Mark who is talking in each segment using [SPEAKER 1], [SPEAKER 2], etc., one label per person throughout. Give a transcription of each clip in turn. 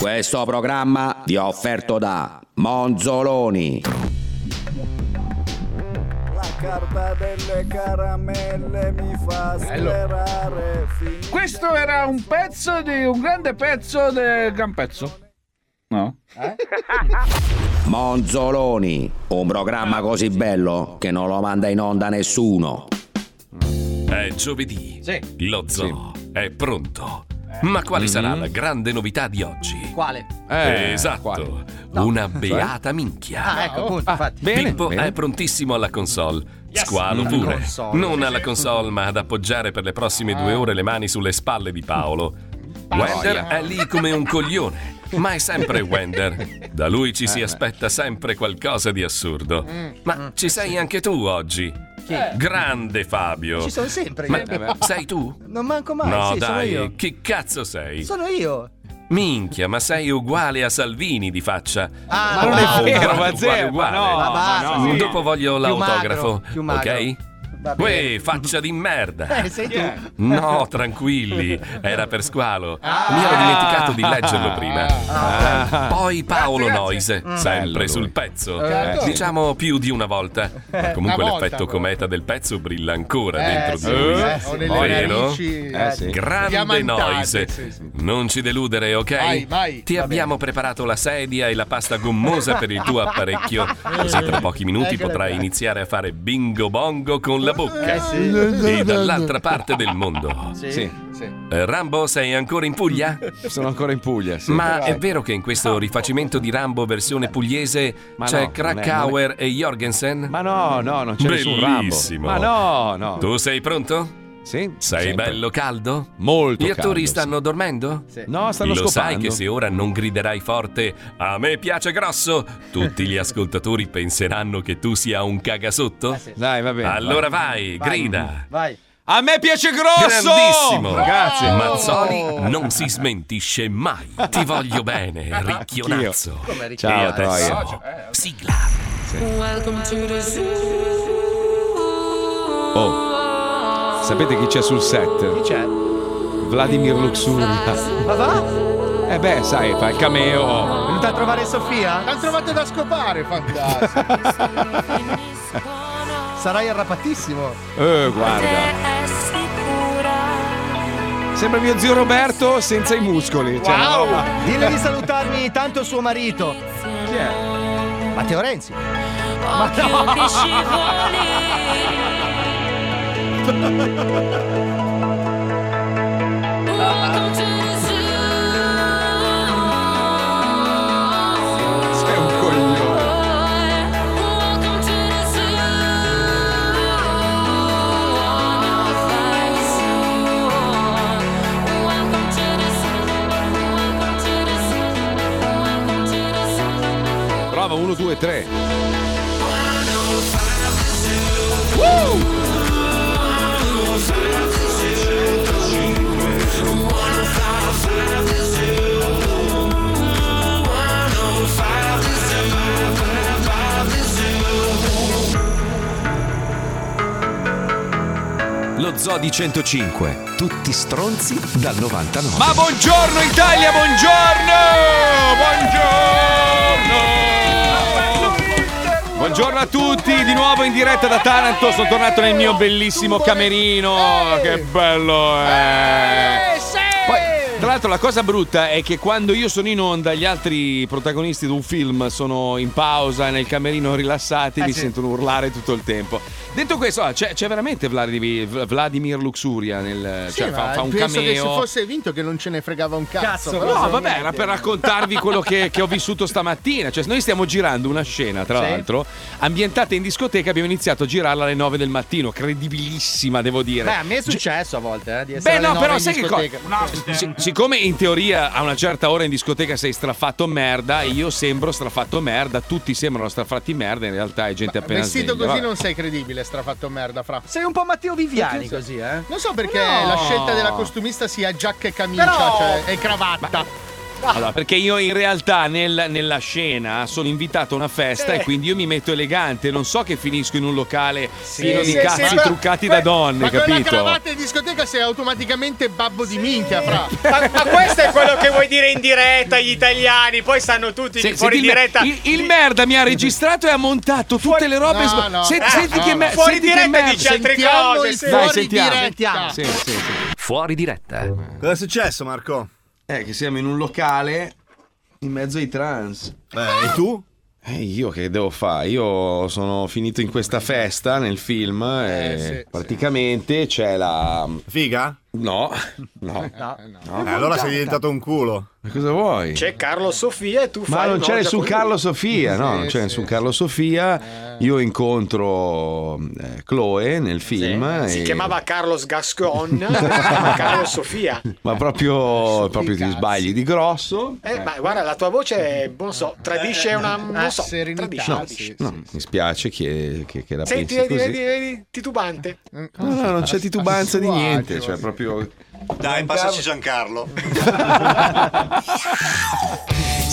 [SPEAKER 1] Questo programma vi è offerto da Monzoloni.
[SPEAKER 2] La carta delle caramelle mi fa
[SPEAKER 3] Bello.
[SPEAKER 2] sperare. Finita
[SPEAKER 3] Questo era un pezzo di un grande pezzo del gran pezzo. No?
[SPEAKER 1] Monzoloni, un programma così bello che non lo manda in onda nessuno.
[SPEAKER 4] È giovedì.
[SPEAKER 5] Sì.
[SPEAKER 4] Lo zoo è pronto. Ma quale sarà la grande novità di oggi?
[SPEAKER 5] Quale?
[SPEAKER 6] Eh,
[SPEAKER 4] esatto. Cioè?
[SPEAKER 6] quale?
[SPEAKER 4] Una beata minchia.
[SPEAKER 5] Ah, ecco, appunto, infatti.
[SPEAKER 6] Bene,
[SPEAKER 4] Pippo eh,
[SPEAKER 6] bene.
[SPEAKER 4] è prontissimo alla console.
[SPEAKER 5] Yes.
[SPEAKER 4] Squalo
[SPEAKER 5] Alla
[SPEAKER 4] pure.
[SPEAKER 5] console. Ah.
[SPEAKER 4] Non alla console, ma ad appoggiare per le prossime due ore le mani sulle spalle di Paolo. Wender è lì come un coglione, ma è sempre Wender. Da lui
[SPEAKER 5] Eh,
[SPEAKER 4] ci si aspetta sempre qualcosa di assurdo.
[SPEAKER 5] Mm,
[SPEAKER 4] Ma ci sei anche tu oggi. Grande Fabio.
[SPEAKER 5] Ci sono sempre
[SPEAKER 4] Ma
[SPEAKER 5] io. Eh,
[SPEAKER 4] sei tu?
[SPEAKER 5] Non manco mai,
[SPEAKER 4] No,
[SPEAKER 5] sì, sono io.
[SPEAKER 4] dai, chi cazzo sei?
[SPEAKER 5] Sono io.
[SPEAKER 4] Minchia, ma sei uguale a Salvini di faccia.
[SPEAKER 5] Ah,
[SPEAKER 6] Ma non
[SPEAKER 5] wow.
[SPEAKER 6] è
[SPEAKER 4] uguale,
[SPEAKER 6] vero, ma
[SPEAKER 4] uguale,
[SPEAKER 6] zero, ma
[SPEAKER 4] uguale.
[SPEAKER 6] no,
[SPEAKER 5] Ma
[SPEAKER 6] ma
[SPEAKER 5] basta,
[SPEAKER 6] no.
[SPEAKER 5] sì.
[SPEAKER 4] Dopo voglio
[SPEAKER 5] magro,
[SPEAKER 4] l'autografo,
[SPEAKER 5] più magro.
[SPEAKER 4] ok?
[SPEAKER 5] Va bene.
[SPEAKER 4] Uè, faccia di merda.
[SPEAKER 5] Eh, sei tu.
[SPEAKER 4] No, tranquilli, era per squalo. Mi ero dimenticato di leggerlo prima.
[SPEAKER 6] Ah,
[SPEAKER 4] Poi Paolo
[SPEAKER 7] Grazie, Mm.
[SPEAKER 4] Noise, sempre
[SPEAKER 6] Bello
[SPEAKER 4] sul
[SPEAKER 6] lui.
[SPEAKER 4] pezzo.
[SPEAKER 7] Certo. Eh,
[SPEAKER 4] Diciamo più di una volta. Ma comunque
[SPEAKER 7] Una volta,
[SPEAKER 4] l'effetto
[SPEAKER 7] però.
[SPEAKER 4] cometa del pezzo brilla ancora
[SPEAKER 7] Eh,
[SPEAKER 4] dentro
[SPEAKER 7] sì,
[SPEAKER 4] di lui.
[SPEAKER 7] eh, ho nelle
[SPEAKER 4] Vero?
[SPEAKER 7] narici.
[SPEAKER 6] Eh, sì.
[SPEAKER 4] Grande
[SPEAKER 7] Diamantate,
[SPEAKER 4] noise.
[SPEAKER 7] sì, sì.
[SPEAKER 4] Non ci deludere, ok?
[SPEAKER 7] Vai, vai.
[SPEAKER 4] Ti abbiamo preparato la sedia e la pasta gommosa per il tuo apparecchio. Così tra pochi minuti
[SPEAKER 5] Eccola
[SPEAKER 4] potrai
[SPEAKER 5] qua.
[SPEAKER 4] iniziare a fare bingo bongo con la bocca.
[SPEAKER 5] Eh, sì.
[SPEAKER 4] E dall'altra parte del mondo.
[SPEAKER 5] Sì.
[SPEAKER 6] Sì,
[SPEAKER 4] Eh, Rambo, sei ancora in Puglia?
[SPEAKER 6] sono ancora in Puglia. Sì.
[SPEAKER 4] Ma è vero che in questo rifacimento di Rambo versione pugliese
[SPEAKER 6] Ma
[SPEAKER 4] c'è
[SPEAKER 6] no,
[SPEAKER 4] Krakauer e Jorgensen?
[SPEAKER 6] Ma no, no, non c'è
[SPEAKER 4] Bellissimo.
[SPEAKER 6] nessun Rambo. Ma no, no.
[SPEAKER 4] Tu sei pronto?
[SPEAKER 6] Sì,
[SPEAKER 4] Sei
[SPEAKER 6] sempre.
[SPEAKER 4] bello caldo?
[SPEAKER 6] Molto
[SPEAKER 4] Gli attori
[SPEAKER 6] caldo,
[SPEAKER 4] stanno dormendo?
[SPEAKER 6] sì. No, stanno
[SPEAKER 4] Lo sai
[SPEAKER 6] scopando.
[SPEAKER 4] che se ora non griderai forte A me piace grosso Tutti gli ascoltatori penseranno che tu sia un cagasotto
[SPEAKER 5] Eh, sì.
[SPEAKER 6] Dai, va bene.
[SPEAKER 4] Allora vai,
[SPEAKER 5] Vai.
[SPEAKER 4] grida
[SPEAKER 5] Vai.
[SPEAKER 6] vai. A me piace grosso!
[SPEAKER 4] Grandissimo
[SPEAKER 6] Grazie.
[SPEAKER 5] Oh.
[SPEAKER 4] Mazzoli non si smentisce mai Ti voglio bene, ricchionazzo
[SPEAKER 5] Come
[SPEAKER 4] E
[SPEAKER 6] Ciao,
[SPEAKER 5] ricordo.
[SPEAKER 4] adesso
[SPEAKER 7] Troia.
[SPEAKER 4] Sigla
[SPEAKER 8] Welcome to the zoo.
[SPEAKER 6] Oh. Sapete chi c'è sul set?
[SPEAKER 5] C'è.
[SPEAKER 6] Vladimir Luxuria.
[SPEAKER 5] Ma va?
[SPEAKER 6] Eh beh, sai, fa il cameo.
[SPEAKER 5] È venuta a trovare Sofia?
[SPEAKER 7] L'hanno trovato da scopare, fantastico.
[SPEAKER 5] Sarai arrapatissimo.
[SPEAKER 6] Eh, guarda. Sembra mio zio Roberto senza i muscoli. Cioè, una roba-
[SPEAKER 5] Dile di salutarmi tanto suo marito,
[SPEAKER 6] Chi è?
[SPEAKER 5] Matteo Renzi.
[SPEAKER 8] Oh, Occhio che scivoli. Welcome to the zoo.
[SPEAKER 6] Sei un coglione.
[SPEAKER 8] Welcome to the zoo. One of five zoo. Welcome to the zoo. Welcome to the zoo. Welcome to the zoo.
[SPEAKER 6] Prova 1, 2, 3.
[SPEAKER 9] Lo Zoo di 105, tutti stronzi dal 99.
[SPEAKER 6] Ma buongiorno Italia, buongiorno! Buongiorno! Buongiorno a tutti, di nuovo in diretta da Taranto, sono tornato nel mio bellissimo camerino, che bello
[SPEAKER 7] Eh,
[SPEAKER 6] è! Poi, tra l'altro la cosa brutta è che quando io sono in onda gli altri protagonisti di un film sono in pausa nel camerino rilassati,
[SPEAKER 5] Eh,
[SPEAKER 6] li
[SPEAKER 5] sì.
[SPEAKER 6] sentono urlare tutto il tempo. Detto questo, ah, c'è, c'è veramente Vladimir, Vladimir Luxuria nel...
[SPEAKER 7] Sì,
[SPEAKER 6] cioè, fa,
[SPEAKER 7] ma
[SPEAKER 6] fa un
[SPEAKER 7] penso
[SPEAKER 6] cameo.
[SPEAKER 7] che se fosse vinto che non ce ne fregava un cazzo.
[SPEAKER 5] Cazzo,
[SPEAKER 7] però
[SPEAKER 6] No,
[SPEAKER 7] se-
[SPEAKER 6] vabbè, era per raccontarvi quello che, che ho vissuto stamattina. Cioè, noi stiamo girando una scena, tra
[SPEAKER 5] Sì.
[SPEAKER 6] l'altro, ambientata in discoteca. Abbiamo iniziato a girarla alle 9 del mattino, credibilissima, devo dire.
[SPEAKER 5] Beh, a me è successo a volte, eh, di essere
[SPEAKER 6] Beh,
[SPEAKER 5] alle
[SPEAKER 6] no,
[SPEAKER 5] nove
[SPEAKER 6] però
[SPEAKER 5] in
[SPEAKER 6] sai che eh, cosa?
[SPEAKER 5] discoteca.
[SPEAKER 6] Si- siccome in teoria a una certa ora in discoteca sei strafatto merda, io sembro strafatto merda, tutti sembrano strafatti merda, in realtà è gente appena
[SPEAKER 7] Vestito
[SPEAKER 6] sveglia.
[SPEAKER 7] così
[SPEAKER 6] Vabbè.
[SPEAKER 7] non sei credibile, strafatto merda, fra.
[SPEAKER 5] Sei un po' Matteo Viviani
[SPEAKER 7] Nel senso-
[SPEAKER 5] così, eh?
[SPEAKER 7] Non so perché
[SPEAKER 6] No.
[SPEAKER 7] la scelta della costumista sia giacca e camicia
[SPEAKER 5] Però-
[SPEAKER 7] cioè, e cravatta.
[SPEAKER 6] Allora, perché io in realtà nel- nella scena sono invitato a una festa e quindi io mi metto elegante, non so che finisco in un locale pieno di
[SPEAKER 5] Sì,
[SPEAKER 6] cazzi
[SPEAKER 5] sì, ma-
[SPEAKER 6] truccati
[SPEAKER 5] ma-
[SPEAKER 6] da donne,
[SPEAKER 5] ma con la
[SPEAKER 6] capito?
[SPEAKER 5] cravatta in discoteca sei automaticamente babbo di minchia, fra.
[SPEAKER 10] Ma, ma questo è quello che vuoi dire in diretta agli italiani, poi sanno tutti
[SPEAKER 6] Se-
[SPEAKER 10] di fuori
[SPEAKER 6] senti il me-
[SPEAKER 10] diretta.
[SPEAKER 6] il, il merda mi ha registrato e ha montato tutte le robe.
[SPEAKER 5] No,
[SPEAKER 6] sba-
[SPEAKER 5] no.
[SPEAKER 6] Se-
[SPEAKER 5] Eh,
[SPEAKER 6] senti
[SPEAKER 5] no,
[SPEAKER 6] che
[SPEAKER 5] no.
[SPEAKER 6] merda.
[SPEAKER 10] Fuori
[SPEAKER 6] senti che
[SPEAKER 10] diretta
[SPEAKER 6] merda.
[SPEAKER 10] dice altre
[SPEAKER 5] Sentiamo
[SPEAKER 10] cose.
[SPEAKER 5] il
[SPEAKER 10] sì.
[SPEAKER 6] Dai,
[SPEAKER 5] fuori
[SPEAKER 6] sentiamo.
[SPEAKER 5] diretta.
[SPEAKER 6] Sì, sì, sì.
[SPEAKER 4] Fuori diretta.
[SPEAKER 1] Cosa è successo, Marco?
[SPEAKER 6] Eh, che siamo in un locale in mezzo ai trans.
[SPEAKER 1] Beh, e tu?
[SPEAKER 6] E io che devo fare? Io sono finito in questa festa nel film e
[SPEAKER 5] sì,
[SPEAKER 6] praticamente c'è la...
[SPEAKER 1] Eh, Figa?
[SPEAKER 6] No, no.
[SPEAKER 1] Eh, allora sei diventato un culo.
[SPEAKER 6] Ma cosa vuoi?
[SPEAKER 10] C'è Carlo Sofia e tu
[SPEAKER 6] Ma
[SPEAKER 10] fai
[SPEAKER 6] non
[SPEAKER 10] no,
[SPEAKER 6] c'è
[SPEAKER 10] già
[SPEAKER 6] nessun
[SPEAKER 10] con
[SPEAKER 6] Carlo Sofia, no, non c'è
[SPEAKER 5] sì,
[SPEAKER 6] nessun
[SPEAKER 5] sì.
[SPEAKER 6] Carlo Sofia. Io incontro eh, Chloe nel film.
[SPEAKER 10] lui. Si
[SPEAKER 6] e-
[SPEAKER 10] chiamava Carlos Gascon, si chiamava Carlo Sofia.
[SPEAKER 6] Ma proprio, proprio ti sbagli di grosso.
[SPEAKER 10] Eh, ma guarda, la tua voce, non so, tradisce una. Non so,
[SPEAKER 5] serenità,
[SPEAKER 10] tradisce.
[SPEAKER 5] sì,
[SPEAKER 10] tradisce.
[SPEAKER 5] sì,
[SPEAKER 6] No,
[SPEAKER 5] sì.
[SPEAKER 6] mi spiace che, che- che la
[SPEAKER 10] Senti,
[SPEAKER 6] pensi
[SPEAKER 10] vedi,
[SPEAKER 6] così.
[SPEAKER 10] vedi, Ah, vedi, titubante.
[SPEAKER 6] No, no, non c'è titubanza di
[SPEAKER 5] suo
[SPEAKER 6] niente,
[SPEAKER 5] agio,
[SPEAKER 6] cioè
[SPEAKER 5] sì.
[SPEAKER 6] proprio...
[SPEAKER 1] Dai, passaci Giancarlo.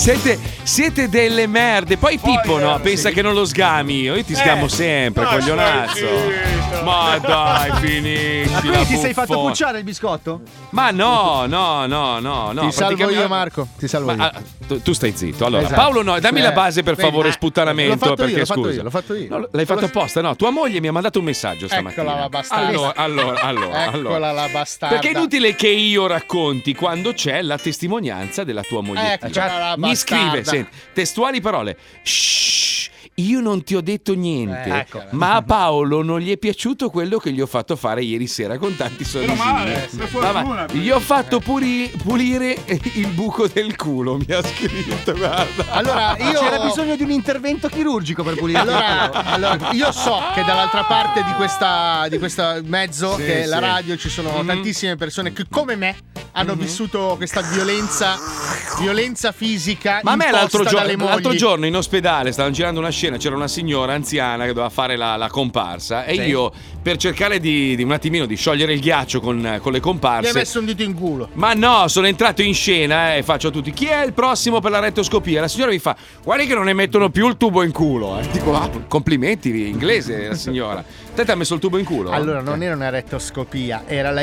[SPEAKER 6] Siete, siete delle merde. Poi Pippo, no, pensa che non lo sgami io. Io ti sgamo sempre,
[SPEAKER 10] no,
[SPEAKER 6] coglionazzo.
[SPEAKER 10] stai zitto.
[SPEAKER 6] Ma Cioè, Ah, Eh, dai, finisci.
[SPEAKER 11] Ma quindi ti sei fatto
[SPEAKER 6] buffone.
[SPEAKER 11] cucciare il biscotto?
[SPEAKER 6] Ma no, no, no, no, no.
[SPEAKER 5] Ti salvo
[SPEAKER 6] praticamente-
[SPEAKER 5] io, Marco. Ti salvo
[SPEAKER 6] Ma,
[SPEAKER 5] io.
[SPEAKER 6] ah, tu, tu stai zitto. Allora,
[SPEAKER 5] Esatto.
[SPEAKER 6] Paolo, no, dammi
[SPEAKER 5] Eh,
[SPEAKER 6] la base per
[SPEAKER 5] vedi,
[SPEAKER 6] favore,
[SPEAKER 5] ah,
[SPEAKER 6] sputtanamento.
[SPEAKER 5] l'ho fatto io,
[SPEAKER 6] perché
[SPEAKER 5] l'ho
[SPEAKER 6] scusa.
[SPEAKER 5] fatto io, l'ho fatto io.
[SPEAKER 6] No, l'hai fatto
[SPEAKER 5] Cosa-
[SPEAKER 6] apposta? No, tua moglie mi ha mandato un messaggio stamattina.
[SPEAKER 5] Eccola la bastarda.
[SPEAKER 6] Allora, allora, allora.
[SPEAKER 5] Eccola
[SPEAKER 6] allora.
[SPEAKER 5] la bastarda.
[SPEAKER 6] Perché è inutile che io racconti quando c'è la testimonianza della tua moglie. Cioè,
[SPEAKER 5] Eccola la
[SPEAKER 6] Mi
[SPEAKER 5] bastarda.
[SPEAKER 6] scrive, senti, testuali parole. Shh, io non ti ho detto niente,
[SPEAKER 5] Eh, eccola.
[SPEAKER 6] ma a Paolo non gli è piaciuto quello che gli ho fatto fare ieri sera con tanti sorrisini.
[SPEAKER 12] male, per
[SPEAKER 6] Ma va,
[SPEAKER 12] fortuna.
[SPEAKER 6] gli ho fatto puri- pulire il buco del culo, mi ha scritto, guarda.
[SPEAKER 5] Allora, io
[SPEAKER 11] C'era bisogno di un intervento chirurgico per pulire
[SPEAKER 5] Allora, allora, io so che dall'altra parte di questa, di questa mezzo,
[SPEAKER 6] Sì,
[SPEAKER 5] che è la
[SPEAKER 6] sì. Mm-hmm.
[SPEAKER 5] radio, ci sono tantissime persone che, come me, hanno vissuto questa violenza, violenza fisica.
[SPEAKER 6] Ma a me
[SPEAKER 5] imposta
[SPEAKER 6] l'altro, gio-
[SPEAKER 5] dalle mogli.
[SPEAKER 6] l'altro giorno in ospedale stavano girando una scena, c'era una signora anziana che doveva fare la, la comparsa e io per cercare di, di un attimino di sciogliere il ghiaccio con, con le
[SPEAKER 5] Mi hai
[SPEAKER 6] comparse...
[SPEAKER 5] messo un dito in culo.
[SPEAKER 6] Ma no, sono entrato in scena eh, e faccio a tutti chi è il prossimo per la rettoscopia. La signora mi fa: Guardi che non ne mettono più il tubo in culo. eh." Dico: "Ah, complimenti, inglese la signora. Te ti ha messo il tubo in culo?
[SPEAKER 5] Allora, non era una rettoscopia, era la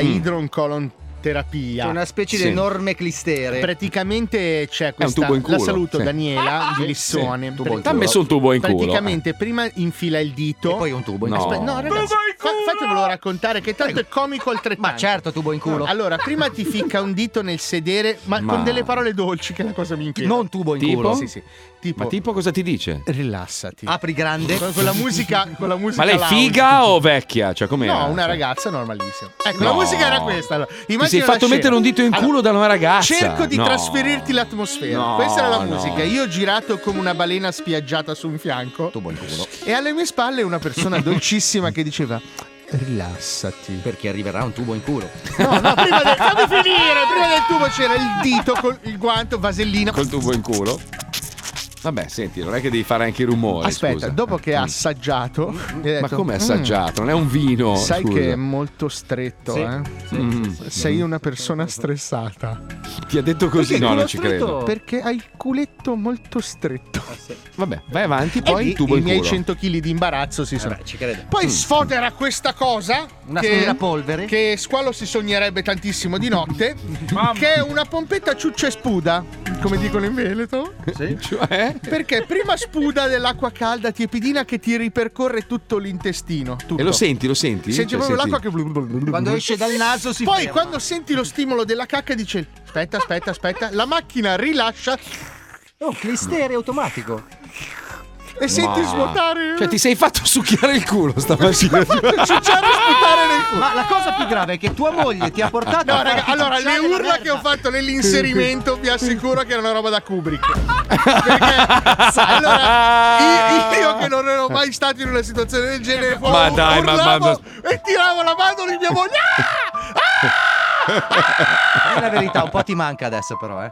[SPEAKER 5] idroncolonterapia.
[SPEAKER 11] Una specie
[SPEAKER 6] Mm. Sì.
[SPEAKER 11] di enorme clistere.
[SPEAKER 5] Praticamente c'è questa.
[SPEAKER 6] tubo in
[SPEAKER 5] la
[SPEAKER 6] culo,
[SPEAKER 5] saluto
[SPEAKER 6] sì. Ah,
[SPEAKER 5] Daniela di
[SPEAKER 6] Sì,
[SPEAKER 5] Lissone.
[SPEAKER 6] tubo in T'ha culo. messo un tubo in culo.
[SPEAKER 5] Praticamente prima infila il dito.
[SPEAKER 11] E poi un tubo in
[SPEAKER 6] No.
[SPEAKER 11] culo.
[SPEAKER 5] Aspe- no, ragazzi, fa- fatevelo raccontare che tanto è comico altrettanto.
[SPEAKER 11] Ma certo, tubo in culo.
[SPEAKER 5] Allora, prima ti ficca un dito nel sedere, ma,
[SPEAKER 6] Ma-
[SPEAKER 5] con delle parole dolci, che è la cosa mi inquieta.
[SPEAKER 11] Non tubo in
[SPEAKER 6] Tipo?
[SPEAKER 11] culo.
[SPEAKER 5] Sì, sì. Tipo,
[SPEAKER 6] Ma tipo cosa ti dice?
[SPEAKER 5] rilassati.
[SPEAKER 11] Apri grande.
[SPEAKER 5] Con, con la musica, con la musica
[SPEAKER 6] Ma lei
[SPEAKER 5] loud.
[SPEAKER 6] figa o vecchia? Cioè, com'era?
[SPEAKER 5] No, una
[SPEAKER 6] Cioè,
[SPEAKER 5] ragazza normalissima. Ecco,
[SPEAKER 6] No.
[SPEAKER 5] la musica era questa. Allora,
[SPEAKER 6] Ti sei
[SPEAKER 5] immagina la
[SPEAKER 6] fatto
[SPEAKER 5] scena.
[SPEAKER 6] mettere un dito in
[SPEAKER 5] Allora,
[SPEAKER 6] culo da una ragazza.
[SPEAKER 5] Cerco di
[SPEAKER 6] No.
[SPEAKER 5] trasferirti l'atmosfera.
[SPEAKER 6] No,
[SPEAKER 5] Questa era la
[SPEAKER 6] no.
[SPEAKER 5] musica. Io ho girato come una balena spiaggiata su un fianco.
[SPEAKER 11] Tubo in culo.
[SPEAKER 5] E alle mie spalle una persona dolcissima che diceva: Rilassati.
[SPEAKER 11] Perché arriverà un tubo in culo.
[SPEAKER 5] No, no, prima del, fammi finire, prima del tubo c'era il dito col il guanto, vasellina.
[SPEAKER 6] Col tubo in culo. Vabbè, senti, non è che devi fare anche il rumore.
[SPEAKER 5] Aspetta,
[SPEAKER 6] scusa. Mm.
[SPEAKER 5] dopo che ha assaggiato, gli ho
[SPEAKER 6] Ma
[SPEAKER 5] detto,
[SPEAKER 6] come
[SPEAKER 5] "Mm,
[SPEAKER 6] assaggiato? Non è un vino.
[SPEAKER 5] Sai
[SPEAKER 6] scusa.
[SPEAKER 5] che è molto stretto, eh?
[SPEAKER 6] Mm.
[SPEAKER 5] Sei una persona stressata.
[SPEAKER 6] Ti ha detto così?
[SPEAKER 11] Perché
[SPEAKER 6] no,
[SPEAKER 11] quello
[SPEAKER 6] non ci
[SPEAKER 11] stretto-
[SPEAKER 6] credo.
[SPEAKER 5] Perché hai il culetto molto stretto.
[SPEAKER 6] Vabbè, vai avanti,
[SPEAKER 5] E
[SPEAKER 6] poi
[SPEAKER 5] lì
[SPEAKER 6] il tubo
[SPEAKER 5] i
[SPEAKER 6] in
[SPEAKER 5] miei
[SPEAKER 6] culo. Mm.
[SPEAKER 5] 100 kg di imbarazzo si sono.
[SPEAKER 11] Vabbè, Eh, ci credo.
[SPEAKER 5] Poi sfodera questa cosa.
[SPEAKER 11] Una
[SPEAKER 5] che-
[SPEAKER 11] sfera polvere.
[SPEAKER 5] Che Squalo si sognerebbe tantissimo di notte. che è una pompetta ciuccia e spuda, come dicono in Veneto.
[SPEAKER 6] Cioè?
[SPEAKER 5] Perché prima spuda dell'acqua calda tiepidina che ti ripercorre tutto l'intestino. tutto.
[SPEAKER 6] E lo senti, lo senti?
[SPEAKER 5] Senti
[SPEAKER 6] Cioè,
[SPEAKER 5] proprio
[SPEAKER 6] senti-
[SPEAKER 5] l'acqua che. blu, blu, blu, blu,
[SPEAKER 11] Quando
[SPEAKER 5] blu.
[SPEAKER 11] esce dal naso si
[SPEAKER 5] Poi
[SPEAKER 11] ferma.
[SPEAKER 5] quando senti lo stimolo della cacca dice aspetta, aspetta, aspetta, la macchina rilascia
[SPEAKER 11] Oh, clistere automatico.
[SPEAKER 5] e senti svuotare.
[SPEAKER 6] Cioè, ti sei fatto succhiare il culo stamattina.
[SPEAKER 5] Ciucciare e sputare nel culo.
[SPEAKER 11] Ma la cosa più grave è che tua moglie ti ha portato
[SPEAKER 5] No,
[SPEAKER 11] a
[SPEAKER 5] raga,
[SPEAKER 11] farti
[SPEAKER 5] allora le
[SPEAKER 11] ciucciare la
[SPEAKER 5] urla che ho
[SPEAKER 11] merda.
[SPEAKER 5] fatto nell'inserimento vi assicuro che era una roba da Kubrick. Perché, allora, i- io che non ero mai stato in una situazione del genere,
[SPEAKER 6] Ma dai, ma- ma-
[SPEAKER 5] urlavo e tiravo la mano di mia moglie. "Ah! Ah!"
[SPEAKER 11] È la verità, un po' ti manca adesso, però, eh?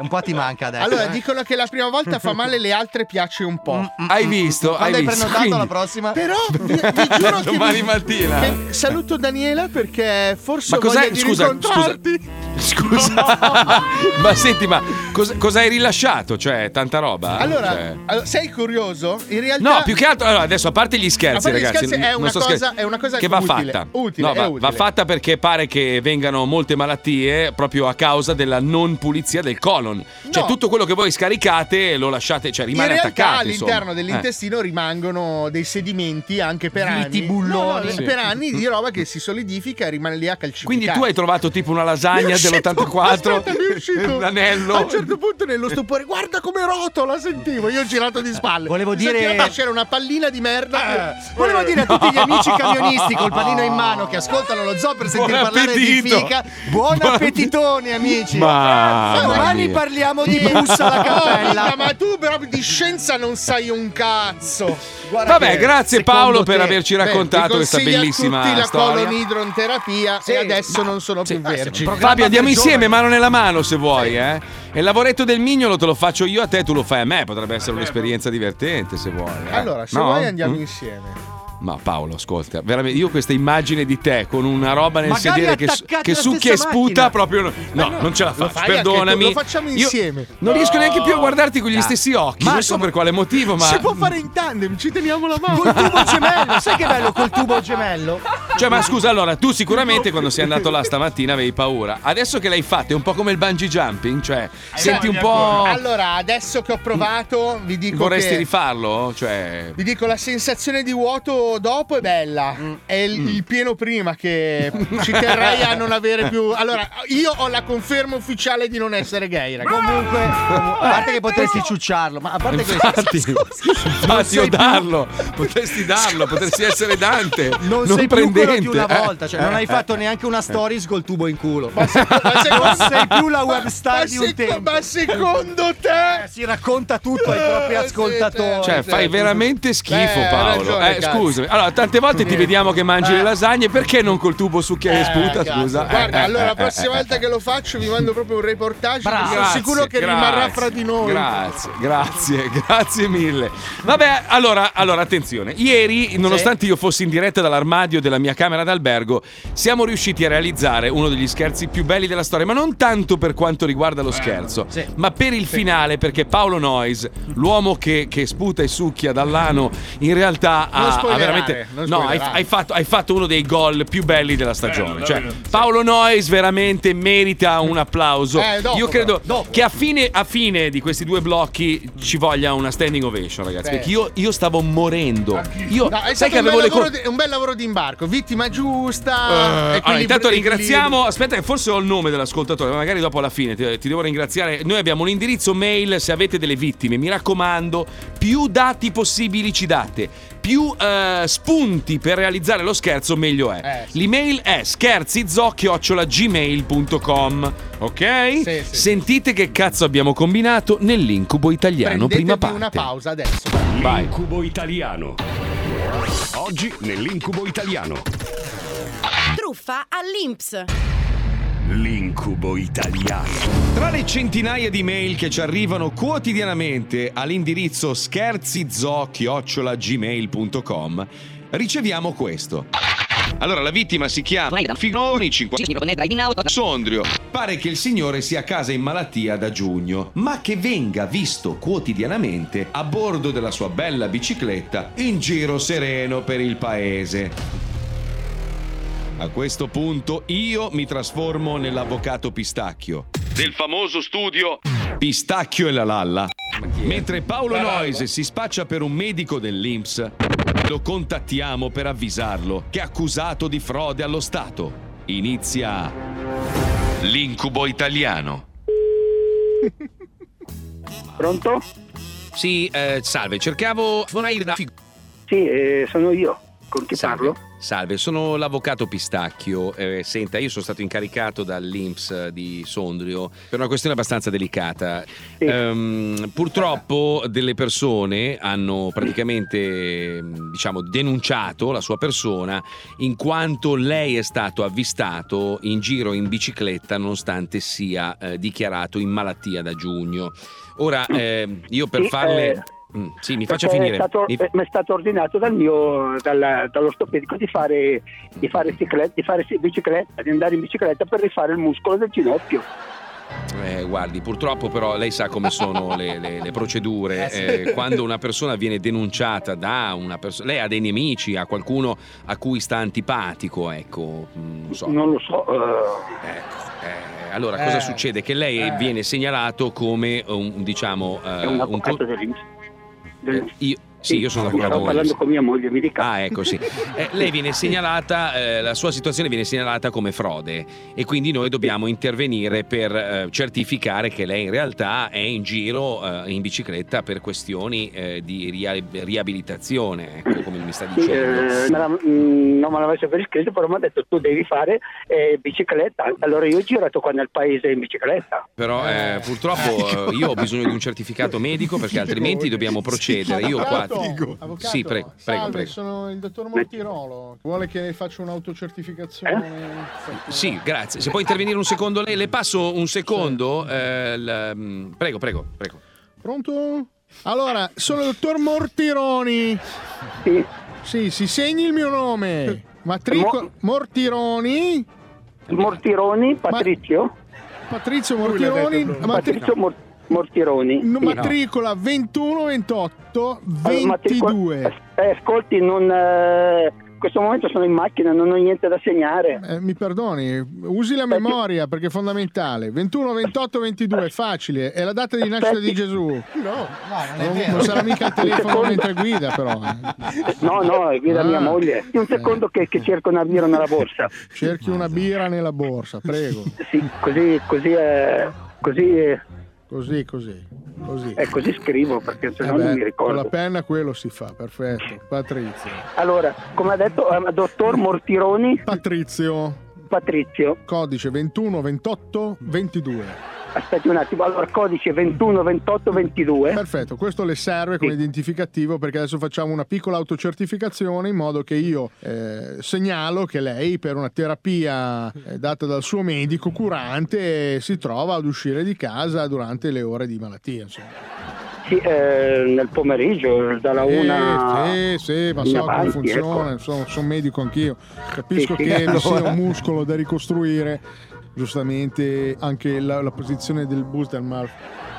[SPEAKER 11] Un po' ti manca
[SPEAKER 6] Ecco.
[SPEAKER 11] adesso.
[SPEAKER 5] Allora,
[SPEAKER 11] eh?
[SPEAKER 5] dicono che la prima volta fa male, le altre piace un po'.
[SPEAKER 6] Mm, Hai visto?
[SPEAKER 5] Quando
[SPEAKER 6] hai
[SPEAKER 5] hai
[SPEAKER 6] visto?
[SPEAKER 5] prenotato la
[SPEAKER 11] prossima?
[SPEAKER 5] Però vi, vi giuro che
[SPEAKER 6] Domani
[SPEAKER 5] mi-
[SPEAKER 6] mattina.
[SPEAKER 5] che- saluto Daniela perché forse
[SPEAKER 6] Ma
[SPEAKER 5] ho
[SPEAKER 6] cos'è-
[SPEAKER 5] voglia di
[SPEAKER 6] scusa,
[SPEAKER 5] incontrarti.
[SPEAKER 6] Scusa. ma senti, ma cos- cosa hai rilasciato? Cioè, tanta roba?
[SPEAKER 5] Allora,
[SPEAKER 6] Cioè-
[SPEAKER 5] allora, sei curioso? In realtà
[SPEAKER 6] No, più che altro, allora, adesso a parte gli
[SPEAKER 5] A
[SPEAKER 6] scherzi,
[SPEAKER 5] parte gli
[SPEAKER 6] ragazzi.
[SPEAKER 5] scherzi, è
[SPEAKER 6] non
[SPEAKER 5] una
[SPEAKER 6] sto
[SPEAKER 5] cosa-
[SPEAKER 6] scherzando,
[SPEAKER 5] è una cosa
[SPEAKER 6] che va
[SPEAKER 5] utile,
[SPEAKER 6] fatta.
[SPEAKER 5] utile,
[SPEAKER 6] No,
[SPEAKER 5] è
[SPEAKER 6] va, va
[SPEAKER 5] utile.
[SPEAKER 6] fatta perché pare che vengano molte malattie proprio a causa della non pulizia del colon. Cioè, tutto quello che voi scaricate lo lasciate, cioè
[SPEAKER 5] in
[SPEAKER 6] rimane
[SPEAKER 5] realtà
[SPEAKER 6] attaccato.
[SPEAKER 5] all'interno
[SPEAKER 6] insomma. Eh.
[SPEAKER 5] dell'intestino rimangono dei sedimenti anche per
[SPEAKER 11] Gliti,
[SPEAKER 5] anni.
[SPEAKER 11] bulloni.
[SPEAKER 5] No, no,
[SPEAKER 6] Sì.
[SPEAKER 5] Per anni di roba che si solidifica e rimane lì a calcificare.
[SPEAKER 6] Eh. Quindi tu hai trovato tipo una
[SPEAKER 5] Mi
[SPEAKER 6] lasagna
[SPEAKER 5] è uscito- aspetta, mi è
[SPEAKER 6] dell'84,
[SPEAKER 5] uscito.
[SPEAKER 6] un
[SPEAKER 5] A un
[SPEAKER 6] anello.
[SPEAKER 5] certo punto nello stupore, guarda come rotola, sentivo. Io ho girato di spalle.
[SPEAKER 11] Eh, Volevo
[SPEAKER 5] Mi
[SPEAKER 11] dire-
[SPEAKER 5] sentivo che c'era una pallina di merda.
[SPEAKER 6] Eh,
[SPEAKER 11] Volevo dire a tutti gli amici camionisti col panino in mano che ascoltano lo zoo per sentire
[SPEAKER 5] Buon
[SPEAKER 11] parlare di
[SPEAKER 5] appetito.
[SPEAKER 11] fica. Buon
[SPEAKER 5] Buon-
[SPEAKER 11] appetitone, amici.
[SPEAKER 6] Ma-
[SPEAKER 11] Domani parliamo di bussa alla
[SPEAKER 5] Oh, mica,
[SPEAKER 11] cappella.
[SPEAKER 5] ma tu però di scienza non sai un cazzo. Guarda
[SPEAKER 6] Vabbè,
[SPEAKER 5] che-
[SPEAKER 6] grazie
[SPEAKER 5] secondo
[SPEAKER 6] Paolo
[SPEAKER 5] te-
[SPEAKER 6] per averci
[SPEAKER 5] Beh,
[SPEAKER 6] raccontato
[SPEAKER 5] ti
[SPEAKER 6] questa
[SPEAKER 5] consiglia
[SPEAKER 6] bellissima
[SPEAKER 5] tutti la
[SPEAKER 6] storia.
[SPEAKER 5] colonidronterapia e adesso non sono più vergini.
[SPEAKER 6] Fabio, andiamo
[SPEAKER 5] per
[SPEAKER 6] insieme, mano nella mano se vuoi, eh. E il lavoretto del mignolo te lo faccio io a te, tu lo fai a me. Potrebbe essere un'esperienza divertente se vuoi. eh.
[SPEAKER 5] Allora, se
[SPEAKER 6] No?
[SPEAKER 5] vuoi andiamo
[SPEAKER 6] Mm?
[SPEAKER 5] insieme.
[SPEAKER 6] Ma Paolo, ascolta, veramente io questa immagine di te con una roba nel
[SPEAKER 5] Magari
[SPEAKER 6] sedere che, su-
[SPEAKER 5] attaccati
[SPEAKER 6] che
[SPEAKER 5] alla
[SPEAKER 6] succhia e
[SPEAKER 5] stessa
[SPEAKER 6] sputa
[SPEAKER 5] macchina.
[SPEAKER 6] proprio. No, no, non ce la
[SPEAKER 5] lo
[SPEAKER 6] faccio.
[SPEAKER 5] fai anche tu,
[SPEAKER 6] Perdonami.
[SPEAKER 5] lo facciamo
[SPEAKER 6] Io
[SPEAKER 5] insieme.
[SPEAKER 6] non riesco neanche più a guardarti con gli
[SPEAKER 5] No.
[SPEAKER 6] stessi occhi. non
[SPEAKER 5] Marco,
[SPEAKER 6] so per quale motivo, ma.
[SPEAKER 5] Si può fare in tandem, ci teniamo la mano.
[SPEAKER 11] mm. Col tubo gemello, sai che bello col tubo gemello?
[SPEAKER 6] Cioè, ma scusa, allora, tu sicuramente quando sei andato là stamattina avevi paura. Adesso che l'hai fatto, è un po' come il bungee jumping,
[SPEAKER 5] Eh,
[SPEAKER 6] cioè, senti un po'.
[SPEAKER 5] Allora, adesso che ho provato, vi dico
[SPEAKER 6] Vorresti
[SPEAKER 5] che-
[SPEAKER 6] rifarlo? Cioè.
[SPEAKER 5] Vi dico, la sensazione di vuoto dopo è bella.
[SPEAKER 11] Mm.
[SPEAKER 5] È il, il pieno prima che ci terrei a non avere più. Allora, io ho la conferma ufficiale di non essere gay, ragazzi.
[SPEAKER 11] Comunque, a parte che potresti ciucciarlo, ma a parte che
[SPEAKER 6] Infatti, infatti o darlo, potresti darlo, potresti essere Dante.
[SPEAKER 11] non,
[SPEAKER 6] Non,
[SPEAKER 11] sei più
[SPEAKER 6] prendente.
[SPEAKER 11] quello di una
[SPEAKER 6] eh.
[SPEAKER 11] volta, cioè non hai
[SPEAKER 6] Eh,
[SPEAKER 11] fatto
[SPEAKER 6] eh.
[SPEAKER 11] neanche una stories col tubo in culo.
[SPEAKER 5] Non
[SPEAKER 11] sei più la web star di un tempo.
[SPEAKER 5] Ma secondo te?
[SPEAKER 11] Si racconta tutto ai propri ascoltatori.
[SPEAKER 6] Eh, Cioè,
[SPEAKER 5] esatto.
[SPEAKER 6] fai veramente schifo,
[SPEAKER 11] Beh, hai
[SPEAKER 6] Paolo.
[SPEAKER 11] ragione,
[SPEAKER 6] eh,
[SPEAKER 11] cazzo.
[SPEAKER 6] scusami. Allora, tante volte ti vediamo che mangi le lasagne, perché non col tubo succhia e sputa?
[SPEAKER 5] Eh. cazzo.
[SPEAKER 6] Scusa. Eh,
[SPEAKER 5] Eh, Guarda,
[SPEAKER 6] eh,
[SPEAKER 5] allora la
[SPEAKER 6] eh,
[SPEAKER 5] prossima
[SPEAKER 6] eh,
[SPEAKER 5] volta che lo faccio vi mando proprio un reportage.
[SPEAKER 6] Bravo.
[SPEAKER 5] Sono
[SPEAKER 6] Grazie,
[SPEAKER 5] sicuro che
[SPEAKER 6] grazie,
[SPEAKER 5] rimarrà fra di noi.
[SPEAKER 6] Grazie, grazie, grazie mille. Vabbè, allora, allora attenzione. Ieri, nonostante io fossi in diretta dall'armadio della mia camera d'albergo, siamo riusciti a realizzare uno degli scherzi più belli della storia, ma non tanto per quanto riguarda
[SPEAKER 5] Eh,
[SPEAKER 6] lo scherzo, ma per il finale, perché Paolo Noyes, l'uomo che, che sputa e succhia dall'ano, in realtà
[SPEAKER 5] Non
[SPEAKER 6] ha- ha,
[SPEAKER 5] spoilerare,
[SPEAKER 6] veramente...
[SPEAKER 5] non
[SPEAKER 6] No, hai,
[SPEAKER 5] spoilerare.
[SPEAKER 6] hai fatto, hai fatto uno dei gol più belli della stagione.
[SPEAKER 5] Bello,
[SPEAKER 6] Cioè,
[SPEAKER 5] davvero.
[SPEAKER 6] Paolo Noyes veramente merita un applauso.
[SPEAKER 5] Eh, dopo,
[SPEAKER 6] io credo
[SPEAKER 5] però, dopo.
[SPEAKER 6] che a fine, a fine di questi due blocchi ci voglia una standing ovation, ragazzi.
[SPEAKER 5] Sì.
[SPEAKER 6] Perché io, io stavo morendo. Io,
[SPEAKER 5] No, è
[SPEAKER 6] sai
[SPEAKER 5] stato
[SPEAKER 6] che
[SPEAKER 5] un,
[SPEAKER 6] avevo
[SPEAKER 5] bel
[SPEAKER 6] le
[SPEAKER 5] lavoro
[SPEAKER 6] cor-
[SPEAKER 5] di, un bel lavoro di imbarco, vittima
[SPEAKER 6] eh,
[SPEAKER 5] giusta.
[SPEAKER 6] allora,
[SPEAKER 5] equilibrio-
[SPEAKER 6] intanto
[SPEAKER 5] equilibrio.
[SPEAKER 6] ringraziamo. Aspetta, che forse ho il nome dell'ascoltatore, ma magari dopo alla fine ti, ti devo ringraziare. Noi abbiamo un indirizzo mail se avete delle vittime. Mi raccomando, più dati possibili ci date, più eh, spunti per realizzare lo scherzo, meglio è. L'email è scherzizocchiocciolagmail.com. Ok? Sentite che cazzo abbiamo combinato nell'incubo italiano
[SPEAKER 5] Prendetevi
[SPEAKER 6] prima parte.
[SPEAKER 5] una pausa adesso.
[SPEAKER 7] L'incubo italiano. Oggi
[SPEAKER 6] Boh,
[SPEAKER 7] nell'incubo italiano.
[SPEAKER 13] Truffa all'Inps.
[SPEAKER 7] L'incubo italiano.
[SPEAKER 6] Tra le centinaia di mail che ci arrivano quotidianamente all'indirizzo scherzizo-gmail.com riceviamo questo. Allora la vittima si chiama Finoni 50 Sondrio. Pare che il signore sia a casa in malattia da giugno, ma che venga visto quotidianamente a bordo della sua bella bicicletta in giro sereno per il paese. A questo punto io mi trasformo nell'avvocato Pistacchio. Del famoso studio Pistacchio e la Lalla. Mentre Paolo Noise si spaccia per un medico dell'Inps, lo contattiamo per avvisarlo che è accusato di frode allo Stato. Inizia l'incubo italiano.
[SPEAKER 14] Pronto?
[SPEAKER 6] eh, Sì, salve, cercavo Fonairda.
[SPEAKER 14] Sì, eh, sono io. Con chi parlo?
[SPEAKER 6] Salve, sono l'avvocato Pistacchio. Eh, senta, io sono stato incaricato dall'Inps eh, di Sondrio per una questione abbastanza delicata. Ehm, purtroppo delle persone hanno praticamente ehm, diciamo, denunciato la sua persona in quanto lei è stato avvistato in giro in bicicletta nonostante sia eh, dichiarato in malattia da giugno. Ora, ehm, io per
[SPEAKER 15] Sì,
[SPEAKER 6] farle...
[SPEAKER 15] eh,
[SPEAKER 6] Mm, sì, mi
[SPEAKER 15] Perché
[SPEAKER 6] faccia finire.
[SPEAKER 15] È stato,
[SPEAKER 6] Mi-
[SPEAKER 15] eh, mi è stato ordinato dal mio, dalla- dall'ortopedico di fare, di, fare cicletta, di fare bicicletta, di andare in bicicletta per rifare il muscolo del ginocchio.
[SPEAKER 6] Eh, guardi, purtroppo però lei sa come sono le, le- le procedure. Eh, quando una persona viene denunciata da una persona, lei ha dei nemici, ha qualcuno a cui sta antipatico, ecco. mm, Non, so.
[SPEAKER 15] Non lo so.
[SPEAKER 6] Ecco. eh, allora,
[SPEAKER 15] Eh.
[SPEAKER 6] cosa succede? Che lei viene segnalato come un, un, diciamo... eh,
[SPEAKER 15] È un
[SPEAKER 6] un
[SPEAKER 15] avvocato
[SPEAKER 6] co-
[SPEAKER 15] dell'Inps.
[SPEAKER 6] eh, io- sì, io sono
[SPEAKER 15] Stavo
[SPEAKER 6] l'avvocato
[SPEAKER 15] parlando con mia moglie, mi dica.
[SPEAKER 6] Ah, ecco, sì. Eh, lei viene segnalata, eh, la sua situazione viene segnalata come frode e quindi noi dobbiamo intervenire per eh, certificare che lei in realtà è in giro eh, in bicicletta per questioni eh, di ria- riabilitazione, ecco, come mi sta
[SPEAKER 15] Sì, eh, me
[SPEAKER 6] dicendo.
[SPEAKER 15] la- mm, non me l'avesse per iscritto, però mi ha detto tu devi fare eh, bicicletta. Allora io ho girato qua nel paese in bicicletta.
[SPEAKER 6] Però eh, purtroppo eh, io ho bisogno di un certificato medico perché altrimenti dobbiamo procedere. Io qua...
[SPEAKER 5] Avvocato, avvocato,
[SPEAKER 6] Sì, prego, prego,
[SPEAKER 5] salve,
[SPEAKER 6] prego.
[SPEAKER 5] sono il dottor Montirolo. Vuole che faccia un'autocertificazione?
[SPEAKER 15] Eh?
[SPEAKER 6] Sì, grazie. Se può intervenire un secondo lei, le passo un secondo. eh, il, mm, prego, prego, prego.
[SPEAKER 5] Pronto? Allora, sono il dottor Mortironi.
[SPEAKER 15] Sì.
[SPEAKER 5] Sì, si segni il mio nome. Matrico- Mortironi.
[SPEAKER 15] Mortironi, Patrizio.
[SPEAKER 5] Patrizio Mortironi. matri-
[SPEAKER 15] Patrizio Mor- Mortironi.
[SPEAKER 5] no,
[SPEAKER 15] Sì.
[SPEAKER 5] matricola 21 28
[SPEAKER 15] Allora, ma ti-
[SPEAKER 5] 22.
[SPEAKER 15] Eh, ascolti, non, eh, in questo momento sono in macchina, non ho niente da segnare.
[SPEAKER 5] Eh, mi perdoni, usi la memoria perché è fondamentale. 21 28 22, facile, è la data di nascita di Gesù.
[SPEAKER 16] No,
[SPEAKER 5] non,
[SPEAKER 15] Eh,
[SPEAKER 5] non sarà mica il telefono mentre guida, però. eh.
[SPEAKER 15] No, no, è guida
[SPEAKER 5] Ah.
[SPEAKER 15] mia moglie. Un secondo che, che cerco una birra nella borsa.
[SPEAKER 5] Cerchi una birra nella borsa, prego.
[SPEAKER 15] Sì, così, così, eh, così, eh,
[SPEAKER 5] Così, così, così.
[SPEAKER 15] eh, così scrivo perché se
[SPEAKER 5] Eh
[SPEAKER 15] no
[SPEAKER 5] beh,
[SPEAKER 15] non mi
[SPEAKER 5] con
[SPEAKER 15] ricordo.
[SPEAKER 5] la penna quello si fa, perfetto. Patrizio.
[SPEAKER 15] Allora, come ha detto eh, dottor Mortironi,
[SPEAKER 5] Patrizio.
[SPEAKER 15] Patrizio.
[SPEAKER 5] Codice 21 28 22.
[SPEAKER 15] aspetti un attimo, allora codice 21 28 22.
[SPEAKER 5] Perfetto, questo le serve come identificativo perché adesso facciamo una piccola autocertificazione in modo che io eh, segnalo che lei per una terapia eh, data dal suo medico curante eh, si trova ad uscire di casa durante le ore di malattia. Insomma.
[SPEAKER 15] Sì, eh, nel pomeriggio, dalla
[SPEAKER 5] Eh,
[SPEAKER 15] una.
[SPEAKER 5] sì, sì, ma
[SPEAKER 15] in
[SPEAKER 5] so come
[SPEAKER 15] avanti,
[SPEAKER 5] funziona,
[SPEAKER 15] ecco.
[SPEAKER 5] sono, sono medico anch'io. Capisco
[SPEAKER 15] Sì, sì,
[SPEAKER 5] che vi sia
[SPEAKER 15] allora.
[SPEAKER 5] un muscolo da ricostruire, giustamente anche la, la posizione del Bustermark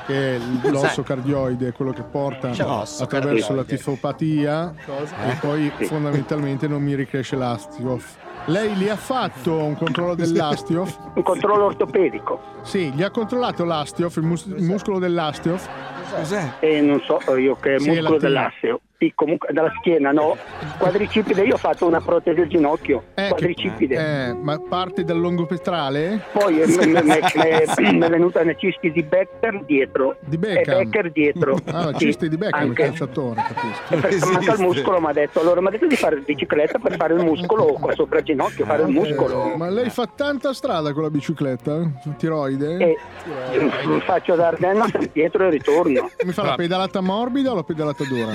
[SPEAKER 5] che è l- l'osso
[SPEAKER 17] Sai.
[SPEAKER 5] cardioide, quello che porta
[SPEAKER 17] C'è l'osso
[SPEAKER 5] attraverso la
[SPEAKER 17] cardioide.
[SPEAKER 5] tifopatia
[SPEAKER 17] Cosa?
[SPEAKER 5] e poi
[SPEAKER 17] Sì.
[SPEAKER 5] fondamentalmente non mi ricresce l'astiof. Lei gli ha fatto un controllo dell'astiof?
[SPEAKER 15] Un controllo ortopedico.
[SPEAKER 5] Sì, gli ha controllato l'astiof, il, mus- il muscolo dell'astiof? Cos'è?
[SPEAKER 15] E non so eh, io che
[SPEAKER 5] Sì,
[SPEAKER 15] muscolo
[SPEAKER 5] la tira.
[SPEAKER 15] dell'asseo. Sì, comunque dalla schiena, no. Quadricipite, io ho fatto una protesi al ginocchio. quadricipite.
[SPEAKER 5] Eh, ma parte dal longopetrale?
[SPEAKER 15] Poi eh, m- m- m- mi è venuta una cisti di Becker dietro.
[SPEAKER 5] Di Beckham.
[SPEAKER 15] E Becker dietro.
[SPEAKER 5] Ah, la
[SPEAKER 15] Sì,
[SPEAKER 5] ciste di Beckham, il
[SPEAKER 15] anche.
[SPEAKER 5] calciatore, capisco.
[SPEAKER 15] E perché manca il muscolo mi ha detto allora mi ha detto di fare bicicletta per fare il muscolo qua sopra il ginocchio fare
[SPEAKER 5] Ah,
[SPEAKER 15] il muscolo
[SPEAKER 5] Eh, Ma lei fa tanta strada con la bicicletta? eh? Tiroide?
[SPEAKER 15] e Mm, faccio da Ardenna dietro e ritorno Eh,
[SPEAKER 5] Mi fa la pedalata morbida o la pedalata dura?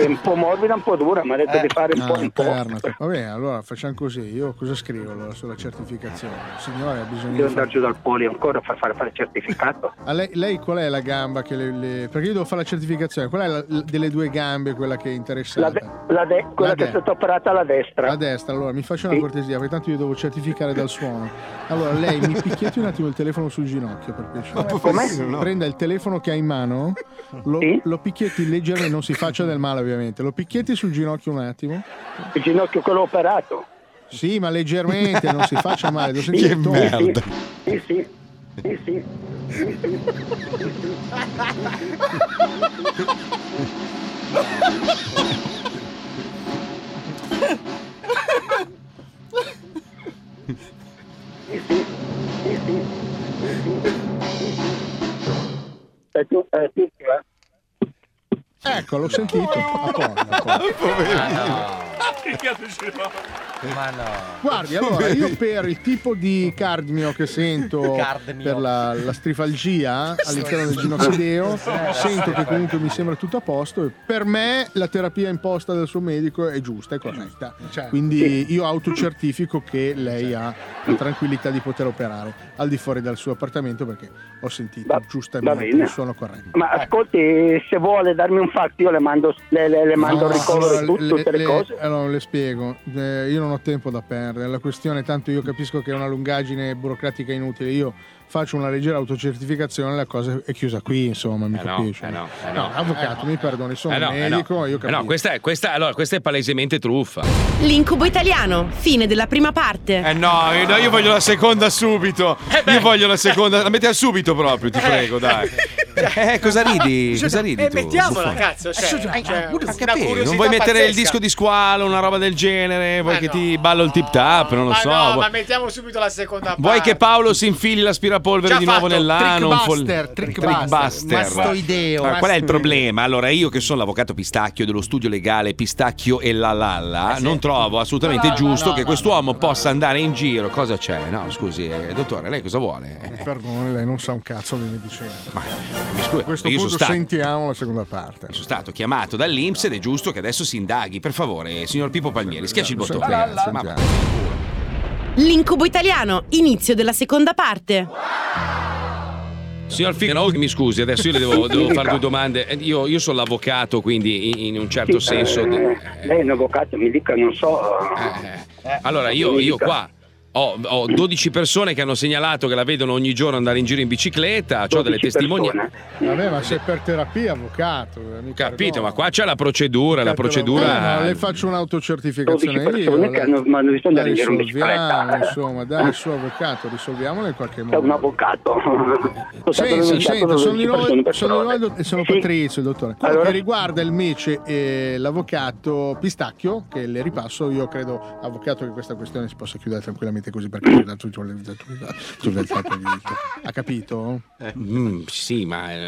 [SPEAKER 15] è un po' morbida un po' dura mi ha detto di fare un
[SPEAKER 5] Ah,
[SPEAKER 15] po' un po'
[SPEAKER 5] interna. Va bene, allora facciamo così. Io cosa scrivo allora sulla certificazione? Il Signore ha bisogno
[SPEAKER 15] devo
[SPEAKER 5] di...
[SPEAKER 15] andare giù dal poli ancora per fare, fare il certificato
[SPEAKER 5] A lei, lei qual è la gamba che le, le- Perché io devo fare la certificazione. Qual è la- la- delle due gambe quella che è
[SPEAKER 15] la
[SPEAKER 5] interessata?
[SPEAKER 15] de- la de- quella
[SPEAKER 5] La
[SPEAKER 15] che è
[SPEAKER 5] de-
[SPEAKER 15] stata operata alla destra
[SPEAKER 5] A destra, allora mi faccia una
[SPEAKER 15] Sì.
[SPEAKER 5] cortesia, perché tanto io devo certificare dal suono. Allora, lei mi picchietti un attimo il telefono sul ginocchio, per piacere.
[SPEAKER 17] poverino, no.
[SPEAKER 5] Prenda il telefono che ha in mano, lo, lo picchietti leggermente, non si faccia del male ovviamente, lo picchietti sul ginocchio un attimo.
[SPEAKER 15] il ginocchio quello operato
[SPEAKER 5] Sì, ma leggermente, non si faccia male, devo sentire il tono.
[SPEAKER 15] sì sì sì sì sì, sì. Eh, tu- eh, tu- eh.
[SPEAKER 7] Ah,
[SPEAKER 5] Ecco, l'ho sentito. A posto, a posto.
[SPEAKER 7] Che cazzo ci fa?
[SPEAKER 11] Ma no.
[SPEAKER 5] Guardi, allora io per il tipo di cardmio che sento
[SPEAKER 11] Cardmio.
[SPEAKER 5] per la, la strifalgia all'interno del ginocchideo, sento che comunque mi sembra tutto a posto. e Per me la terapia imposta dal suo medico è giusta, è corretta. Quindi io autocertifico che lei ha la tranquillità di poter operare al di fuori dal suo appartamento perché ho sentito giustamente
[SPEAKER 15] bene.
[SPEAKER 5] il suono corretto.
[SPEAKER 15] Ma ascolti, se vuole darmi un fatto, io le mando, le, le- le mando
[SPEAKER 5] No,
[SPEAKER 15] il ricovero e
[SPEAKER 5] allora,
[SPEAKER 15] tu- tutte le, cose.
[SPEAKER 5] Allora, le spiego, Eh, io non ho tempo da perdere. La questione, tanto io capisco che è una lungaggine burocratica inutile. Io faccio una leggera autocertificazione, la cosa è chiusa qui, insomma, mi capisci?
[SPEAKER 16] eh no, eh no.
[SPEAKER 5] No, avvocato, mi perdoni, sono
[SPEAKER 16] Eh no, eh no.
[SPEAKER 5] medico, io
[SPEAKER 16] Eh no,
[SPEAKER 5] capisco.
[SPEAKER 16] questa è, questa- allora, questa è palesemente truffa.
[SPEAKER 18] L'incubo italiano, fine della prima parte.
[SPEAKER 6] Eh no, eh, no, io voglio la seconda subito.
[SPEAKER 16] Eh
[SPEAKER 6] io voglio la seconda. La metti subito proprio, ti prego, dai. Eh, cosa ridi?
[SPEAKER 16] Cioè,
[SPEAKER 6] Cosa ridi?
[SPEAKER 10] Eh,
[SPEAKER 6] tu,
[SPEAKER 10] mettiamola,
[SPEAKER 6] buffone?
[SPEAKER 10] cazzo. Cioè,
[SPEAKER 16] eh,
[SPEAKER 10] cioè, una curiosità
[SPEAKER 6] Eh, Non vuoi mettere il
[SPEAKER 10] pazzesca.
[SPEAKER 6] disco di squalo, una roba del genere?
[SPEAKER 16] Eh,
[SPEAKER 6] Vuoi che ti ballo il tip tap? Non lo
[SPEAKER 10] Ma
[SPEAKER 6] so.
[SPEAKER 10] no,
[SPEAKER 6] vuoi-
[SPEAKER 10] ma mettiamo subito la seconda parte.
[SPEAKER 6] Vuoi che Paolo si infili l'aspirapolvere
[SPEAKER 10] Già
[SPEAKER 6] di nuovo
[SPEAKER 10] fatto.
[SPEAKER 6] nell'ano? un fol-
[SPEAKER 10] Trickbuster,
[SPEAKER 6] Trickbuster.
[SPEAKER 11] Mastoideo.
[SPEAKER 6] Allora, qual è il
[SPEAKER 11] Mastoideo.
[SPEAKER 6] problema? Allora, io che sono l'avvocato Pistacchio dello studio legale Pistacchio e la Lalla, non trovo assolutamente
[SPEAKER 11] Eh No, no,
[SPEAKER 6] giusto
[SPEAKER 11] no,
[SPEAKER 6] che
[SPEAKER 11] no,
[SPEAKER 6] quest'uomo possa andare in giro. Cosa c'è? No, scusi, eh, dottore, lei cosa vuole? Eh,
[SPEAKER 5] Mi perdoni, lei non sa un cazzo di medicina.
[SPEAKER 6] mi scusi,
[SPEAKER 5] A questo
[SPEAKER 6] io
[SPEAKER 5] punto
[SPEAKER 6] sono stato.
[SPEAKER 5] sentiamo la seconda parte.
[SPEAKER 6] sono stato chiamato dall'Inps ed è giusto che adesso si indaghi. Per favore, signor Pippo Palmieri, schiacci il bottone.
[SPEAKER 5] Sentiamo,
[SPEAKER 6] Ma-
[SPEAKER 5] sentiamo.
[SPEAKER 18] L'incubo italiano, inizio della seconda parte.
[SPEAKER 16] Signor Figaro, mi scusi, adesso io le devo, devo fare due domande. Eh, Io, io sono l'avvocato, quindi in, in un certo
[SPEAKER 15] Sì,
[SPEAKER 16] senso.
[SPEAKER 15] eh, lei è un avvocato, mi dica, non so. eh,
[SPEAKER 16] Allora, io,
[SPEAKER 15] mi
[SPEAKER 16] io
[SPEAKER 15] dica.
[SPEAKER 16] qua. Ho, ho 12 persone che hanno segnalato che la vedono ogni giorno andare in giro in bicicletta, ho delle testimonianze.
[SPEAKER 5] Vabbè, ma sei per terapia, avvocato. mi
[SPEAKER 16] Capito, ma qua c'è la procedura, la
[SPEAKER 5] Eh,
[SPEAKER 16] procedura.
[SPEAKER 5] ma le faccio un'autocertificazione
[SPEAKER 15] 12
[SPEAKER 5] io.
[SPEAKER 15] persone che hanno- ma non
[SPEAKER 5] la
[SPEAKER 15] bisogna andare in giro in
[SPEAKER 5] risolviamo,
[SPEAKER 15] bicicletta.
[SPEAKER 5] insomma, dai il suo avvocato, risolviamola in qualche
[SPEAKER 15] È
[SPEAKER 5] modo.
[SPEAKER 15] un avvocato. Sono stato
[SPEAKER 5] Senta,
[SPEAKER 15] denunciato da
[SPEAKER 5] senta,
[SPEAKER 15] 12
[SPEAKER 5] sono di nuovo-
[SPEAKER 15] persone per
[SPEAKER 5] sono di
[SPEAKER 15] frode.
[SPEAKER 5] nuovo e sono
[SPEAKER 15] Sì.
[SPEAKER 5] Patrizio, dottore. Quello
[SPEAKER 15] Allora?
[SPEAKER 5] che riguarda il mece e l'avvocato Pistacchio, che le ripasso, io credo, avvocato, che questa questione si possa chiudere tranquillamente così perché ho dato giù le- dato- dato- dato- dato- dato- Ha capito?
[SPEAKER 16] Mm, sì, ma eh,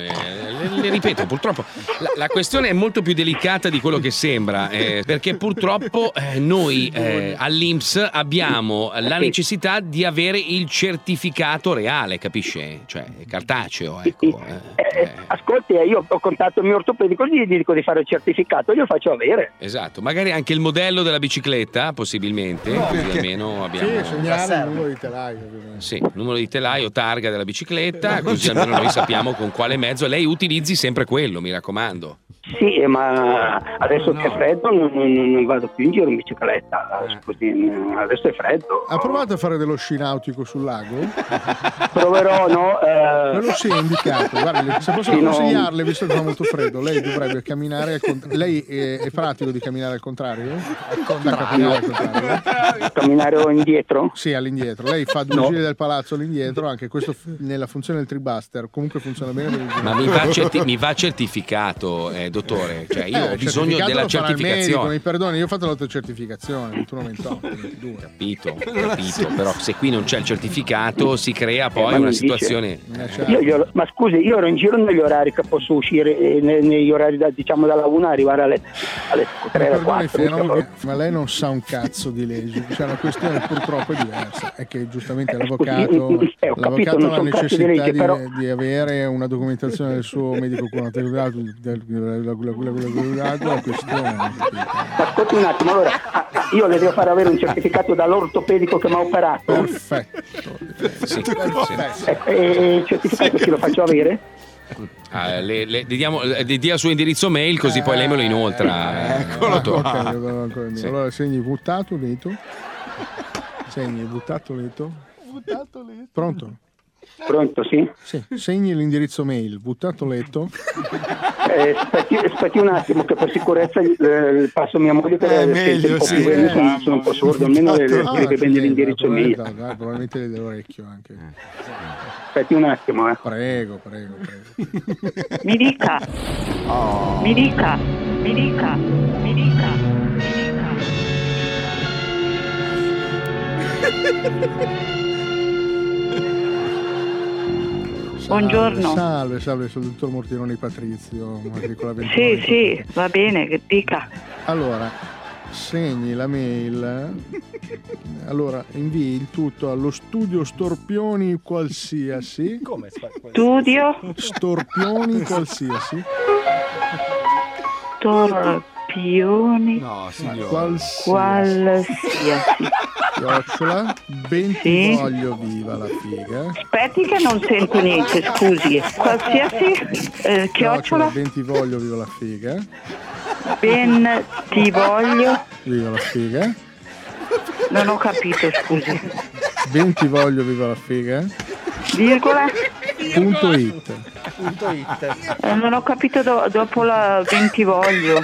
[SPEAKER 16] le, le ripeto, purtroppo la, la questione è molto più delicata di quello che sembra, eh, perché purtroppo eh, noi eh, all'INPS abbiamo la necessità di avere il certificato reale, capisce? Cioè, cartaceo, ecco. eh.
[SPEAKER 15] Ascolti, eh, io ho contattato il mio ortopedico, gli dico di fare il certificato, glielo faccio avere.
[SPEAKER 16] Esatto, magari anche il modello della bicicletta, possibilmente, così
[SPEAKER 5] perché-
[SPEAKER 16] almeno
[SPEAKER 5] Sì,
[SPEAKER 16] abbiamo...
[SPEAKER 5] segnale il numero di telaio. ovviamente.
[SPEAKER 16] Sì, numero di telaio, targa della bicicletta, così almeno noi sappiamo con quale mezzo. Lei utilizzi sempre quello, mi raccomando.
[SPEAKER 15] Sì, eh, ma adesso che è freddo non, non- non vado più in giro in bicicletta, scusi, mm, adesso è freddo.
[SPEAKER 5] Ha provato a fare dello sci nautico sul lago?
[SPEAKER 15] Proverò, no? Eh,
[SPEAKER 5] Me lo si è indicato, guarda, se posso
[SPEAKER 15] Sì, no.
[SPEAKER 5] consigliarle, visto che fa molto freddo, lei dovrebbe camminare al contrario. Lei è, è pratico di camminare al contrario? Da camminare al contrario. eh.
[SPEAKER 15] camminare o indietro?
[SPEAKER 5] Sì, all'indietro. Lei fa due
[SPEAKER 15] No.
[SPEAKER 5] giri del palazzo all'indietro, anche questo f- nella funzione del tribuster, comunque funziona bene per il giro.
[SPEAKER 16] Ma mi va, certi- mi va certificato, eh, dottore. Cioè, io
[SPEAKER 5] Eh,
[SPEAKER 16] ho
[SPEAKER 5] il
[SPEAKER 16] bisogno
[SPEAKER 5] certificato
[SPEAKER 16] della
[SPEAKER 5] lo farà il Medico,
[SPEAKER 16] certificazione.
[SPEAKER 5] mi perdoni, io ho fatto l'autocertificazione, 21, 28, 22.
[SPEAKER 16] Capito, capito. Però se qui non c'è il certificato, si crea poi
[SPEAKER 15] Eh, ma
[SPEAKER 16] una
[SPEAKER 15] mi dice-
[SPEAKER 16] situazione.
[SPEAKER 5] eh, certo.
[SPEAKER 15] Io glielo- ma scusi, io ero in giro negli orari che posso uscire, eh, ne- negli orari da, diciamo dalla 1 arrivare alle, alle 3 alle
[SPEAKER 5] Perdoni,
[SPEAKER 15] 4.
[SPEAKER 5] Ferraro, che- ma lei non sa un cazzo di leggi, cioè la questione purtroppo è diversa, è che giustamente l'avvocato,
[SPEAKER 15] eh, ho capito,
[SPEAKER 5] l'avvocato
[SPEAKER 15] non
[SPEAKER 5] ha
[SPEAKER 15] so
[SPEAKER 5] la
[SPEAKER 15] un cazzo di
[SPEAKER 5] necessità
[SPEAKER 15] leggi,
[SPEAKER 5] di,
[SPEAKER 15] però-
[SPEAKER 5] di avere una documentazione del suo medico curatorio, la questione.
[SPEAKER 15] Ascolti un attimo, allora ah, ah, io le devo fare avere un certificato dall'ortopedico che mi ha operato. Ecco,
[SPEAKER 5] Perfetto.
[SPEAKER 15] E, e il certificato chi lo faccio avere?
[SPEAKER 16] Ah, le- le- le diamo- eh, di- dia il suo indirizzo mail, così poi lei me lo inoltra. eh, dottore.
[SPEAKER 5] Ok, io vado ancora in mio. Allora segni buttato letto. Segni buttato letto. Pronto?
[SPEAKER 15] Pronto, sì?
[SPEAKER 5] Sì, segni l'indirizzo mail, buttato letto.
[SPEAKER 15] Eh, aspetti, aspetti un attimo che per sicurezza eh, passo mia moglie che
[SPEAKER 5] Eh,
[SPEAKER 15] che
[SPEAKER 5] meglio,
[SPEAKER 15] un po'
[SPEAKER 5] sì.
[SPEAKER 15] più grande,
[SPEAKER 5] Eh,
[SPEAKER 15] sono, sono un po' sordo, almeno le, le,
[SPEAKER 5] Ah,
[SPEAKER 15] scrive bene
[SPEAKER 5] accidenti,
[SPEAKER 15] l'indirizzo
[SPEAKER 5] probabilmente-
[SPEAKER 15] mail.
[SPEAKER 5] dai, Probabilmente l'orecchio anche.
[SPEAKER 19] Eh.
[SPEAKER 15] Aspetti un attimo, eh.
[SPEAKER 5] Prego, prego, prego.
[SPEAKER 19] Mi dica, mi dica, mi dica, mi dica, mi dica. Buongiorno.
[SPEAKER 5] Salve, salve, sono il dottor Mortironi Patrizio, matricola 29.
[SPEAKER 19] Sì, sì, va bene, che dica.
[SPEAKER 5] Allora, segni la mail. Allora, invii il tutto allo studio Storpioni qualsiasi. Come?
[SPEAKER 19] Studio?
[SPEAKER 5] Storpioni qualsiasi.
[SPEAKER 19] Torpioni.
[SPEAKER 5] No,
[SPEAKER 19] signora.
[SPEAKER 5] Qualsiasi.
[SPEAKER 19] Qualsiasi.
[SPEAKER 5] Chiocciola, Bentivoglio viva la figa.
[SPEAKER 19] Aspetti che non sento niente, scusi. Qualsiasi eh,
[SPEAKER 5] Chiocciola,
[SPEAKER 19] chiocciola,
[SPEAKER 5] Bentivoglio viva la figa.
[SPEAKER 19] ben ti voglio.
[SPEAKER 5] Viva la figa.
[SPEAKER 19] Non ho capito, scusi.
[SPEAKER 5] Bentivoglio viva la figa.
[SPEAKER 19] Virgola?
[SPEAKER 5] Punto it.
[SPEAKER 19] Eh, non ho capito do- dopo la ventivoglio.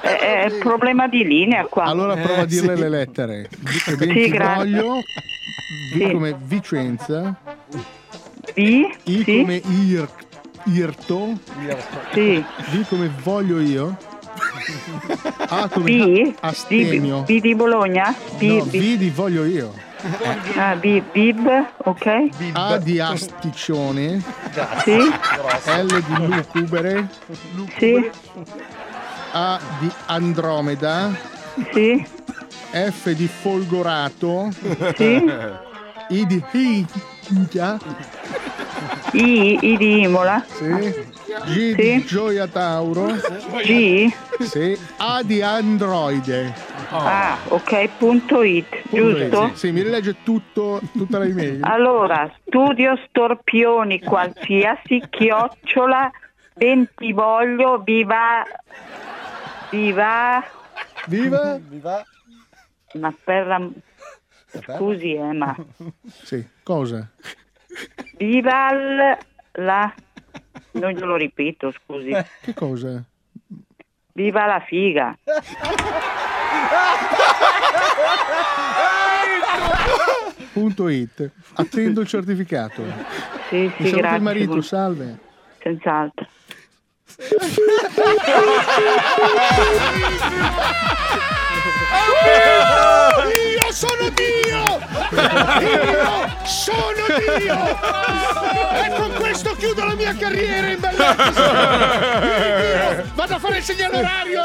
[SPEAKER 19] È, è eh, problema di linea qua.
[SPEAKER 5] Allora prova a dirle le lettere.
[SPEAKER 19] Sì,
[SPEAKER 5] Bentivoglio,
[SPEAKER 19] grazie.
[SPEAKER 5] V
[SPEAKER 19] Sì.
[SPEAKER 5] come Vicenza.
[SPEAKER 19] I?
[SPEAKER 5] I
[SPEAKER 19] Sì.
[SPEAKER 5] come ir, Irto.
[SPEAKER 19] Sì.
[SPEAKER 5] V come voglio io. A come
[SPEAKER 19] B?
[SPEAKER 5] astemio.
[SPEAKER 19] B, B di Bologna? B,
[SPEAKER 5] No,
[SPEAKER 19] B.
[SPEAKER 5] V di voglio io.
[SPEAKER 19] Ah, B, Bib, ok?
[SPEAKER 5] A Ah, di asticcione.
[SPEAKER 19] Sì.
[SPEAKER 5] L di lucubere.
[SPEAKER 19] Sì.
[SPEAKER 5] A di andromeda.
[SPEAKER 19] Sì.
[SPEAKER 5] F di folgorato.
[SPEAKER 19] Sì.
[SPEAKER 5] I di Hinchia.
[SPEAKER 19] I, I di Imola?
[SPEAKER 5] Sì. G di Gioia Tauro.
[SPEAKER 19] G?
[SPEAKER 5] Sì. A di androide.
[SPEAKER 19] Ah, ok, punto it, giusto?
[SPEAKER 5] Sì, sì, mi rilegge tutto, tutta la email.
[SPEAKER 19] Allora, studio storpioni qualsiasi chiocciola, ventivoglio, viva, viva,
[SPEAKER 5] Viva?
[SPEAKER 19] ma perra, scusi eh, ma,
[SPEAKER 5] Sì, cosa?
[SPEAKER 19] viva l- la, non glielo ripeto, scusi,
[SPEAKER 5] Eh, Che cosa?
[SPEAKER 19] viva la figa.
[SPEAKER 5] Punto it. Attendo il certificato.
[SPEAKER 19] Sì,
[SPEAKER 5] Mi
[SPEAKER 19] sì,
[SPEAKER 5] saluta il
[SPEAKER 19] grazie.
[SPEAKER 5] marito,
[SPEAKER 19] buon-
[SPEAKER 5] salve.
[SPEAKER 19] Senz'altro.
[SPEAKER 8] Io sono Dio!
[SPEAKER 7] Io sono Dio! E con questo chiudo la mia carriera in bellezza! Io Vado a fare il segnale orario!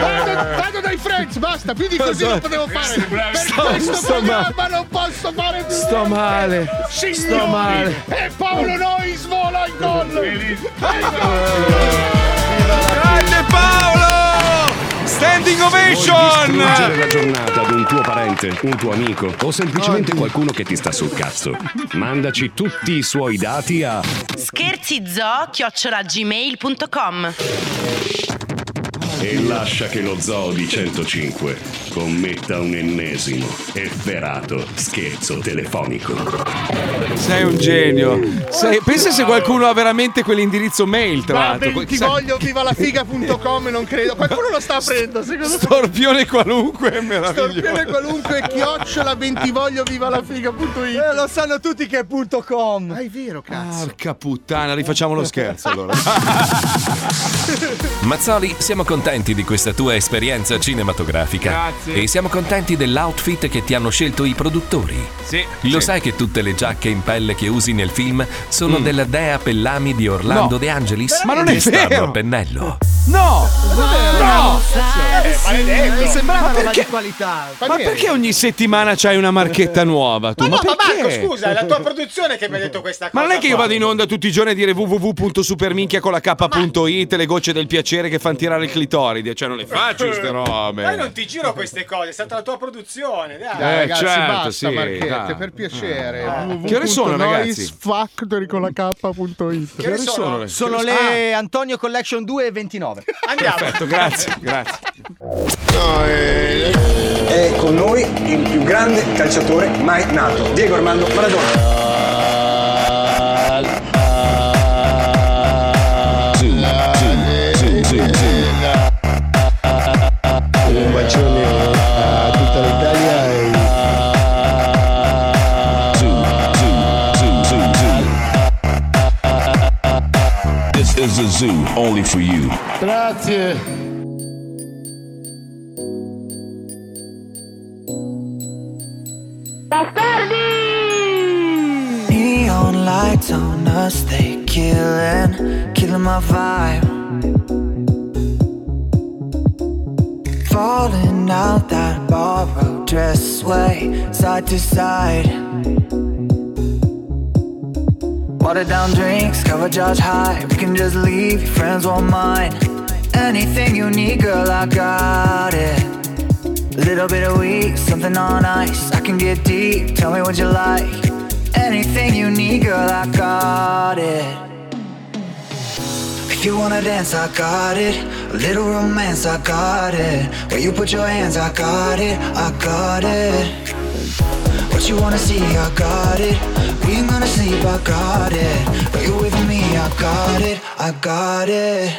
[SPEAKER 7] Vado, vado dai Friends, basta! Più di così non potevo fare! Per
[SPEAKER 8] Sto-
[SPEAKER 7] questo
[SPEAKER 8] sto
[SPEAKER 7] programma non posso fare più!
[SPEAKER 8] Sto male,
[SPEAKER 7] Signori!
[SPEAKER 8] sto male.
[SPEAKER 7] E Paolo Noi svola il gol!
[SPEAKER 6] Grande Paolo! Standing ovation!
[SPEAKER 9] Distruggere la giornata ad un tuo parente, un tuo amico o semplicemente qualcuno che ti sta sul cazzo. Mandaci tutti i suoi dati a
[SPEAKER 18] Scherzizo chiocciola gmail.com
[SPEAKER 9] e lascia che lo zoo di 105 commetta un ennesimo efferato scherzo telefonico.
[SPEAKER 6] Sei un genio. Sei- pensa se qualcuno ha veramente quell'indirizzo mail, tra
[SPEAKER 7] Ma
[SPEAKER 6] l'altro.
[SPEAKER 7] ben ti voglio viva la figa.com non credo. Qualcuno lo sta aprendo, secondo me.
[SPEAKER 6] Storpione qualunque, è meraviglioso.
[SPEAKER 7] Storpione qualunque chiocciola bentivoglio viva la figa.it
[SPEAKER 6] Eh,
[SPEAKER 7] lo sanno tutti che è punto com ah, è vero cazzo
[SPEAKER 6] Porca puttana, rifacciamo lo scherzo allora.
[SPEAKER 4] Mazzoli, siamo contenti di questa tua esperienza cinematografica.
[SPEAKER 6] Grazie.
[SPEAKER 4] E siamo contenti dell'outfit che ti hanno scelto i produttori.
[SPEAKER 6] Sì. Mm.
[SPEAKER 4] Lo sai che tutte le giacche in pelle che usi nel film sono della dea Pellami di Orlando
[SPEAKER 6] No.
[SPEAKER 4] De Angelis?
[SPEAKER 6] Ma non è
[SPEAKER 4] che stanno
[SPEAKER 6] vero.
[SPEAKER 4] a pennello.
[SPEAKER 6] No! No!
[SPEAKER 11] Cioè,
[SPEAKER 6] Eh,
[SPEAKER 7] maledetto.
[SPEAKER 11] Mi sembrava
[SPEAKER 6] Ma
[SPEAKER 11] roba
[SPEAKER 6] perché-
[SPEAKER 11] di qualità.
[SPEAKER 6] Ma perché ogni settimana c'hai una marchetta nuova tu?
[SPEAKER 10] Ma no, ma Marco,
[SPEAKER 6] perché?
[SPEAKER 10] scusa, è la tua produzione che mi ha detto questa cosa.
[SPEAKER 6] Ma non è che io
[SPEAKER 10] qua.
[SPEAKER 6] vado in onda tutti i giorni a dire www.superminchia con la k.it, le gocce del piacere che fanno tirare il clitoride, cioè non le faccio ste
[SPEAKER 10] Ma io Eh. non
[SPEAKER 6] robe.
[SPEAKER 10] ti giro queste cose, è stata la tua produzione, dai.
[SPEAKER 6] Dai, Eh, ragazzi, certo,
[SPEAKER 5] basta
[SPEAKER 6] sì,
[SPEAKER 5] marchette,
[SPEAKER 6] dai. Ah.
[SPEAKER 5] per piacere.
[SPEAKER 6] Che ore sono, ragazzi?
[SPEAKER 5] www.noisfactory con la K.it.
[SPEAKER 6] Che ore sono? Ah.
[SPEAKER 11] Sono le Antonio Collection 2 e 29.
[SPEAKER 6] Perfetto, grazie, grazie.
[SPEAKER 12] eh, È con noi il più grande calciatore mai nato, Diego Armando Maradona.
[SPEAKER 20] Un bacione a tutta l'Italia e
[SPEAKER 9] This is a zoo only for you.
[SPEAKER 20] Grazie.
[SPEAKER 21] Neon lights on us, they killing, killing my vibe. falling out that borrowed dress, sway side to side. Watered down drinks, cover judge high. We can just leave, your friends won't mind. Anything you need, girl, I got it. Little bit of weed, something on ice. I can get deep, tell me what you like. Anything you need, girl, I got it. If you wanna dance, I got it. A little romance, I got it. Where you put your hands, I got it, I got it. What you wanna see, I got it. We ain't gonna sleep, I got it. But you with me, I got it, I got it.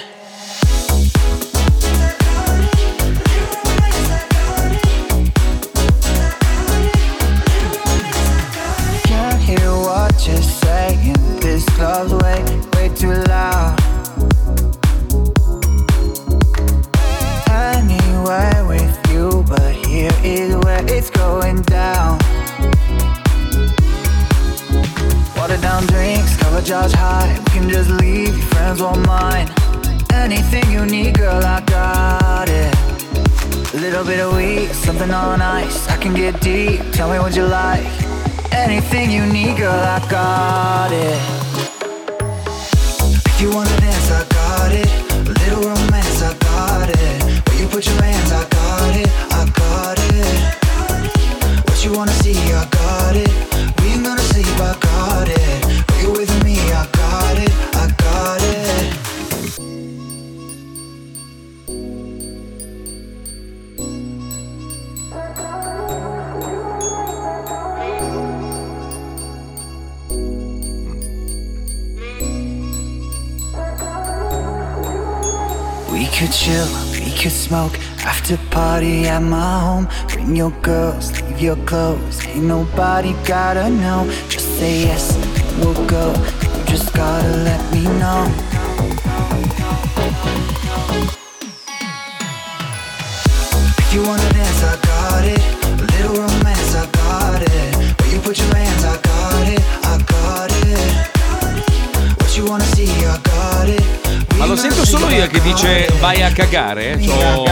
[SPEAKER 21] Can't hear what you're saying. This love's way, way too loud. Anywhere with you, but here is where it's going down. Watered down drinks, cover judge high. We can just leave, your friends won't mind. Anything you need, girl, I got it. Little bit of weed, something on ice. I can get deep, tell me what you like. Anything you need, girl, I got it. If you wanna dance, I got it. A little romance, I got it. Where you put your hands, I got it, I got it. What you wanna see, I got it. We ain't gonna sleep, I got it. Were you with me, I got it, I got it. We could chill, we could smoke after party at my home. Bring your girls, leave your clothes. Ain't nobody gotta know. Just say yes, and we'll go. You just gotta let me know. If you wanna dance, I got it. A little romance, I got it. Where you put your hands, I got it, I got it. What you wanna see, I got it.
[SPEAKER 6] Ma lo sento solo io che dice vai a cagare? Cioè-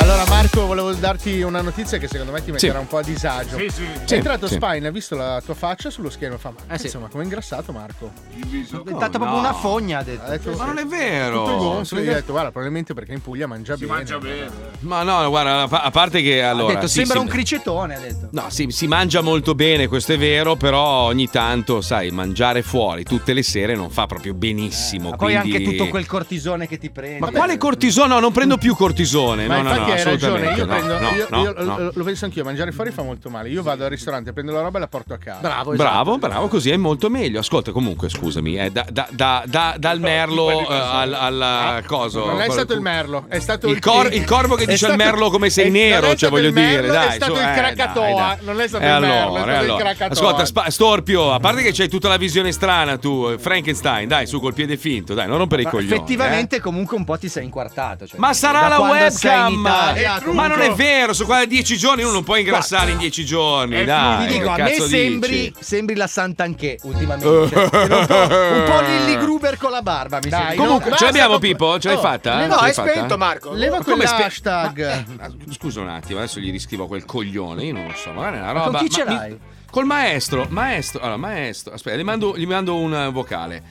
[SPEAKER 7] Allora Marco volevo darti una notizia che secondo me ti metterà
[SPEAKER 6] Sì.
[SPEAKER 7] un po' a disagio.
[SPEAKER 6] Sì, Eh, sì.
[SPEAKER 7] È
[SPEAKER 6] Sì,
[SPEAKER 7] entrato
[SPEAKER 6] sì.
[SPEAKER 7] Spine, ha visto la tua faccia sullo schermo e fa ma
[SPEAKER 11] sì.
[SPEAKER 7] insomma come è ingrassato Marco.
[SPEAKER 6] Oh,
[SPEAKER 7] È
[SPEAKER 11] diventato proprio una fogna, ha detto.
[SPEAKER 6] Ma non è vero.
[SPEAKER 7] Tutto gonfio, gli ho
[SPEAKER 6] Sì.
[SPEAKER 7] detto guarda probabilmente perché in Puglia mangia bene. mangia bene.
[SPEAKER 6] Ma no, guarda, a pa- a parte che allora.
[SPEAKER 11] ha detto,
[SPEAKER 6] sì,
[SPEAKER 11] sembra
[SPEAKER 6] sì,
[SPEAKER 11] un cricetone, ha detto.
[SPEAKER 6] No, si, si mangia molto bene, questo è vero, però ogni tanto, sai, mangiare fuori tutte le sere non fa proprio benissimo.
[SPEAKER 7] Eh,
[SPEAKER 11] Ma poi
[SPEAKER 6] quindi-
[SPEAKER 11] anche tutto quel cortisone che ti prende.
[SPEAKER 6] Ma quale cortisone? No, non prendo più cortisone.
[SPEAKER 7] Ma
[SPEAKER 6] no, no,
[SPEAKER 7] infatti
[SPEAKER 6] no,
[SPEAKER 7] hai ragione,
[SPEAKER 6] assolutamente.
[SPEAKER 7] io,
[SPEAKER 6] no,
[SPEAKER 7] prendo,
[SPEAKER 6] no,
[SPEAKER 7] io-
[SPEAKER 6] no,
[SPEAKER 7] io- eh,
[SPEAKER 6] no.
[SPEAKER 7] lo- lo penso anch'io, mangiare fuori fa molto male. Io vado al ristorante, prendo la roba e la porto a casa. Bravo,
[SPEAKER 6] Bravo, esatto. bravo, così è molto meglio. Ascolta, comunque, scusami, eh, da- da- da- da- dal merlo eh, al, al- coso.
[SPEAKER 7] Ah, Non è
[SPEAKER 6] quello-
[SPEAKER 7] stato il merlo, è stato
[SPEAKER 6] Il
[SPEAKER 7] il,
[SPEAKER 6] cor- il corvo che
[SPEAKER 7] è
[SPEAKER 6] dice al
[SPEAKER 7] stato-
[SPEAKER 6] merlo come sei
[SPEAKER 7] è- non è
[SPEAKER 6] nero, cioè,
[SPEAKER 7] stato
[SPEAKER 6] voglio
[SPEAKER 7] il
[SPEAKER 6] dire,
[SPEAKER 7] merlo,
[SPEAKER 6] dai,
[SPEAKER 7] È stato
[SPEAKER 6] su,
[SPEAKER 7] il
[SPEAKER 6] eh,
[SPEAKER 7] Krakatoa,
[SPEAKER 6] dai,
[SPEAKER 7] non è stato
[SPEAKER 6] Eh,
[SPEAKER 7] il
[SPEAKER 6] allora,
[SPEAKER 7] merlo, è stato
[SPEAKER 6] eh,
[SPEAKER 7] il
[SPEAKER 6] allora.
[SPEAKER 7] Krakatoa.
[SPEAKER 6] Ascolta, Spa- Storpio, a parte che c'hai tutta la visione strana tu, eh, Frankenstein, dai, su col piede finto, dai, non rompere i
[SPEAKER 11] Ma
[SPEAKER 6] coglioni.
[SPEAKER 11] Effettivamente, comunque, un po' ti sei inquartato. cioè,
[SPEAKER 6] eh. Ma sarà
[SPEAKER 11] da
[SPEAKER 6] la
[SPEAKER 11] quando sei
[SPEAKER 6] webcam!
[SPEAKER 11] in Italia,
[SPEAKER 6] Ma
[SPEAKER 11] comunque-
[SPEAKER 6] non è vero, sono qua da dieci giorni, uno non può ingrassare in dieci giorni.
[SPEAKER 11] Eh,
[SPEAKER 6] Dai,
[SPEAKER 11] ti dico,
[SPEAKER 6] che
[SPEAKER 11] a me
[SPEAKER 6] Ecco, cazzo
[SPEAKER 11] sembri,
[SPEAKER 6] dici?
[SPEAKER 11] sembri la Sant'Anché ultimamente. Cioè, sembra un, po', un po' Lilly Gruber con la barba, mi sembra.
[SPEAKER 6] Comunque, ce l'abbiamo Pippo? Ce l'hai
[SPEAKER 11] Oh,
[SPEAKER 6] fatta?
[SPEAKER 11] no,
[SPEAKER 6] Ce l'hai
[SPEAKER 11] è
[SPEAKER 6] fatta?
[SPEAKER 11] spento, Marco.
[SPEAKER 7] Leva
[SPEAKER 11] Ma
[SPEAKER 6] come spe-
[SPEAKER 7] quell'hashtag.
[SPEAKER 6] Scusa un attimo, adesso gli riscrivo a quel coglione, io non lo so, magari è una
[SPEAKER 11] Ma con
[SPEAKER 6] roba.
[SPEAKER 11] chi ce
[SPEAKER 6] mi-
[SPEAKER 11] l'hai?
[SPEAKER 6] Col maestro, maestro, allora maestro, aspetta, gli mando, gli mando un eh, vocale.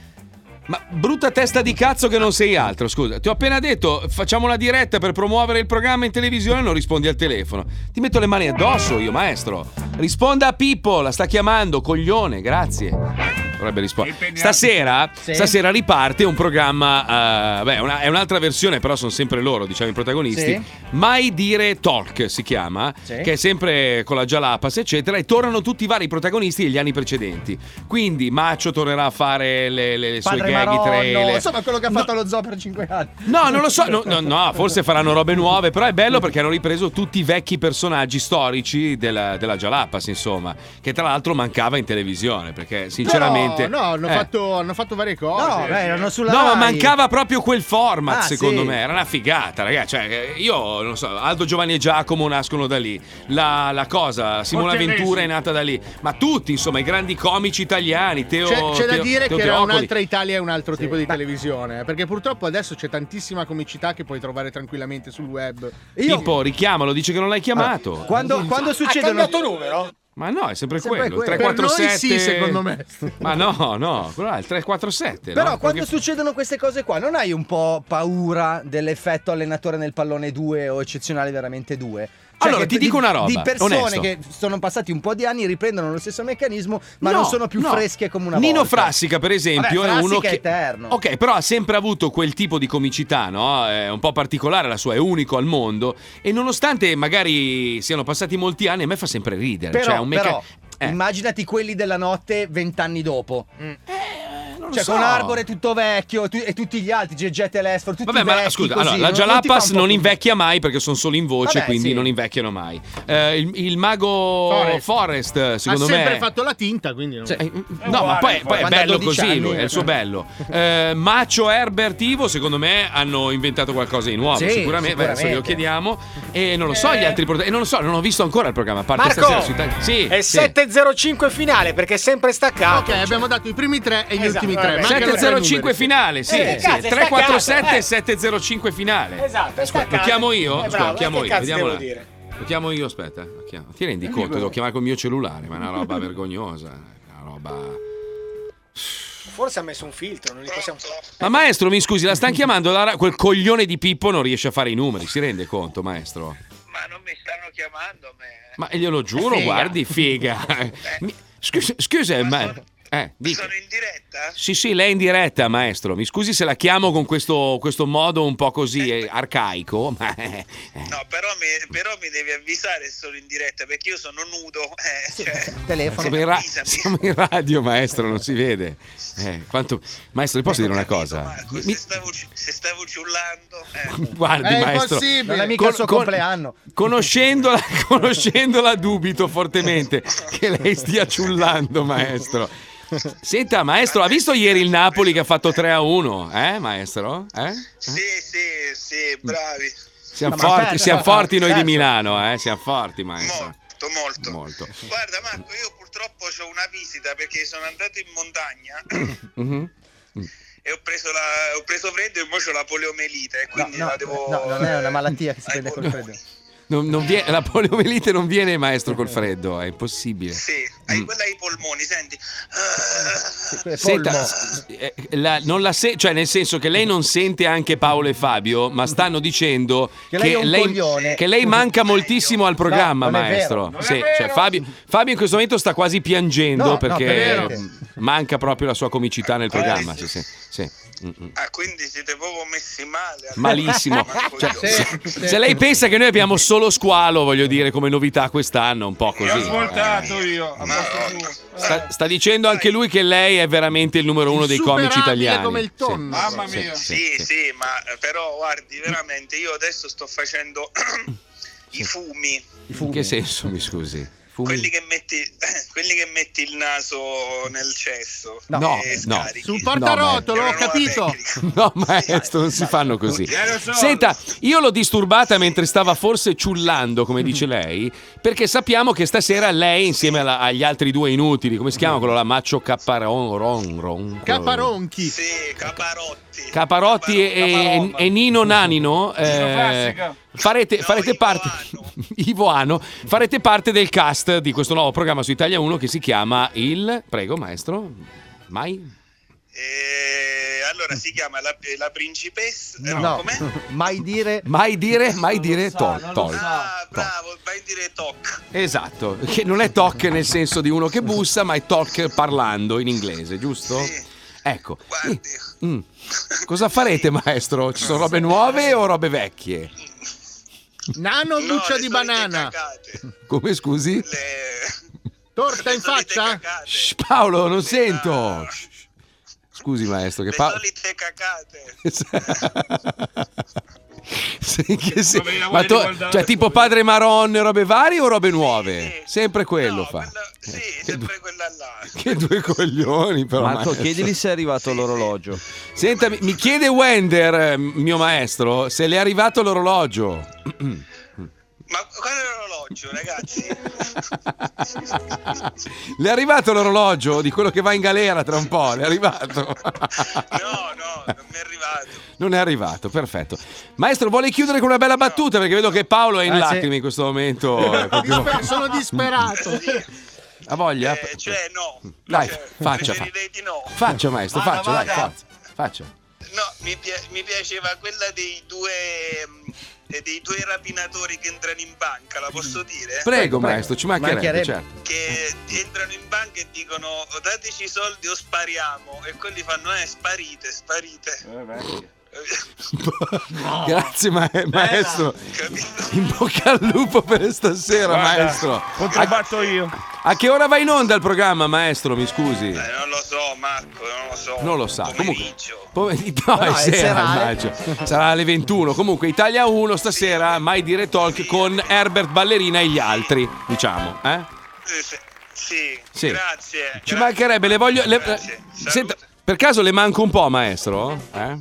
[SPEAKER 6] Ma brutta testa di cazzo che non sei altro, scusa. Ti ho appena detto, facciamo una diretta per promuovere il programma in televisione e non rispondi al telefono. Ti metto le mani addosso io, maestro. Risponda a Pippo, la sta chiamando, coglione, grazie. Dovrebbe rispondere. Stasera,
[SPEAKER 16] Sì.
[SPEAKER 6] stasera riparte un programma, eh, beh, una- è un'altra versione, però sono sempre loro, diciamo, i protagonisti.
[SPEAKER 16] Sì.
[SPEAKER 6] Mai dire talk si chiama,
[SPEAKER 16] Sì.
[SPEAKER 6] che è sempre con la Jalapas, eccetera, e tornano tutti i vari protagonisti degli anni precedenti. Quindi Maccio tornerà a fare le, le- le sue
[SPEAKER 11] Padre
[SPEAKER 6] gag
[SPEAKER 11] Maronno,
[SPEAKER 6] trailer.
[SPEAKER 11] insomma, quello che ha fatto lo zoo per 5 anni.
[SPEAKER 6] No, non lo so, no, no, no, forse faranno robe nuove, però è bello perché hanno ripreso tutti i vecchi personaggi storici della, della Jalapas, insomma, che tra l'altro mancava in televisione, perché sinceramente... veramente.
[SPEAKER 5] No, no, hanno,
[SPEAKER 6] Eh.
[SPEAKER 5] fatto, hanno fatto varie cose.
[SPEAKER 6] No, beh, erano No, ma mancava proprio quel format,
[SPEAKER 5] Ah,
[SPEAKER 6] secondo
[SPEAKER 5] sì.
[SPEAKER 6] me. Era una figata, ragazzi. Cioè, eh, io non so, Aldo Giovanni e Giacomo nascono da lì. La, la cosa, Simona
[SPEAKER 5] Montenesi.
[SPEAKER 6] Ventura è nata da lì. Ma tutti, insomma, i grandi comici italiani. Teo,
[SPEAKER 5] C'è, c'è da
[SPEAKER 6] Teo-
[SPEAKER 5] dire
[SPEAKER 6] Teo
[SPEAKER 5] che era
[SPEAKER 6] Teocoli.
[SPEAKER 5] un'altra Italia e un altro tipo di televisione. eh, Perché purtroppo adesso c'è tantissima comicità che puoi trovare tranquillamente sul web.
[SPEAKER 6] Pippo, richiamalo, dice che non l'hai chiamato.
[SPEAKER 5] quando- quando succedono-
[SPEAKER 6] cambiato numero? Ma no, è sempre,
[SPEAKER 5] Sempre
[SPEAKER 6] quello.
[SPEAKER 5] quello.
[SPEAKER 6] 347.
[SPEAKER 5] Per noi sì, secondo me.
[SPEAKER 6] Ma no, no, quello là è il 347.
[SPEAKER 11] Però
[SPEAKER 6] no?
[SPEAKER 11] quando
[SPEAKER 6] Perché-
[SPEAKER 11] succedono queste cose qua, non hai un po' paura dell'effetto allenatore nel pallone 2 o eccezionale veramente 2?
[SPEAKER 6] Allora, ti dico una roba,
[SPEAKER 11] Di persone
[SPEAKER 6] onesto.
[SPEAKER 11] che sono passati un po' di anni, riprendono lo stesso meccanismo, ma
[SPEAKER 6] No,
[SPEAKER 11] non sono più
[SPEAKER 6] no.
[SPEAKER 11] fresche come una
[SPEAKER 6] Nino
[SPEAKER 11] volta.
[SPEAKER 6] Frassica, per esempio,
[SPEAKER 11] Vabbè,
[SPEAKER 6] è uno
[SPEAKER 11] Frassica è
[SPEAKER 6] che.
[SPEAKER 11] eterno.
[SPEAKER 6] Ok, però ha sempre avuto quel tipo di comicità, no? È un po' particolare la sua, è unico al mondo. E nonostante magari siano passati molti anni, a me fa sempre ridere.
[SPEAKER 11] Però,
[SPEAKER 6] cioè, è un mecca-
[SPEAKER 11] però,
[SPEAKER 6] Eh.
[SPEAKER 11] immaginati quelli della notte vent'anni dopo.
[SPEAKER 6] lo
[SPEAKER 11] Cioè,
[SPEAKER 6] so.
[SPEAKER 11] con Arbore tutto vecchio tu- e tutti gli altri, Geggette Lesford, tutti
[SPEAKER 6] Vabbè, ma
[SPEAKER 11] vecchi,
[SPEAKER 6] scusa,
[SPEAKER 11] così,
[SPEAKER 6] allora, la
[SPEAKER 11] non- non ti
[SPEAKER 6] Jalapas
[SPEAKER 11] fa un
[SPEAKER 6] non,
[SPEAKER 11] po'
[SPEAKER 6] invecchia mai perché sono solo in voce,
[SPEAKER 11] Vabbè,
[SPEAKER 6] quindi
[SPEAKER 11] sì.
[SPEAKER 6] non invecchiano mai. Eh, il, il mago
[SPEAKER 5] Forrest.
[SPEAKER 6] Forest, secondo
[SPEAKER 5] ha
[SPEAKER 6] me. Cioè, mm,
[SPEAKER 5] sempre fatto la tinta, quindi. Non...
[SPEAKER 6] No, ma
[SPEAKER 10] eh,
[SPEAKER 6] poi, poi è bello così, lui, è il suo bello. Eh, Macio e Herbert Ivo, secondo me, hanno inventato qualcosa di nuovo.
[SPEAKER 16] Sì,
[SPEAKER 6] sicuramente, beh, adesso
[SPEAKER 16] sicuramente.
[SPEAKER 6] glielo chiediamo. E non lo so, gli altri protagonisti. E non lo so, non ho visto ancora il programma. Parte
[SPEAKER 10] Eh. Marco!
[SPEAKER 6] stasera su Italia. Sì,
[SPEAKER 10] È
[SPEAKER 6] sì.
[SPEAKER 10] 7.05 finale perché è sempre staccato.
[SPEAKER 5] Ok, abbiamo dato i primi tre e gli
[SPEAKER 10] Esatto,
[SPEAKER 5] ultimi tre.
[SPEAKER 10] vabbè.
[SPEAKER 5] Mancano tre
[SPEAKER 6] 705
[SPEAKER 5] numeri, sì.
[SPEAKER 6] finale, sì,
[SPEAKER 5] Eh,
[SPEAKER 6] sì.
[SPEAKER 5] cazzo, è
[SPEAKER 6] 347
[SPEAKER 5] staccato, eh.
[SPEAKER 6] 705 finale.
[SPEAKER 10] Esatto,
[SPEAKER 6] Scusa, lo
[SPEAKER 10] staccato.
[SPEAKER 6] chiamo io?
[SPEAKER 10] Eh,
[SPEAKER 6] Scusa,
[SPEAKER 10] bravo,
[SPEAKER 6] lo chiamo
[SPEAKER 10] che
[SPEAKER 6] io,
[SPEAKER 10] cazzo
[SPEAKER 6] vediamola.
[SPEAKER 10] devo dire?
[SPEAKER 6] Lo chiamo io, aspetta. lo chiamo. Ti rendi conto? Devo chiamare col mio cellulare, ma è una roba vergognosa. è Una roba.
[SPEAKER 10] Forse ha messo un filtro, non li possiamo.
[SPEAKER 6] Ma maestro, mi scusi, la stanno chiamando la ra- quel coglione di Pippo non riesce a fare i numeri, si rende conto, maestro? Ma non mi stanno chiamando, me. Ma glielo giuro,
[SPEAKER 16] Figa.
[SPEAKER 6] guardi, figa. Mi- Scusi, scusi, ma, eh, sono in diretta? Sì, sì, lei è in diretta, maestro. Mi scusi se la chiamo con questo, questo modo un po' così eh, arcaico, ma eh,
[SPEAKER 22] No, però mi, però mi devi avvisare se sono in diretta perché io sono nudo. eh, cioè,
[SPEAKER 6] siamo, in ra- siamo in radio, maestro, non si vede. Eh, quanto- Maestro, le posso dire una cosa? Mi-
[SPEAKER 22] se stavo ciullando. eh.
[SPEAKER 6] Guardi,
[SPEAKER 11] È
[SPEAKER 6] maestro,
[SPEAKER 11] impossibile. Non è mica il suo compleanno.
[SPEAKER 6] Conoscendola, conoscendola dubito fortemente che lei stia ciullando, maestro. Senta, maestro, ha visto ieri il Napoli che ha fatto 3 a 1, eh, maestro? Eh?
[SPEAKER 22] Sì, sì, sì, bravi.
[SPEAKER 6] Siamo,
[SPEAKER 22] No, ma
[SPEAKER 6] forti,
[SPEAKER 22] perso,
[SPEAKER 6] siamo forti noi di
[SPEAKER 22] perso.
[SPEAKER 11] certo.
[SPEAKER 6] Milano, eh? Siamo forti, maestro.
[SPEAKER 22] Molto, molto.
[SPEAKER 6] Molto.
[SPEAKER 22] Guarda Marco, io purtroppo ho una visita perché sono andato in montagna
[SPEAKER 6] Mhm.
[SPEAKER 22] e ho preso, la, ho preso freddo e ora ho la poliomelite e quindi
[SPEAKER 11] No,
[SPEAKER 22] la devo...
[SPEAKER 11] no, non è una malattia che si prende col freddo.
[SPEAKER 6] Non, non vie- la poliomelite non viene, maestro, col freddo, è impossibile.
[SPEAKER 22] Hai
[SPEAKER 6] Mm.
[SPEAKER 22] quella ai polmoni, senti.
[SPEAKER 6] Senta, s- eh, la- non la se- cioè nel senso che lei non sente anche Paolo e Fabio, ma stanno dicendo
[SPEAKER 11] Che
[SPEAKER 6] che,
[SPEAKER 11] lei è un
[SPEAKER 6] lei,
[SPEAKER 11] coglione.
[SPEAKER 6] che lei manca moltissimo al programma,
[SPEAKER 11] No, non è
[SPEAKER 6] maestro.
[SPEAKER 11] vero. Non è
[SPEAKER 6] Sì, cioè, Fabio, Fabio in questo momento sta quasi piangendo
[SPEAKER 22] No, no,
[SPEAKER 6] perché
[SPEAKER 22] per vero.
[SPEAKER 6] manca proprio la sua comicità
[SPEAKER 22] Eh,
[SPEAKER 6] nel programma. Sì, sì, sì. Mm, Mm-mm.
[SPEAKER 22] Ah, quindi siete proprio messi male. allora.
[SPEAKER 6] Malissimo.
[SPEAKER 22] Marco,
[SPEAKER 6] Cioè,
[SPEAKER 22] io-
[SPEAKER 6] se, se lei pensa che noi abbiamo solo squalo, voglio dire, come novità quest'anno, un po' così.
[SPEAKER 22] eh,
[SPEAKER 6] Eh.
[SPEAKER 22] io.
[SPEAKER 6] Sta, sta dicendo anche lui che lei è veramente il numero uno dei comici italiani. Sì,
[SPEAKER 22] Mamma
[SPEAKER 6] sì,
[SPEAKER 22] mia.
[SPEAKER 6] sì,
[SPEAKER 22] Sì, sì, ma eh, però guardi, veramente io adesso sto facendo i fumi,
[SPEAKER 6] In che senso, mi scusi? Fumi?
[SPEAKER 22] quelli che, metti, quelli che metti il naso nel cesso.
[SPEAKER 6] No, no,
[SPEAKER 7] Eh,
[SPEAKER 22] e
[SPEAKER 6] no.
[SPEAKER 22] scarichi.
[SPEAKER 6] Sul portarotolo,
[SPEAKER 22] È una
[SPEAKER 6] ho
[SPEAKER 22] nuova
[SPEAKER 6] capito.
[SPEAKER 22] tecnica.
[SPEAKER 6] No, maestro, Eh, non si fanno così. Senta, io l'ho disturbata mentre stava forse ciullando, come dice lei, perché sappiamo che stasera lei, insieme alla- agli altri due inutili, come si chiama quello là? Maccio Capparon, Ron, Ron,
[SPEAKER 5] Caparonchi.
[SPEAKER 6] Caparotti e, e- e Nino Nanino eh,
[SPEAKER 5] Frassica.
[SPEAKER 6] farete, farete parte Ivo Ano, farete parte del cast di questo nuovo programma su Italia 1 che si chiama il prego maestro mai
[SPEAKER 22] Eh, allora si chiama la, la principessa. eh,
[SPEAKER 11] No,
[SPEAKER 22] No. com'è?
[SPEAKER 11] mai dire.
[SPEAKER 6] mai dire mai dire tol, tol.
[SPEAKER 22] Ah, bravo, vai a dire toc.
[SPEAKER 6] esatto che non è talk nel senso di uno che bussa ma è talk parlando in inglese giusto? ecco Mm. cosa farete maestro? ci sono robe nuove o robe vecchie?
[SPEAKER 5] Nano buccia di banana.
[SPEAKER 6] come scusi?
[SPEAKER 5] Torta in faccia?
[SPEAKER 6] Shh, Paolo, non sento. Scusi, maestro, che Paolo.
[SPEAKER 22] solite cacate.
[SPEAKER 6] Sì, che sì.
[SPEAKER 22] Vabbè, la
[SPEAKER 6] Ma
[SPEAKER 22] voglio
[SPEAKER 6] tu-
[SPEAKER 22] riguardare,
[SPEAKER 6] cioè, tipo padre Maron, robe varie o robe nuove? Sempre quello fa. Eh, che due- Che due coglioni, però.
[SPEAKER 23] Marco,
[SPEAKER 6] maestro.
[SPEAKER 23] chiedili se è arrivato l'orologio.
[SPEAKER 6] Senta, mi- mi chiede Wender, eh, mio maestro, se le è arrivato l'orologio. Le è arrivato l'orologio di quello che va in galera tra un po'? Le è arrivato? No, no, non mi è arrivato. Non è arrivato, perfetto. Maestro, vuole chiudere con una bella battuta perché vedo che Paolo è in
[SPEAKER 5] Eh, sì.
[SPEAKER 6] lacrime in questo momento. è proprio-
[SPEAKER 5] Io sono disperato.
[SPEAKER 6] Ha voglia? cioè, no. Dai, faccia. fa- Faccia, maestro,
[SPEAKER 22] Vada,
[SPEAKER 6] faccia, dai,
[SPEAKER 22] vada.
[SPEAKER 6] forza. Faccia.
[SPEAKER 22] No, mi, pia- mi piaceva quella dei due, mm, eh, dei due rapinatori che entrano in banca, la posso dire?
[SPEAKER 6] Prego, maestro, ci mancherebbe, certo.
[SPEAKER 22] Che entrano in banca e dicono "O dateci i soldi o spariamo e quelli fanno eh sparite, sparite.
[SPEAKER 6] Grazie ma- maestro. In bocca al lupo per stasera,
[SPEAKER 22] Guarda,
[SPEAKER 6] maestro.
[SPEAKER 22] controbatto
[SPEAKER 6] io. A che ora va in onda il programma, maestro? Mi scusi.
[SPEAKER 22] Non lo so, Marco, non lo so.
[SPEAKER 6] Non lo sa. Comunque, pome- no,
[SPEAKER 22] No,
[SPEAKER 6] è
[SPEAKER 22] è
[SPEAKER 6] sera, eh.
[SPEAKER 22] serale.
[SPEAKER 6] immagino. Sarà alle 21. Comunque, Italia 1 stasera, mai dire talk con Herbert Ballerina e gli altri, diciamo. Eh?
[SPEAKER 22] Sì,
[SPEAKER 6] Sì.
[SPEAKER 22] grazie.
[SPEAKER 6] Ci mancherebbe, le voglio. le-
[SPEAKER 22] Grazie.
[SPEAKER 6] Senta, per caso le manco un po', maestro? Eh?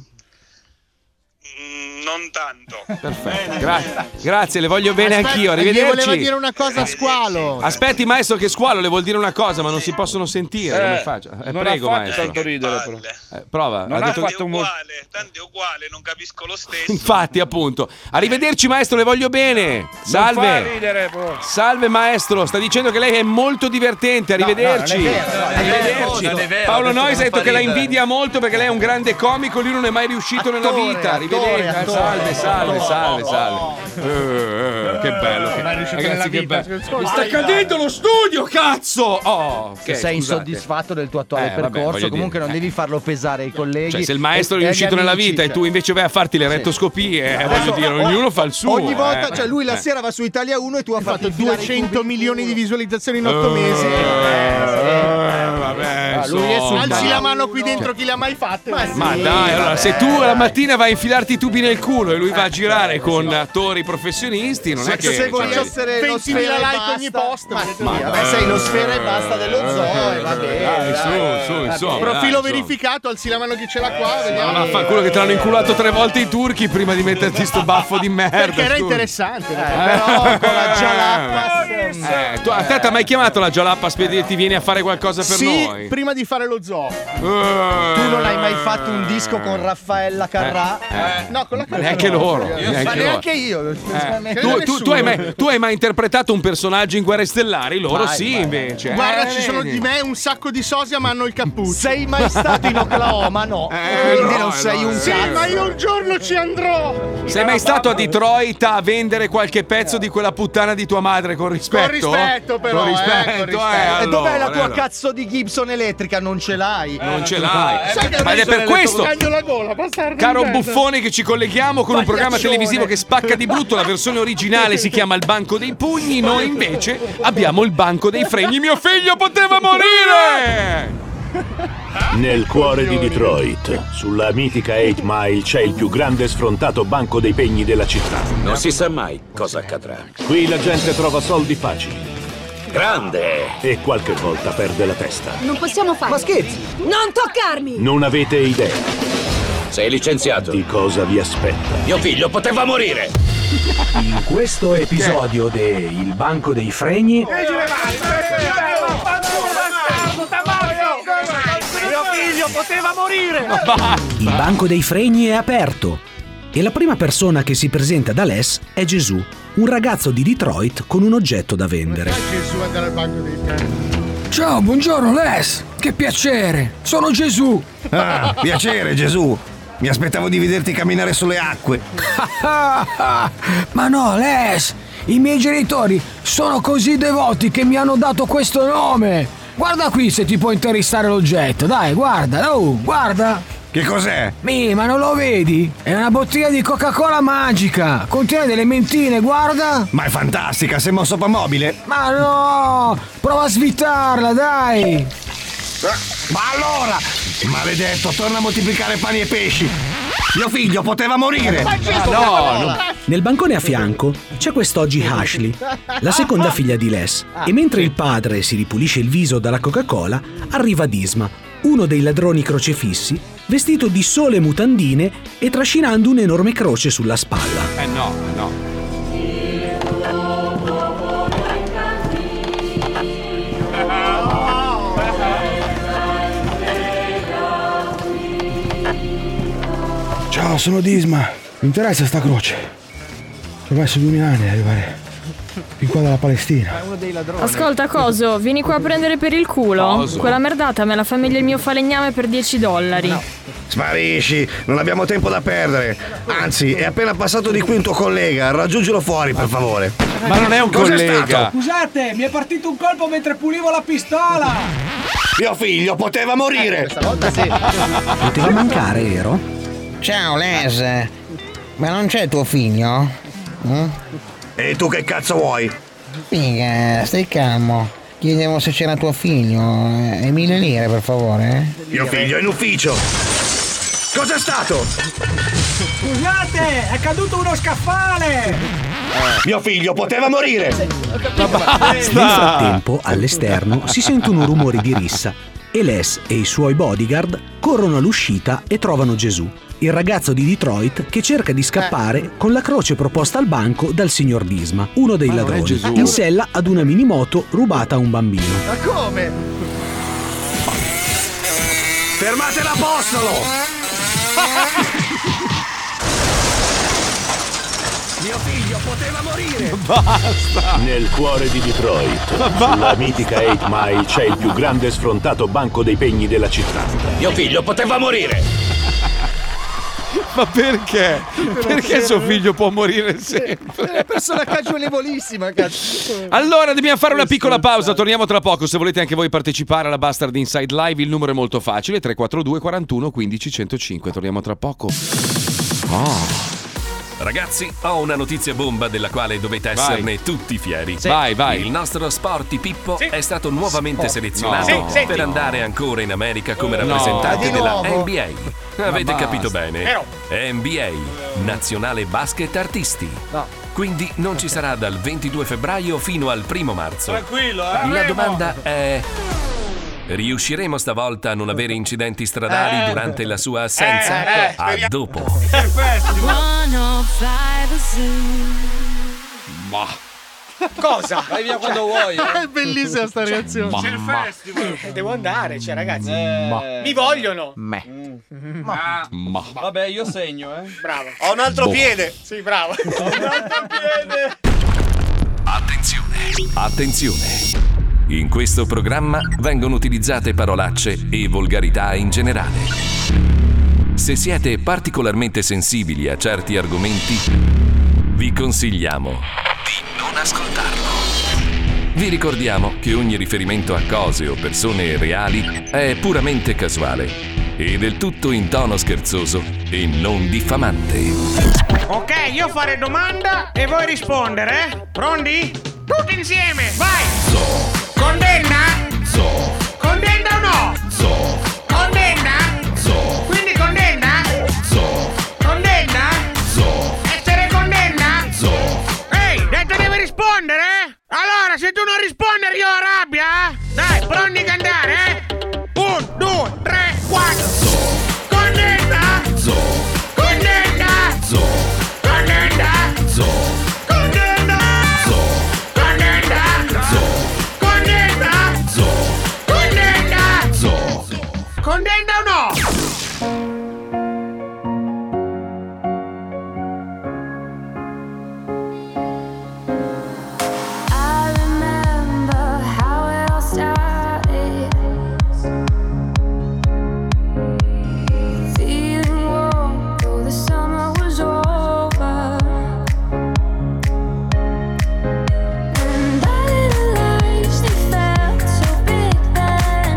[SPEAKER 22] Mm, Non tanto.
[SPEAKER 6] Perfetto. Gra- grazie, le voglio bene anch'io.
[SPEAKER 5] Gli voleva
[SPEAKER 6] Arrivederci.
[SPEAKER 5] dire una cosa a squalo.
[SPEAKER 6] Aspetti, maestro, che squalo le vuol dire una cosa, ma non si possono sentire.
[SPEAKER 5] Eh,
[SPEAKER 6] come faccio? Eh,
[SPEAKER 5] non ha
[SPEAKER 6] prego,
[SPEAKER 5] fatto
[SPEAKER 6] maestro.
[SPEAKER 5] tanto
[SPEAKER 6] ridere, prova.
[SPEAKER 5] Non ha
[SPEAKER 6] detto-
[SPEAKER 5] fatto molto.
[SPEAKER 6] Infatti, appunto. Arrivederci, maestro, le voglio bene.
[SPEAKER 3] Non
[SPEAKER 6] Salve.
[SPEAKER 3] fa ridere, bro.
[SPEAKER 6] Salve maestro, sta dicendo che lei è molto divertente, arrivederci.
[SPEAKER 3] No, no, non è vero, no,
[SPEAKER 6] arrivederci.
[SPEAKER 3] non è vero,
[SPEAKER 6] Paolo
[SPEAKER 3] ha detto
[SPEAKER 6] Nois ha
[SPEAKER 3] che non
[SPEAKER 6] detto
[SPEAKER 3] fa
[SPEAKER 6] che la
[SPEAKER 3] ridere.
[SPEAKER 6] invidia molto perché lei è un grande comico, lui non è mai riuscito nella
[SPEAKER 3] Attore,
[SPEAKER 6] vita.
[SPEAKER 3] attore,
[SPEAKER 6] Arrivederci.
[SPEAKER 3] attore.
[SPEAKER 6] salve, salve, salve, salve. Eh, eh, che bello. che-
[SPEAKER 3] Non è riuscito
[SPEAKER 6] Ragazzi,
[SPEAKER 3] nella
[SPEAKER 6] che
[SPEAKER 3] vita,
[SPEAKER 6] bello.
[SPEAKER 3] scusa.
[SPEAKER 6] Mi sta cadendo lo studio, cazzo! Oh, ok,
[SPEAKER 11] Se sei
[SPEAKER 6] scusate.
[SPEAKER 11] insoddisfatto del tuo attuale
[SPEAKER 6] Eh, vabbè,
[SPEAKER 11] percorso,
[SPEAKER 6] voglio
[SPEAKER 11] comunque
[SPEAKER 6] dire,
[SPEAKER 11] non devi farlo pesare ai colleghi.
[SPEAKER 6] Cioè, se il maestro
[SPEAKER 11] e-
[SPEAKER 6] è
[SPEAKER 11] e agli
[SPEAKER 6] riuscito nella
[SPEAKER 11] amici,
[SPEAKER 6] vita e
[SPEAKER 11] cioè.
[SPEAKER 6] tu invece vai a farti le rettoscopie, eh, voglio dire, ognuno fa il suo.
[SPEAKER 5] Ogni volta,
[SPEAKER 6] eh.
[SPEAKER 5] cioè lui la
[SPEAKER 6] Eh.
[SPEAKER 5] sera va su Italia 1 e tu hai fatto 200 milioni di visualizzazioni in 8
[SPEAKER 6] Eh,
[SPEAKER 5] mesi.
[SPEAKER 6] eh, vabbè,
[SPEAKER 5] Ah, lui è sul
[SPEAKER 6] insomma.
[SPEAKER 5] Alzi la mano qui dentro chi le ha mai fatte. Ma,
[SPEAKER 6] Ma dai, Eh, allora, se tu la mattina vai a infilarti i tubi nel culo e lui va a girare con attori professionisti, non è che.
[SPEAKER 5] se
[SPEAKER 6] cioè,
[SPEAKER 5] voglio essere lo
[SPEAKER 7] 20.000
[SPEAKER 5] sfera e
[SPEAKER 7] like
[SPEAKER 5] basta.
[SPEAKER 7] ogni post,
[SPEAKER 5] Ma
[SPEAKER 7] vedete
[SPEAKER 5] sì,
[SPEAKER 7] via.
[SPEAKER 5] vabbè, sei lo sfera e basta dello
[SPEAKER 6] Eh,
[SPEAKER 5] zoo, e va bene.
[SPEAKER 6] dai, su, su,
[SPEAKER 5] dai.
[SPEAKER 6] insomma, dai,
[SPEAKER 5] Profilo
[SPEAKER 6] insomma.
[SPEAKER 5] verificato, alzi la mano chi ce l'ha qua,
[SPEAKER 6] Ma
[SPEAKER 5] vediamo.
[SPEAKER 6] vaffanculo che te l'hanno inculato tre volte i turchi prima di metterti sto baffo di merda.
[SPEAKER 5] Perché era
[SPEAKER 6] scusa.
[SPEAKER 5] interessante.
[SPEAKER 6] Eh.
[SPEAKER 5] Però con la giallappa
[SPEAKER 6] Eh, tu, a te ti ha mai chiamato la Jalappas per dire ti vieni a fare qualcosa per
[SPEAKER 5] Sì,
[SPEAKER 6] noi? Eh.
[SPEAKER 5] prima di fare lo zoo.
[SPEAKER 6] Tu
[SPEAKER 5] non
[SPEAKER 6] non
[SPEAKER 5] hai mai
[SPEAKER 11] fatto un disco con Raffaella Carrà.
[SPEAKER 6] Eh, eh.
[SPEAKER 5] No, con la
[SPEAKER 6] Ma neanche loro, neanche
[SPEAKER 11] ma
[SPEAKER 6] loro.
[SPEAKER 11] neanche io.
[SPEAKER 5] cioè,
[SPEAKER 6] Eh, tu, tu- tu hai mai, tu hai mai interpretato un personaggio in Guerre Stellari? Loro
[SPEAKER 5] Mai,
[SPEAKER 6] sì,
[SPEAKER 5] mai.
[SPEAKER 6] invece.
[SPEAKER 5] Guarda,
[SPEAKER 6] Eh,
[SPEAKER 5] ci sono
[SPEAKER 6] vedi.
[SPEAKER 5] di me un sacco di sosia, ma hanno il cappuccio. Sei
[SPEAKER 6] mai stato in Oklahoma?
[SPEAKER 5] No.
[SPEAKER 6] Quindi Eh, no, non sei no, un
[SPEAKER 5] Sì,
[SPEAKER 6] cazzo.
[SPEAKER 5] ma io un giorno ci andrò.
[SPEAKER 6] Sei mai stato a Detroit a vendere qualche pezzo di quella puttana di tua madre con rispetto?
[SPEAKER 5] rispetto, però,
[SPEAKER 6] Con
[SPEAKER 5] eh,
[SPEAKER 6] rispetto,
[SPEAKER 5] con rispetto.
[SPEAKER 6] eh,
[SPEAKER 11] E dov'è la
[SPEAKER 6] allora,
[SPEAKER 11] tua
[SPEAKER 6] allora.
[SPEAKER 11] cazzo di Gibson elettrica? Non ce l'hai.
[SPEAKER 6] Eh, Non ce l'hai.
[SPEAKER 11] Sai che
[SPEAKER 6] Ma ed è
[SPEAKER 11] adesso
[SPEAKER 6] per
[SPEAKER 11] l'ho
[SPEAKER 6] questo,
[SPEAKER 11] detto-
[SPEAKER 5] Cagno la gola, bastardo.
[SPEAKER 6] caro
[SPEAKER 5] in mezzo.
[SPEAKER 6] buffone, che ci colleghiamo con un programma
[SPEAKER 5] Pagliaccione.
[SPEAKER 6] televisivo che spacca di brutto. La versione originale si chiama Il banco dei pugni. Noi invece abbiamo il banco dei fregni. Mio figlio poteva morire!
[SPEAKER 24] Nel cuore di Detroit, sulla mitica 8 Mile, c'è il più grande sfrontato banco dei pegni della città.
[SPEAKER 9] Non si sa mai cosa accadrà.
[SPEAKER 24] Qui la gente trova soldi facili. Grande! E qualche volta perde la testa.
[SPEAKER 25] Non possiamo farlo. Ma scherzi! Non toccarmi!
[SPEAKER 24] Non avete idea. Sei licenziato. Di cosa vi aspetta?
[SPEAKER 9] Mio figlio poteva morire!
[SPEAKER 24] In questo episodio de Il Banco dei Fregni.
[SPEAKER 8] Mio figlio poteva morire!
[SPEAKER 26] Il banco dei fregni è aperto e la prima persona che si presenta ad Aless è Gesù, un ragazzo di Detroit con un oggetto da vendere.
[SPEAKER 5] Gesù andare al banco dei
[SPEAKER 27] Ciao, buongiorno Les, che piacere, sono Gesù.
[SPEAKER 26] Ah,
[SPEAKER 27] piacere Gesù, mi aspettavo di vederti camminare sulle acque. Ma no Les, i miei genitori sono così devoti che mi hanno dato questo nome. Guarda qui se ti può interessare l'oggetto, dai guarda, oh, guarda.
[SPEAKER 12] Che cos'è?
[SPEAKER 27] Mi, ma non lo vedi? È una bottiglia di Coca-Cola magica, contiene delle mentine, guarda.
[SPEAKER 12] Ma è fantastica, sembra un soppamobile.
[SPEAKER 27] Ma no! Prova a svitarla, dai!
[SPEAKER 12] Ma allora! Maledetto, torna a moltiplicare pani e pesci.
[SPEAKER 1] Mio figlio poteva morire!
[SPEAKER 8] Ma
[SPEAKER 6] Ah,
[SPEAKER 8] Gesù,
[SPEAKER 1] no, no!
[SPEAKER 26] Nel bancone a fianco c'è quest'oggi Ashley, la seconda figlia di Les, e mentre il padre si ripulisce il viso dalla Coca-Cola, arriva Disma, uno dei ladroni crocefissi, vestito di sole mutandine e trascinando un'enorme croce sulla spalla.
[SPEAKER 6] Eh no, eh no.
[SPEAKER 28] Ciao, sono Disma. Mi interessa sta croce. Ci ho messo 2000 anni ad arrivare fin qua dalla Palestina.
[SPEAKER 29] Ascolta, Coso, vieni qua a prendere per il culo.
[SPEAKER 1] Coso.
[SPEAKER 29] Quella merdata me la fa meglio il mio falegname per 10 dollari.
[SPEAKER 1] Sparisci, non abbiamo tempo da perdere. Anzi, è appena passato di qui un tuo collega. Raggiungilo fuori, per favore.
[SPEAKER 6] Ma non è un
[SPEAKER 1] Cos'è
[SPEAKER 6] collega.
[SPEAKER 1] stato?
[SPEAKER 28] Scusate, mi è partito un colpo mentre pulivo la pistola!
[SPEAKER 1] Mio figlio poteva morire.
[SPEAKER 26] Poteva mancare, vero?
[SPEAKER 23] Ciao Les, ma non c'è tuo figlio? Mm?
[SPEAKER 1] E tu che cazzo vuoi?
[SPEAKER 23] Figa, stai calmo. Chiedevo se c'era tuo figlio. E mille lire, per favore. eh.
[SPEAKER 1] Mio figlio è in ufficio. Cos'è stato?
[SPEAKER 28] Scusate, è caduto uno scaffale!
[SPEAKER 1] Mio figlio poteva morire.
[SPEAKER 26] Nel frattempo, all'esterno si sentono rumori di rissa e Les e i suoi bodyguard corrono all'uscita e trovano Gesù, il ragazzo di Detroit che cerca di
[SPEAKER 28] Eh.
[SPEAKER 26] scappare con la croce proposta al banco dal signor Disma, uno dei
[SPEAKER 6] Ma non è
[SPEAKER 26] ladroni,
[SPEAKER 6] Gesù.
[SPEAKER 26] in sella ad una minimoto rubata a un bambino.
[SPEAKER 30] Ma come?
[SPEAKER 1] Fermate l'apostolo! Mio figlio poteva morire.
[SPEAKER 24] Nel cuore di Detroit, sulla mitica 8 Mile c'è il più grande e sfrontato banco dei pegni della città.
[SPEAKER 1] Mio figlio poteva morire.
[SPEAKER 6] Ma perché? Perché suo figlio può morire
[SPEAKER 10] È
[SPEAKER 11] Eh,
[SPEAKER 6] sempre?
[SPEAKER 10] una persona cagionevolissima, cazzo.
[SPEAKER 6] Allora dobbiamo fare una piccola pausa, torniamo tra poco. Se volete anche voi partecipare alla Bastard Inside Live, il numero è molto facile: 342 41 15 105. Torniamo tra poco. Oh.
[SPEAKER 4] Ragazzi, ho una notizia bomba della quale dovete
[SPEAKER 6] Vai.
[SPEAKER 4] esserne tutti fieri.
[SPEAKER 6] Sì. Vai, vai.
[SPEAKER 4] Il nostro Sporty Pippo è stato nuovamente
[SPEAKER 6] Sport-
[SPEAKER 4] selezionato
[SPEAKER 6] No. Sì, senti.
[SPEAKER 4] per andare ancora in America come
[SPEAKER 6] No.
[SPEAKER 4] rappresentante
[SPEAKER 6] Di
[SPEAKER 4] della
[SPEAKER 6] nuovo?
[SPEAKER 4] NBA.
[SPEAKER 6] Ma
[SPEAKER 4] Avete
[SPEAKER 6] basta.
[SPEAKER 4] capito bene?
[SPEAKER 6] Eh,
[SPEAKER 4] NBA, Nazionale Basket Artisti.
[SPEAKER 10] No.
[SPEAKER 4] Quindi non ci sarà dal 22 febbraio fino al 1 marzo.
[SPEAKER 8] Tranquillo,
[SPEAKER 4] Esatto.
[SPEAKER 9] eh.
[SPEAKER 4] La domanda è... Riusciremo stavolta a non avere incidenti stradali
[SPEAKER 8] Eh.
[SPEAKER 4] durante la sua assenza?
[SPEAKER 8] Eh, eh,
[SPEAKER 4] a
[SPEAKER 8] speriamo.
[SPEAKER 4] dopo.
[SPEAKER 8] Perfetto. 105 Zoo.
[SPEAKER 4] Ma...
[SPEAKER 7] Cosa?
[SPEAKER 10] Vai via quando vuoi,
[SPEAKER 6] Cioè,
[SPEAKER 10] eh.
[SPEAKER 7] È bellissima sta reazione.
[SPEAKER 10] C'è il Mamma.
[SPEAKER 6] Eh,
[SPEAKER 7] festival. Devo andare, cioè, ragazzi.
[SPEAKER 10] Ma. Mm.
[SPEAKER 7] Mi vogliono.
[SPEAKER 10] Me.
[SPEAKER 7] Ma.
[SPEAKER 6] Ma.
[SPEAKER 10] Vabbè, io segno, eh.
[SPEAKER 7] Bravo.
[SPEAKER 10] Ho un altro Boh. piede.
[SPEAKER 7] Sì, bravo. Ho un altro piede.
[SPEAKER 4] Attenzione! Attenzione! In questo programma vengono utilizzate parolacce e volgarità in generale. Se siete particolarmente sensibili a certi argomenti, vi consigliamo di non ascoltarlo. Vi ricordiamo che ogni riferimento a cose o persone reali è puramente casuale e del tutto in tono scherzoso e non diffamante.
[SPEAKER 7] Ok, io fare domanda e voi rispondere. eh? Pronti? Tutti insieme, vai! Condenna? Condenna o no? Condenna? Quindi condenna? Condenna? Essere condenna? Ehi, detto deve rispondere, eh? Allora, se tu non rispondi io ho rabbia, eh? Dai, pronti a andare, eh? Un, due, tre, quattro! Condenna! Condenna! Condenna! Condenna! Condenna! Condenna! Condenna! Condenna o no?
[SPEAKER 8] I remember how it all started. Feeling warm, though the summer was over. And I realized it felt so big then.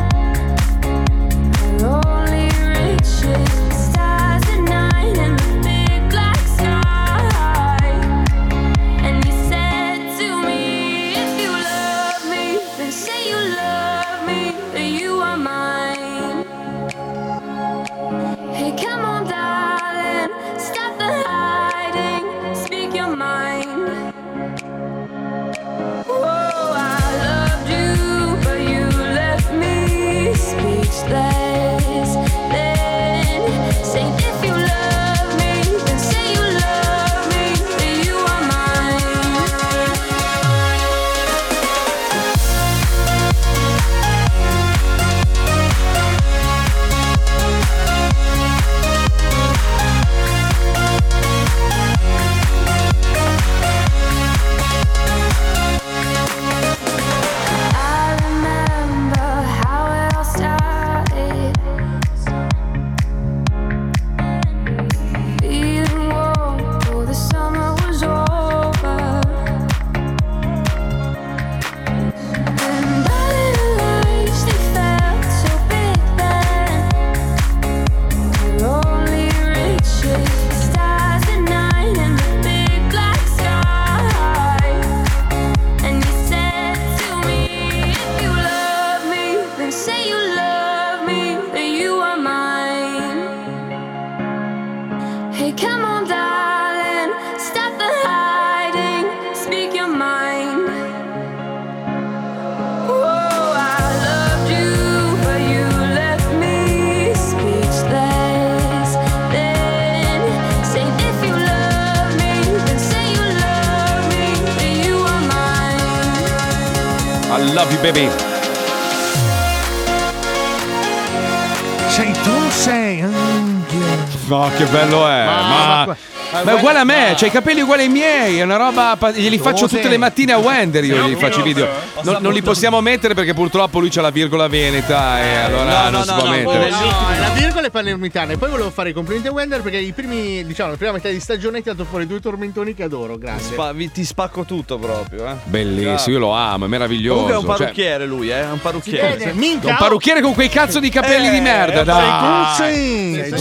[SPEAKER 8] Our only riches "Oh, Hey, come on, darling, stop the hiding, speak your mind. Oh, I loved you, but you left me speechless. Then say if you love me, then say you love me, then you are mine.
[SPEAKER 6] I love you, baby.
[SPEAKER 7] Sei tu, sei.
[SPEAKER 6] No, che bello è.
[SPEAKER 7] Ma-
[SPEAKER 6] Ma,
[SPEAKER 7] ma-
[SPEAKER 6] ma è uguale a me, c'ha i capelli uguali ai miei, è una roba. pa- Glieli
[SPEAKER 9] Oh,
[SPEAKER 6] faccio
[SPEAKER 7] sì.
[SPEAKER 6] tutte le mattine a Wender, io gli faccio i video. Non, non li possiamo mettere perché purtroppo lui c'ha la virgola veneta e allora non si può mettere.
[SPEAKER 5] No, la virgola è palermitana. E poi volevo fare i complimenti a Wender perché i primi, diciamo, la prima metà di stagione hai tirato fuori due tormentoni che adoro. Grazie.
[SPEAKER 9] Spa- vi- ti spacco tutto proprio, eh.
[SPEAKER 6] Bellissimo, io lo amo, è meraviglioso.
[SPEAKER 9] Comunque è un
[SPEAKER 6] cioè-
[SPEAKER 9] parrucchiere lui, eh. È un parrucchiere.
[SPEAKER 6] Sì, un parrucchiere con quei cazzo di capelli
[SPEAKER 9] Eh,
[SPEAKER 6] di merda,
[SPEAKER 9] sei
[SPEAKER 6] dai.
[SPEAKER 9] tu,
[SPEAKER 6] Sei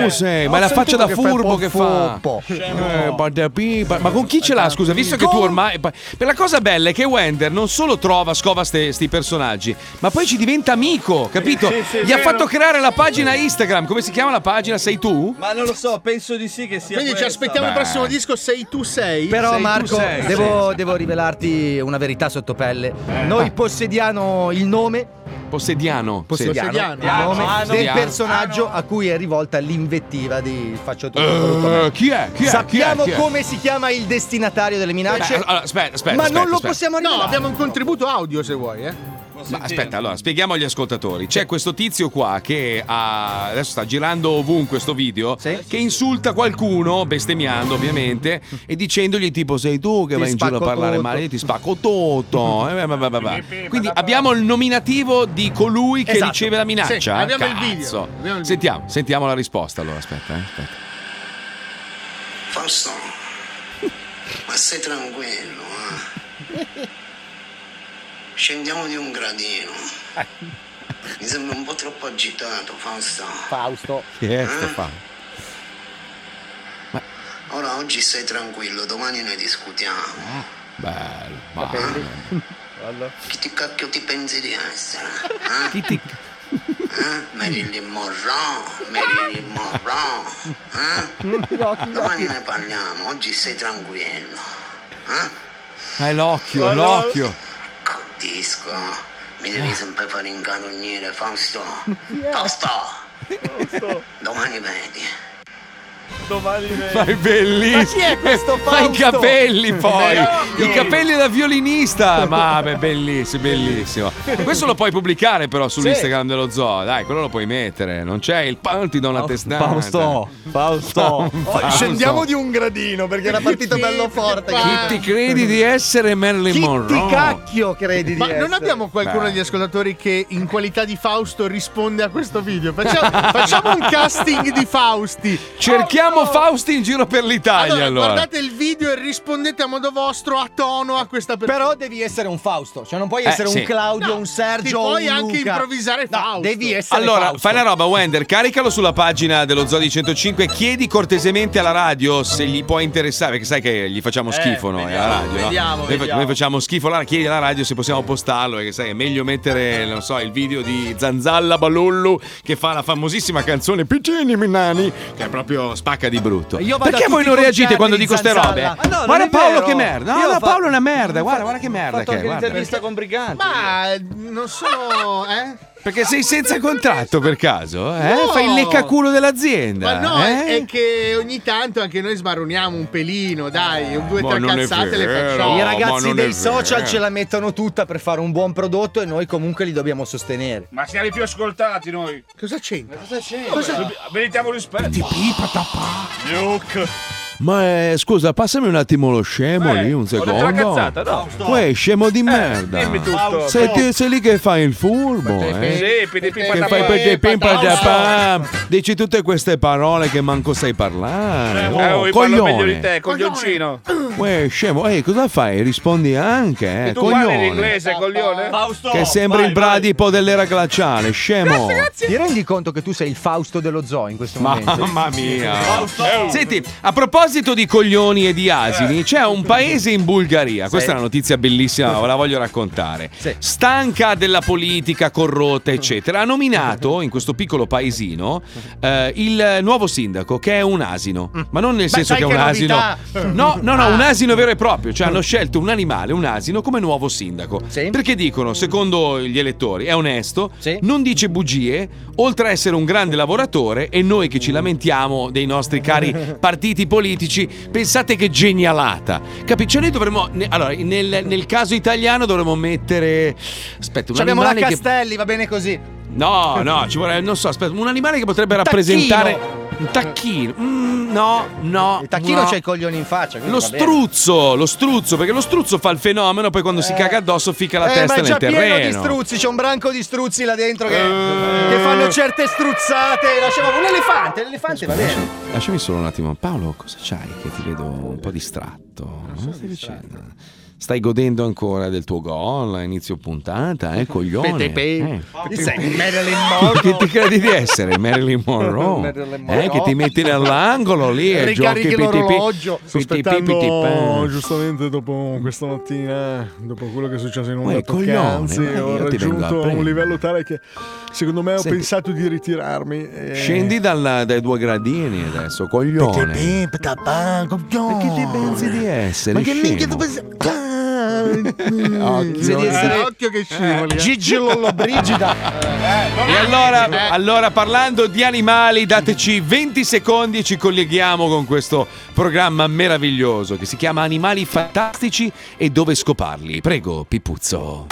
[SPEAKER 6] tu, sei. Ma la faccia da furbo che fa. Eh, bada pi, ba- Ma con chi ce l'ha? Scusa, visto che tu ormai. pa- Per la cosa bella è che Wender non solo trova, scova ste- sti personaggi, ma poi ci diventa amico, capito?
[SPEAKER 9] Sì, sì,
[SPEAKER 6] Gli ha
[SPEAKER 9] vero.
[SPEAKER 6] fatto creare la pagina Instagram. Come si chiama la pagina? Sei tu?
[SPEAKER 9] Ma non lo so, penso di sì che sia.
[SPEAKER 5] Quindi ci
[SPEAKER 9] questa.
[SPEAKER 5] aspettiamo il
[SPEAKER 6] Beh.
[SPEAKER 5] prossimo disco Sei tu sei.
[SPEAKER 11] Però
[SPEAKER 5] Sei tu
[SPEAKER 11] Marco,
[SPEAKER 5] sei.
[SPEAKER 11] devo, devo rivelarti una verità sotto pelle. Noi possediamo il nome.
[SPEAKER 6] Possediano.
[SPEAKER 11] Possediano,
[SPEAKER 6] Sì.
[SPEAKER 11] il nome
[SPEAKER 6] Ah, no.
[SPEAKER 11] del
[SPEAKER 6] Ah, no.
[SPEAKER 11] personaggio a cui è rivolta l'invettiva di Faccio tutto.
[SPEAKER 6] Eh,
[SPEAKER 11] quello che-
[SPEAKER 6] chi è? Chi è?
[SPEAKER 11] Sappiamo
[SPEAKER 6] Chi è? Chi è?
[SPEAKER 11] come si chiama il destinatario delle minacce.
[SPEAKER 6] Beh, allora, aspetta, aspetta.
[SPEAKER 11] ma
[SPEAKER 6] aspetta,
[SPEAKER 11] non lo
[SPEAKER 6] aspetta.
[SPEAKER 11] possiamo rivelare.
[SPEAKER 5] No, abbiamo un contributo audio se vuoi, eh.
[SPEAKER 6] Ma aspetta, allora spieghiamo agli ascoltatori. C'è questo tizio qua che ha- adesso sta girando ovunque sto video che insulta qualcuno, bestemmiando ovviamente, e dicendogli tipo sei tu che
[SPEAKER 9] Ti
[SPEAKER 6] vai in giro a
[SPEAKER 9] spacco
[SPEAKER 6] parlare
[SPEAKER 9] tutto."
[SPEAKER 6] male, io ti spacco tutto. Eh, va, va, va, va. Quindi abbiamo il nominativo di colui che
[SPEAKER 9] Esatto.
[SPEAKER 6] riceve la minaccia.
[SPEAKER 9] Sì, abbiamo il video,
[SPEAKER 6] Cazzo.
[SPEAKER 9] abbiamo il video.
[SPEAKER 6] Sentiamo, sentiamo la risposta allora, aspetta, eh, aspetta.
[SPEAKER 23] Fausto, ma stai tranquillo. eh. Scendiamo di un gradino. Mi sembra un po' troppo agitato, Fausto.
[SPEAKER 5] Fausto.
[SPEAKER 6] Chi è sto qua?
[SPEAKER 23] Ora oggi stai tranquillo, domani noi discutiamo.
[SPEAKER 6] Bello, ma...
[SPEAKER 23] Chi ti cacchio ti pensi di essere? Eh?
[SPEAKER 6] Chi ti...
[SPEAKER 23] Eh? Marilyn Monroe, Marilyn Monroe. Eh? Domani ne parliamo, oggi stai tranquillo.
[SPEAKER 6] Eh, l'occhio,
[SPEAKER 23] Guarda-
[SPEAKER 6] l'occhio.
[SPEAKER 23] Disco, mi
[SPEAKER 6] Ah.
[SPEAKER 23] devi sempre far incarognire, Fausto. Fausto! Domani vedi.
[SPEAKER 9] Domani vedi.
[SPEAKER 6] Ma è bellissimo.
[SPEAKER 9] Ma chi è questo
[SPEAKER 6] Ma i
[SPEAKER 9] Fausto?
[SPEAKER 6] capelli poi.
[SPEAKER 9] Bellissimo.
[SPEAKER 6] I capelli da violinista. Ma beh, bellissimo, bellissimo. Questo lo puoi pubblicare però sull'Instagram dello zoo. Dai, quello lo puoi mettere. Non c'è il pan, ti do una testata.
[SPEAKER 9] Fausto, Fausto.
[SPEAKER 6] Fausto.
[SPEAKER 11] Scendiamo di un gradino perché era partito bello forte.
[SPEAKER 6] Chi ti credi di essere Marilyn Monroe?
[SPEAKER 11] cacchio credi
[SPEAKER 5] Ma
[SPEAKER 11] di
[SPEAKER 5] non
[SPEAKER 11] essere?
[SPEAKER 5] abbiamo qualcuno
[SPEAKER 6] Beh.
[SPEAKER 5] degli ascoltatori che in qualità di Fausto risponde a questo video? Facciamo, facciamo un casting di Fausti.
[SPEAKER 6] Cerchiamo Fausti in giro per l'Italia allora.
[SPEAKER 5] Guardate il video e rispondete a modo vostro a tono a questa persona.
[SPEAKER 11] Però devi essere un Fausto, cioè non puoi
[SPEAKER 6] Eh,
[SPEAKER 11] essere
[SPEAKER 6] sì.
[SPEAKER 11] un Claudio,
[SPEAKER 5] No,
[SPEAKER 11] un Sergio.
[SPEAKER 5] ti puoi
[SPEAKER 11] un
[SPEAKER 5] anche
[SPEAKER 11] Luca.
[SPEAKER 5] improvvisare
[SPEAKER 11] No,
[SPEAKER 5] Fausto.
[SPEAKER 11] devi essere
[SPEAKER 6] Allora,
[SPEAKER 11] Fausto.
[SPEAKER 6] fai una roba, Wender, caricalo sulla pagina dello Zoo di 105 chiedi cortesemente alla radio se gli può interessare, perché sai che gli facciamo
[SPEAKER 9] Eh,
[SPEAKER 6] schifo noi
[SPEAKER 9] vediamo,
[SPEAKER 6] alla radio. no?
[SPEAKER 9] vediamo,
[SPEAKER 6] noi,
[SPEAKER 9] vediamo.
[SPEAKER 6] noi facciamo schifo, allora chiedi alla radio se possiamo postarlo, perché sai, è meglio mettere, non so, il video di Zanzalla Balullu che fa la famosissima canzone Piccini Minani, che è proprio spacca di brutto.
[SPEAKER 9] Io vado a
[SPEAKER 6] Perché
[SPEAKER 9] tutti
[SPEAKER 6] voi non
[SPEAKER 9] i
[SPEAKER 6] reagite
[SPEAKER 9] concerti
[SPEAKER 6] quando
[SPEAKER 9] di
[SPEAKER 6] dico ste robe?
[SPEAKER 9] Zanzalla. Ma no, non
[SPEAKER 6] guarda
[SPEAKER 9] è
[SPEAKER 6] Paolo
[SPEAKER 9] vero.
[SPEAKER 6] che merda, no,
[SPEAKER 9] Io ho
[SPEAKER 6] no,
[SPEAKER 9] fatto-
[SPEAKER 6] Paolo è una merda, guarda, guarda che
[SPEAKER 9] Ho
[SPEAKER 6] merda
[SPEAKER 9] fatto
[SPEAKER 6] che è.
[SPEAKER 9] anche
[SPEAKER 6] guarda.
[SPEAKER 9] l'intervista con Briganti.
[SPEAKER 5] Ma eh, non sono. Eh?
[SPEAKER 6] Perché sei senza contratto per caso? Eh?
[SPEAKER 5] No.
[SPEAKER 6] Fai il leccaculo dell'azienda.
[SPEAKER 5] Ma no, è-
[SPEAKER 6] eh?
[SPEAKER 5] è che ogni tanto anche noi smaroniamo un pelino, dai, un due,
[SPEAKER 6] Ma
[SPEAKER 5] tre
[SPEAKER 6] non è
[SPEAKER 5] cazzate le
[SPEAKER 6] vero.
[SPEAKER 5] facciamo.
[SPEAKER 11] I
[SPEAKER 6] No, ma
[SPEAKER 11] ragazzi
[SPEAKER 6] non è
[SPEAKER 11] dei social
[SPEAKER 6] vero.
[SPEAKER 11] ce la mettono tutta per fare un buon prodotto e noi comunque li dobbiamo sostenere.
[SPEAKER 12] Ma siamo i più ascoltati noi.
[SPEAKER 5] Cosa c'entra?
[SPEAKER 12] Cosa c'entra? Meritiamo rispetto.
[SPEAKER 13] Ma eh, scusa, passami un attimo lo scemo
[SPEAKER 12] Eh,
[SPEAKER 13] lì, un
[SPEAKER 12] ho detto una
[SPEAKER 13] secondo.
[SPEAKER 12] cazzata, no? Fausto.
[SPEAKER 13] Uè, scemo di merda.
[SPEAKER 12] dimmi tutto.
[SPEAKER 13] Sei, ti- sei lì che fai il furbo, eh? Che fai per te pim, pa, da, pam. Dici tutte queste parole che manco sai parlare. Oh,
[SPEAKER 12] Eh, io parlo meglio di
[SPEAKER 13] coglione.
[SPEAKER 12] te, coglioncino.
[SPEAKER 13] Uè, scemo, ehi, cosa fai? Rispondi anche, eh?
[SPEAKER 12] E tu parli in
[SPEAKER 13] Coglione.
[SPEAKER 12] inglese, coglione? Fausto.
[SPEAKER 13] Che sembri il bradipo dell'era glaciale, scemo.
[SPEAKER 11] Ti rendi conto che tu sei il Fausto dello zoo in questo momento?
[SPEAKER 16] Ehm.
[SPEAKER 6] Mamma mia. Senti, a proposito proposito di coglioni e di asini, c'è un paese in Bulgaria. Questa
[SPEAKER 16] Eh. Sì.
[SPEAKER 6] è una notizia bellissima, ve la voglio raccontare. Stanca della politica corrotta, eccetera. Ha nominato in questo piccolo paesino eh, il nuovo sindaco, che è un asino. Ma non nel senso
[SPEAKER 16] sai
[SPEAKER 6] che è un
[SPEAKER 16] che
[SPEAKER 6] asino.
[SPEAKER 16] novità!
[SPEAKER 6] No, no, no, un asino vero e proprio. Cioè, hanno scelto un animale, un asino, come nuovo sindaco. Perché dicono, secondo gli elettori, è onesto, non dice bugie, oltre a essere un grande lavoratore, e noi che ci lamentiamo dei nostri cari partiti politici, pensate che genialata. Capisci? Cioè, noi dovremmo. ne- Allora, nel, nel caso italiano dovremmo mettere. Aspetta, un
[SPEAKER 11] Abbiamo la
[SPEAKER 6] animale che.
[SPEAKER 11] Castelli, va bene così.
[SPEAKER 6] No, no, ci vorrebbe, non so, aspetta, un animale che potrebbe rappresentare. Un tacchino. Mm, no, no. Il
[SPEAKER 11] Tacchino
[SPEAKER 6] no.
[SPEAKER 11] c'ha i coglioni in faccia. quindi
[SPEAKER 6] Lo
[SPEAKER 11] va bene.
[SPEAKER 6] struzzo, lo struzzo, perché lo struzzo fa il fenomeno, poi quando si caga addosso fica la
[SPEAKER 11] eh, ma
[SPEAKER 6] testa
[SPEAKER 11] è già
[SPEAKER 6] nel
[SPEAKER 11] pieno di
[SPEAKER 6] terreno. Eh.
[SPEAKER 11] struzzi, c'è un branco di struzzi là dentro che, che fanno certe struzzate. Lasciamo un elefante, l'elefante va bene.
[SPEAKER 6] Lasciami solo un attimo, Paolo, cosa c'hai che ti vedo un po' distratto? Cosa stai dicendo? Stai godendo ancora del tuo gol a inizio puntata, eh, coglione? Eh.
[SPEAKER 11] Chi sei? Marilyn
[SPEAKER 6] Che
[SPEAKER 11] Monroe.
[SPEAKER 6] ti credi di essere? Marilyn Monroe,
[SPEAKER 11] Marilyn
[SPEAKER 6] eh,
[SPEAKER 11] Monroe.
[SPEAKER 6] che ti metti nell'angolo lì e giochi
[SPEAKER 5] Ricarichi l'orologio.
[SPEAKER 6] piti,
[SPEAKER 5] Sospettando giustamente dopo questa mattina, eh, dopo quello che è successo in onda
[SPEAKER 6] Uè,
[SPEAKER 5] a Toccanzi,
[SPEAKER 6] coglione, ma
[SPEAKER 5] ho
[SPEAKER 6] io ti vengo a
[SPEAKER 5] raggiunto un
[SPEAKER 6] prendere.
[SPEAKER 5] livello tale che secondo me ho
[SPEAKER 6] Senti.
[SPEAKER 5] pensato di ritirarmi.
[SPEAKER 11] eh.
[SPEAKER 5] e-
[SPEAKER 6] Scendi dalla- dai due gradini adesso, coglione.
[SPEAKER 5] Perché
[SPEAKER 6] ti pensi di essere? scemo?
[SPEAKER 5] pensi? Occhio,
[SPEAKER 6] Pensi di
[SPEAKER 11] Eh,
[SPEAKER 6] essere-
[SPEAKER 5] Eh, occhio che scivoli. eh.
[SPEAKER 6] Gigi Lollobrigida. E allora, allora, parlando di animali, dateci 20 secondi e ci colleghiamo con questo programma meraviglioso che si chiama Animali Fantastici e dove scoparli. Prego, Pipuzzo.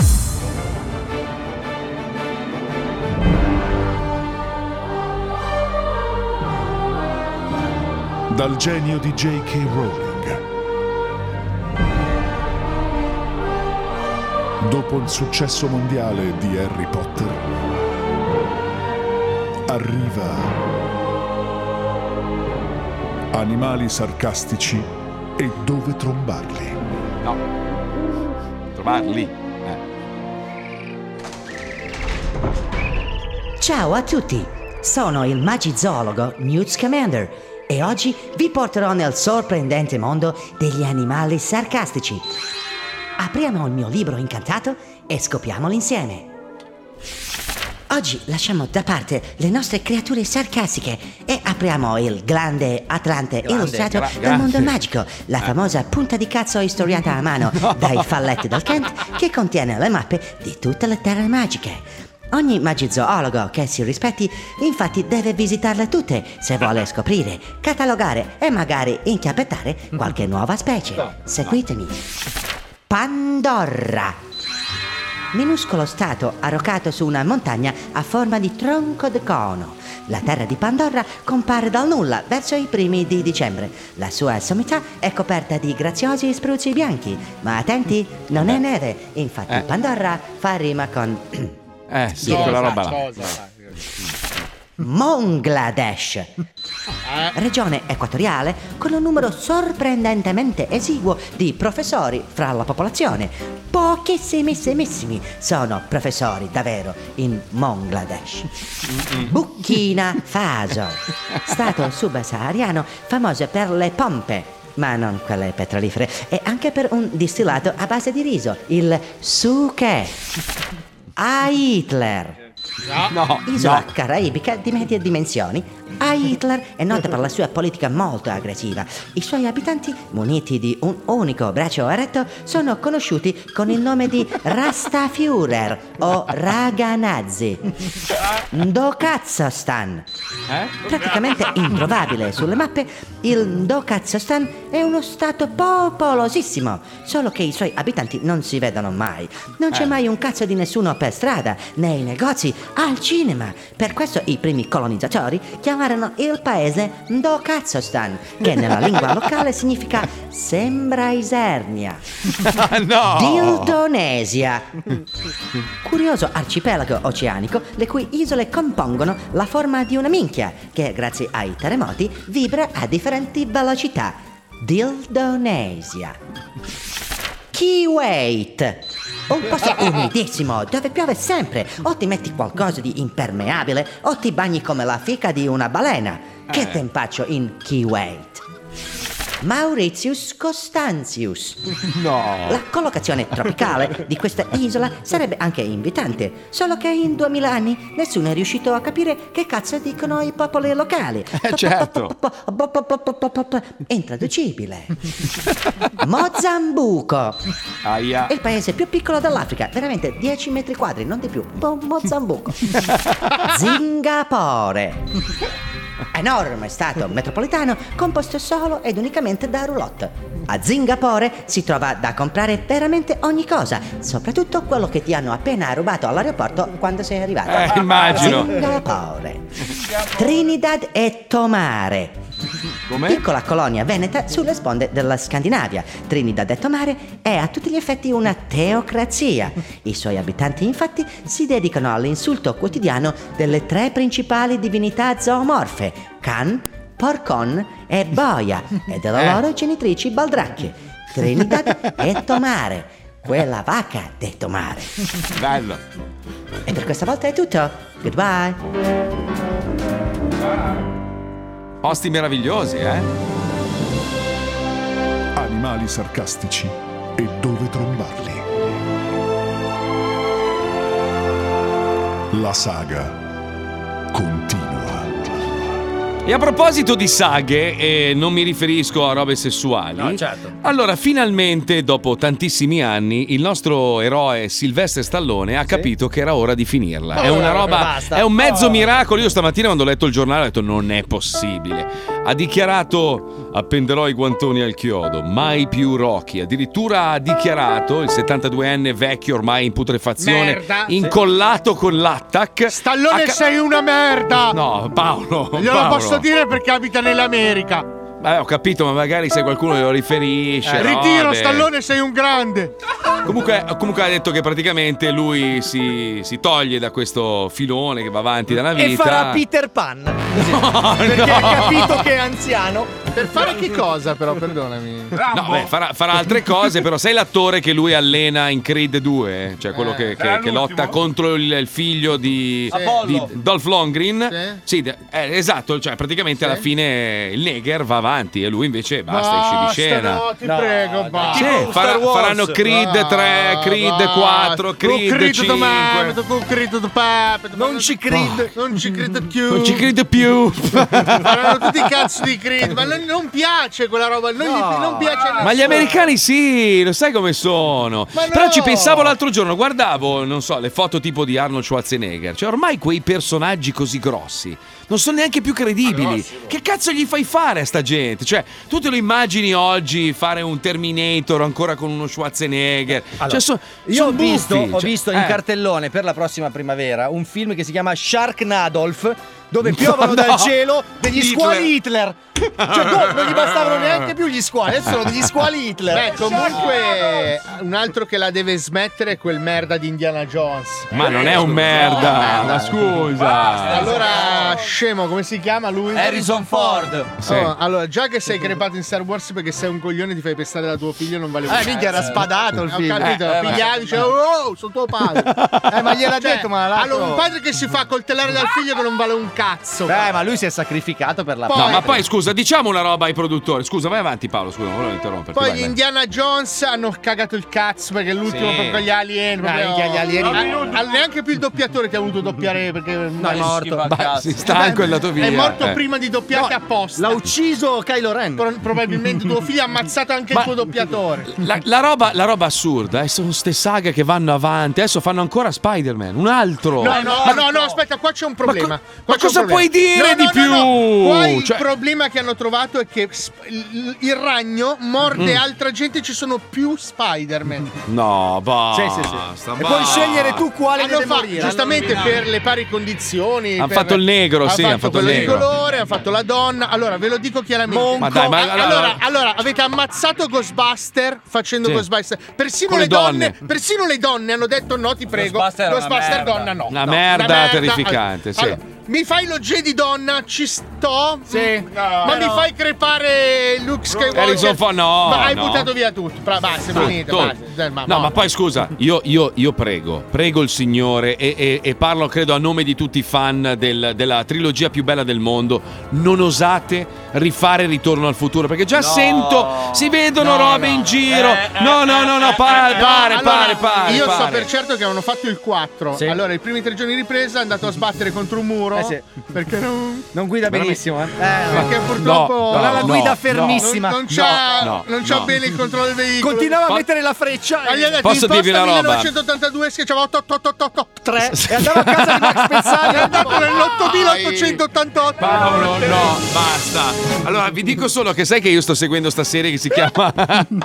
[SPEAKER 19] Dal genio di J.K. Rowling. Dopo il successo mondiale di Harry Potter, arriva Animali sarcastici e dove trombarli.
[SPEAKER 6] No. Trovarli.
[SPEAKER 20] Ciao a tutti, sono il magizoologo Newt Scamander e oggi vi porterò nel sorprendente mondo degli animali sarcastici. Apriamo il mio libro incantato e scopriamolo insieme. Oggi lasciamo da parte le nostre creature sarcastiche e apriamo il grande Atlante
[SPEAKER 21] Grande,
[SPEAKER 20] illustrato
[SPEAKER 21] gra-
[SPEAKER 20] dal mondo
[SPEAKER 21] grazie.
[SPEAKER 20] magico, la famosa punta di cazzo istoriata a mano dai falletti del Kent che contiene le mappe di tutte le terre magiche. Ogni magizoologo che si rispetti infatti deve visitarle tutte se vuole scoprire, catalogare e magari inchiappettare qualche nuova specie. Seguitemi. Pandorra minuscolo stato arroccato su una montagna a forma di tronco di cono. La terra di Pandora compare dal nulla verso i primi di dicembre. La sua sommità è coperta di graziosi spruzzi bianchi, ma attenti, non è neve, infatti
[SPEAKER 6] Eh.
[SPEAKER 20] Pandora fa rima con
[SPEAKER 6] Eh, sì,
[SPEAKER 20] Cosa,
[SPEAKER 6] quella roba là.
[SPEAKER 20] Mongladesh. Regione equatoriale con un numero sorprendentemente esiguo di professori fra la popolazione. Pochissimissimissimi sono professori davvero in Mongladesh. Burkina Faso, stato subsahariano famoso per le pompe. Ma non quelle petrolifere, e anche per un distillato a base di riso, il suke. A Hitler. Isola caraibica di medie dimensioni. A Hitler è nota per la sua politica molto aggressiva. I suoi abitanti, muniti di un unico braccio eretto, sono conosciuti con il nome di Rastafiurer o Raganazzi. Ndokazzostan. Praticamente introvabile sulle mappe, il Ndokazzostan è uno stato popolosissimo, solo che i suoi abitanti non si vedono mai. Non c'è
[SPEAKER 21] Eh.
[SPEAKER 20] mai un cazzo di nessuno per strada, nei negozi, al cinema. Per questo i primi colonizzatori chiamarono il paese Ndokazzostan, che nella lingua locale significa sembra Isernia.
[SPEAKER 6] Eh. no!
[SPEAKER 20] Dildonesia. Curioso arcipelago oceanico le cui isole compongono la forma di una minchia che grazie ai terremoti vibra a differenti velocità. Dildonesia. Kiwait. Un posto umidissimo dove piove sempre o ti metti qualcosa di impermeabile o ti bagni come la fica di una balena. Che
[SPEAKER 21] Eh.
[SPEAKER 20] tempaccio in Kiwait. Mauritius Costanzius.
[SPEAKER 6] No.
[SPEAKER 20] La collocazione tropicale di questa isola sarebbe anche invitante, solo che in 2000 anni nessuno è riuscito a capire che cazzo dicono i popoli locali.
[SPEAKER 6] certo.
[SPEAKER 20] Intraducibile. Mozambuco.
[SPEAKER 6] Aia.
[SPEAKER 20] È il paese più piccolo dell'Africa, veramente 10 metri quadri, non di più. Mo- Mozambico. Zingapore. Enorme stato metropolitano composto solo ed unicamente da roulotte. A Zingapore si trova da comprare veramente ogni cosa, soprattutto quello che ti hanno appena rubato all'aeroporto quando sei arrivato.
[SPEAKER 6] Eh, immagino.
[SPEAKER 20] Singapore. Trinidad e Tomare. Piccola colonia veneta sulle sponde della Scandinavia. Trinidad e Tomare è a tutti gli effetti una teocrazia. I suoi abitanti infatti si dedicano all'insulto quotidiano delle tre principali divinità zoomorfe, Can, Porcon e Boia, e delle
[SPEAKER 8] Eh.
[SPEAKER 20] loro genitrici baldracche, Trinidad e Tomare. Quella vacca de Tomare.
[SPEAKER 6] Bello.
[SPEAKER 20] E per questa volta è tutto. Goodbye.
[SPEAKER 6] Posti meravigliosi, eh?
[SPEAKER 19] Animali sarcastici e dove trombarli. La saga continua.
[SPEAKER 6] E a proposito di saghe, e non mi riferisco a robe sessuali.
[SPEAKER 5] certo.
[SPEAKER 6] Allora, finalmente, dopo tantissimi anni, il nostro eroe Silvestre Stallone ha capito che era ora di finirla. È
[SPEAKER 23] Oh,
[SPEAKER 6] una roba.
[SPEAKER 23] basta.
[SPEAKER 6] È un mezzo
[SPEAKER 23] Oh.
[SPEAKER 6] miracolo. Io stamattina, quando ho letto il giornale, ho detto: non è possibile. Ha dichiarato: appenderò i guantoni al chiodo, mai più Rocky. Addirittura ha dichiarato: il 72enne vecchio ormai in putrefazione,
[SPEAKER 5] Merda.
[SPEAKER 6] incollato con l'attac.
[SPEAKER 5] Stallone sei una merda!
[SPEAKER 6] No, Paolo.
[SPEAKER 5] Glielo
[SPEAKER 6] Paolo.
[SPEAKER 5] posso dire perché abita nell'America.
[SPEAKER 6] Vabbè, ho capito, ma magari se qualcuno glielo riferisce.
[SPEAKER 5] Ritiro,
[SPEAKER 6] robe.
[SPEAKER 5] Stallone, sei un grande.
[SPEAKER 6] Comunque, eh, comunque ha detto che praticamente lui si, si toglie da questo filone che va avanti dalla vita.
[SPEAKER 23] E farà Peter Pan. perché ha capito che è anziano. Per fare che cosa però, perdonami.
[SPEAKER 6] No, beh, farà, farà altre cose, però sai l'attore che lui allena in Creed 2, cioè quello che, che- che lotta contro il, il figlio di, di
[SPEAKER 23] Apollo.
[SPEAKER 6] Dolph Longrin? Sì, de- eh, esatto, cioè praticamente alla fine il Neger va avanti e lui invece basta, esce di scena.
[SPEAKER 5] No, ti prego, basta.
[SPEAKER 6] Sì, farà- faranno Creed 3, Creed 4, Creed,
[SPEAKER 5] Con Creed
[SPEAKER 6] 5.
[SPEAKER 5] Tomato, con Creed to Puppet, Non ci
[SPEAKER 23] credo.
[SPEAKER 5] Non ci credo più.
[SPEAKER 6] Non ci credo più.
[SPEAKER 5] Faranno tutti i cazzo di Creed, ma non, non piace quella roba, non, gli, non piace a
[SPEAKER 6] Ma gli
[SPEAKER 5] nessuno.
[SPEAKER 6] americani sì, lo sai come sono.
[SPEAKER 5] Ma
[SPEAKER 6] Però
[SPEAKER 5] no!
[SPEAKER 6] ci pensavo l'altro giorno, guardavo, non so, le foto tipo di Arnold Schwarzenegger. Cioè, ormai quei personaggi così grossi non sono neanche più
[SPEAKER 11] Ah,
[SPEAKER 6] credibili. Che cazzo gli fai fare a sta gente? Cioè, tu te lo immagini oggi fare un Terminator ancora con uno Schwarzenegger?
[SPEAKER 11] Allora,
[SPEAKER 6] cioè, so-
[SPEAKER 11] io
[SPEAKER 6] son
[SPEAKER 11] ho visto,
[SPEAKER 6] buffi,
[SPEAKER 11] ho
[SPEAKER 6] cioè,
[SPEAKER 11] visto in
[SPEAKER 6] eh.
[SPEAKER 11] cartellone per la prossima primavera un film che si chiama Shark Nadolf dove piovono dal
[SPEAKER 23] no.
[SPEAKER 11] cielo degli
[SPEAKER 23] Hitler.
[SPEAKER 11] squali Hitler. Cioè, no, non gli bastavano neanche più gli squali, adesso sono degli squali Hitler.
[SPEAKER 5] Beh, comunque, un altro che la deve smettere è quel merda di Indiana Jones.
[SPEAKER 6] Ma non è un
[SPEAKER 5] No,
[SPEAKER 6] merda, ma scusa.
[SPEAKER 5] Allora, scemo, come si chiama lui?
[SPEAKER 11] Harrison Ford.
[SPEAKER 6] Sì.
[SPEAKER 5] Oh, allora, già che sei crepato in Star Wars perché sei un coglione, ti fai pestare da tuo figlio, non vale un
[SPEAKER 11] Eh, minchia, era
[SPEAKER 5] cazzo.
[SPEAKER 11] spadato il
[SPEAKER 5] Eh,
[SPEAKER 11] figlio.
[SPEAKER 5] Ho capito,
[SPEAKER 11] Eh, eh,
[SPEAKER 5] pigliavi,
[SPEAKER 11] eh.
[SPEAKER 5] dice, oh, sono tuo padre.
[SPEAKER 11] Eh, ma gliel'ha
[SPEAKER 5] Cioè,
[SPEAKER 11] detto, ma l'altro-
[SPEAKER 5] Allora, un padre che si fa coltellare dal figlio che non vale un cazzo.
[SPEAKER 11] Beh, ma lui si è sacrificato per la
[SPEAKER 6] No, ma poi scusa, diciamo una roba ai produttori. Scusa, vai avanti Paolo, scusa, non volevo interromperti.
[SPEAKER 5] Poi
[SPEAKER 6] vai,
[SPEAKER 5] gli
[SPEAKER 6] vai.
[SPEAKER 5] Indiana Jones hanno cagato il cazzo perché è l'ultimo
[SPEAKER 6] Sì.
[SPEAKER 5] per con gli alieni.
[SPEAKER 11] Dai,
[SPEAKER 5] proprio-
[SPEAKER 11] minchia, gli alieni.
[SPEAKER 5] Ah, ah, neanche più il doppiatore ti ha voluto doppiare perché
[SPEAKER 11] No, è morto.
[SPEAKER 6] Beh, si stanco e è andato via.
[SPEAKER 5] È morto
[SPEAKER 6] eh.
[SPEAKER 5] prima di doppiate apposta. L'ha
[SPEAKER 11] ucciso Kylo Ren.
[SPEAKER 5] probabilmente tuo figlio ha ammazzato anche il tuo doppiatore.
[SPEAKER 6] La, la roba, la roba assurda, eh, sono ste saghe che vanno avanti. Adesso fanno ancora Spider-Man, un altro.
[SPEAKER 5] No, no,
[SPEAKER 6] Ma-
[SPEAKER 5] no, no, aspetta, qua c'è un problema.
[SPEAKER 6] ma
[SPEAKER 5] Qua
[SPEAKER 6] ma
[SPEAKER 5] c'è un
[SPEAKER 6] cosa puoi dire
[SPEAKER 5] No, no,
[SPEAKER 6] di
[SPEAKER 5] no, no.
[SPEAKER 6] più?
[SPEAKER 5] Qua il
[SPEAKER 6] Cioè-
[SPEAKER 5] problema che hanno trovato è che sp- il il ragno morde
[SPEAKER 6] Mm.
[SPEAKER 5] altra gente, ci sono più Spider-Man.
[SPEAKER 6] No, basta.
[SPEAKER 5] Sì, sì,
[SPEAKER 6] basta.
[SPEAKER 5] E puoi scegliere tu quale
[SPEAKER 11] deve
[SPEAKER 5] fa-
[SPEAKER 11] morire.
[SPEAKER 5] Giustamente
[SPEAKER 11] Hanno
[SPEAKER 5] per le pari condizioni.
[SPEAKER 6] Han
[SPEAKER 5] per-
[SPEAKER 6] fatto il negro, sì, han fatto il
[SPEAKER 5] quello
[SPEAKER 6] negro.
[SPEAKER 5] di colore, hanno fatto la donna. Allora, ve lo dico chiaramente.
[SPEAKER 6] Ma dai, ma-
[SPEAKER 5] A- allora, allora, avete ammazzato Ghostbuster facendo
[SPEAKER 6] Sì.
[SPEAKER 5] Ghostbuster. Persino
[SPEAKER 6] Con
[SPEAKER 5] le,
[SPEAKER 6] le
[SPEAKER 5] donne,
[SPEAKER 6] donne.
[SPEAKER 5] persino le donne hanno detto no, ti prego.
[SPEAKER 6] Ghostbuster era una
[SPEAKER 5] Ghostbuster
[SPEAKER 6] merda.
[SPEAKER 5] donna no.
[SPEAKER 6] Una
[SPEAKER 5] No,
[SPEAKER 6] merda terrificante, sì.
[SPEAKER 5] Allora, Mi fai lo Jedi donna, ci sto. Sì. ma mi
[SPEAKER 6] però-
[SPEAKER 5] fai crepare Luke Skywalker.
[SPEAKER 6] Harrison Ford, no,
[SPEAKER 5] Ma hai
[SPEAKER 6] no.
[SPEAKER 5] buttato via tutto. Bra- basta, è finito.
[SPEAKER 6] Tutto.
[SPEAKER 5] basta. Dai, ma-
[SPEAKER 6] No, ma poi scusa, io, io- io prego, prego il Signore e, e- e parlo credo a nome di tutti i fan del- della trilogia più bella del mondo, non osate rifare Ritorno al futuro perché già sento, si vedono robe in giro,
[SPEAKER 5] Eh,
[SPEAKER 6] no no no no, pare, pare,
[SPEAKER 5] Allora,
[SPEAKER 6] pare, pare.
[SPEAKER 5] Io so
[SPEAKER 6] pare.
[SPEAKER 5] per certo che hanno fatto il 4.
[SPEAKER 6] Sì.
[SPEAKER 5] Allora, i primi tre giorni di ripresa è andato a sbattere contro un muro. Perché non.
[SPEAKER 11] Non guida benissimo, eh.
[SPEAKER 5] Perché purtroppo
[SPEAKER 11] non ha la guida fermissima.
[SPEAKER 5] Non, non c'ha,
[SPEAKER 11] No, no,
[SPEAKER 5] non c'ha
[SPEAKER 11] no.
[SPEAKER 5] bene il controllo del veicolo.
[SPEAKER 11] Continuava a
[SPEAKER 5] Ma-
[SPEAKER 11] mettere la freccia
[SPEAKER 5] Ma gli ha detto,
[SPEAKER 6] Posso
[SPEAKER 5] imposta
[SPEAKER 6] dirvi una roba?
[SPEAKER 5] 1982 schiacciava 8883
[SPEAKER 6] e andava a casa di Max Pezzali.
[SPEAKER 5] è andato nell'8888.
[SPEAKER 6] Paolo, no, basta. Allora, vi dico solo che sai che io sto seguendo sta serie che si chiama.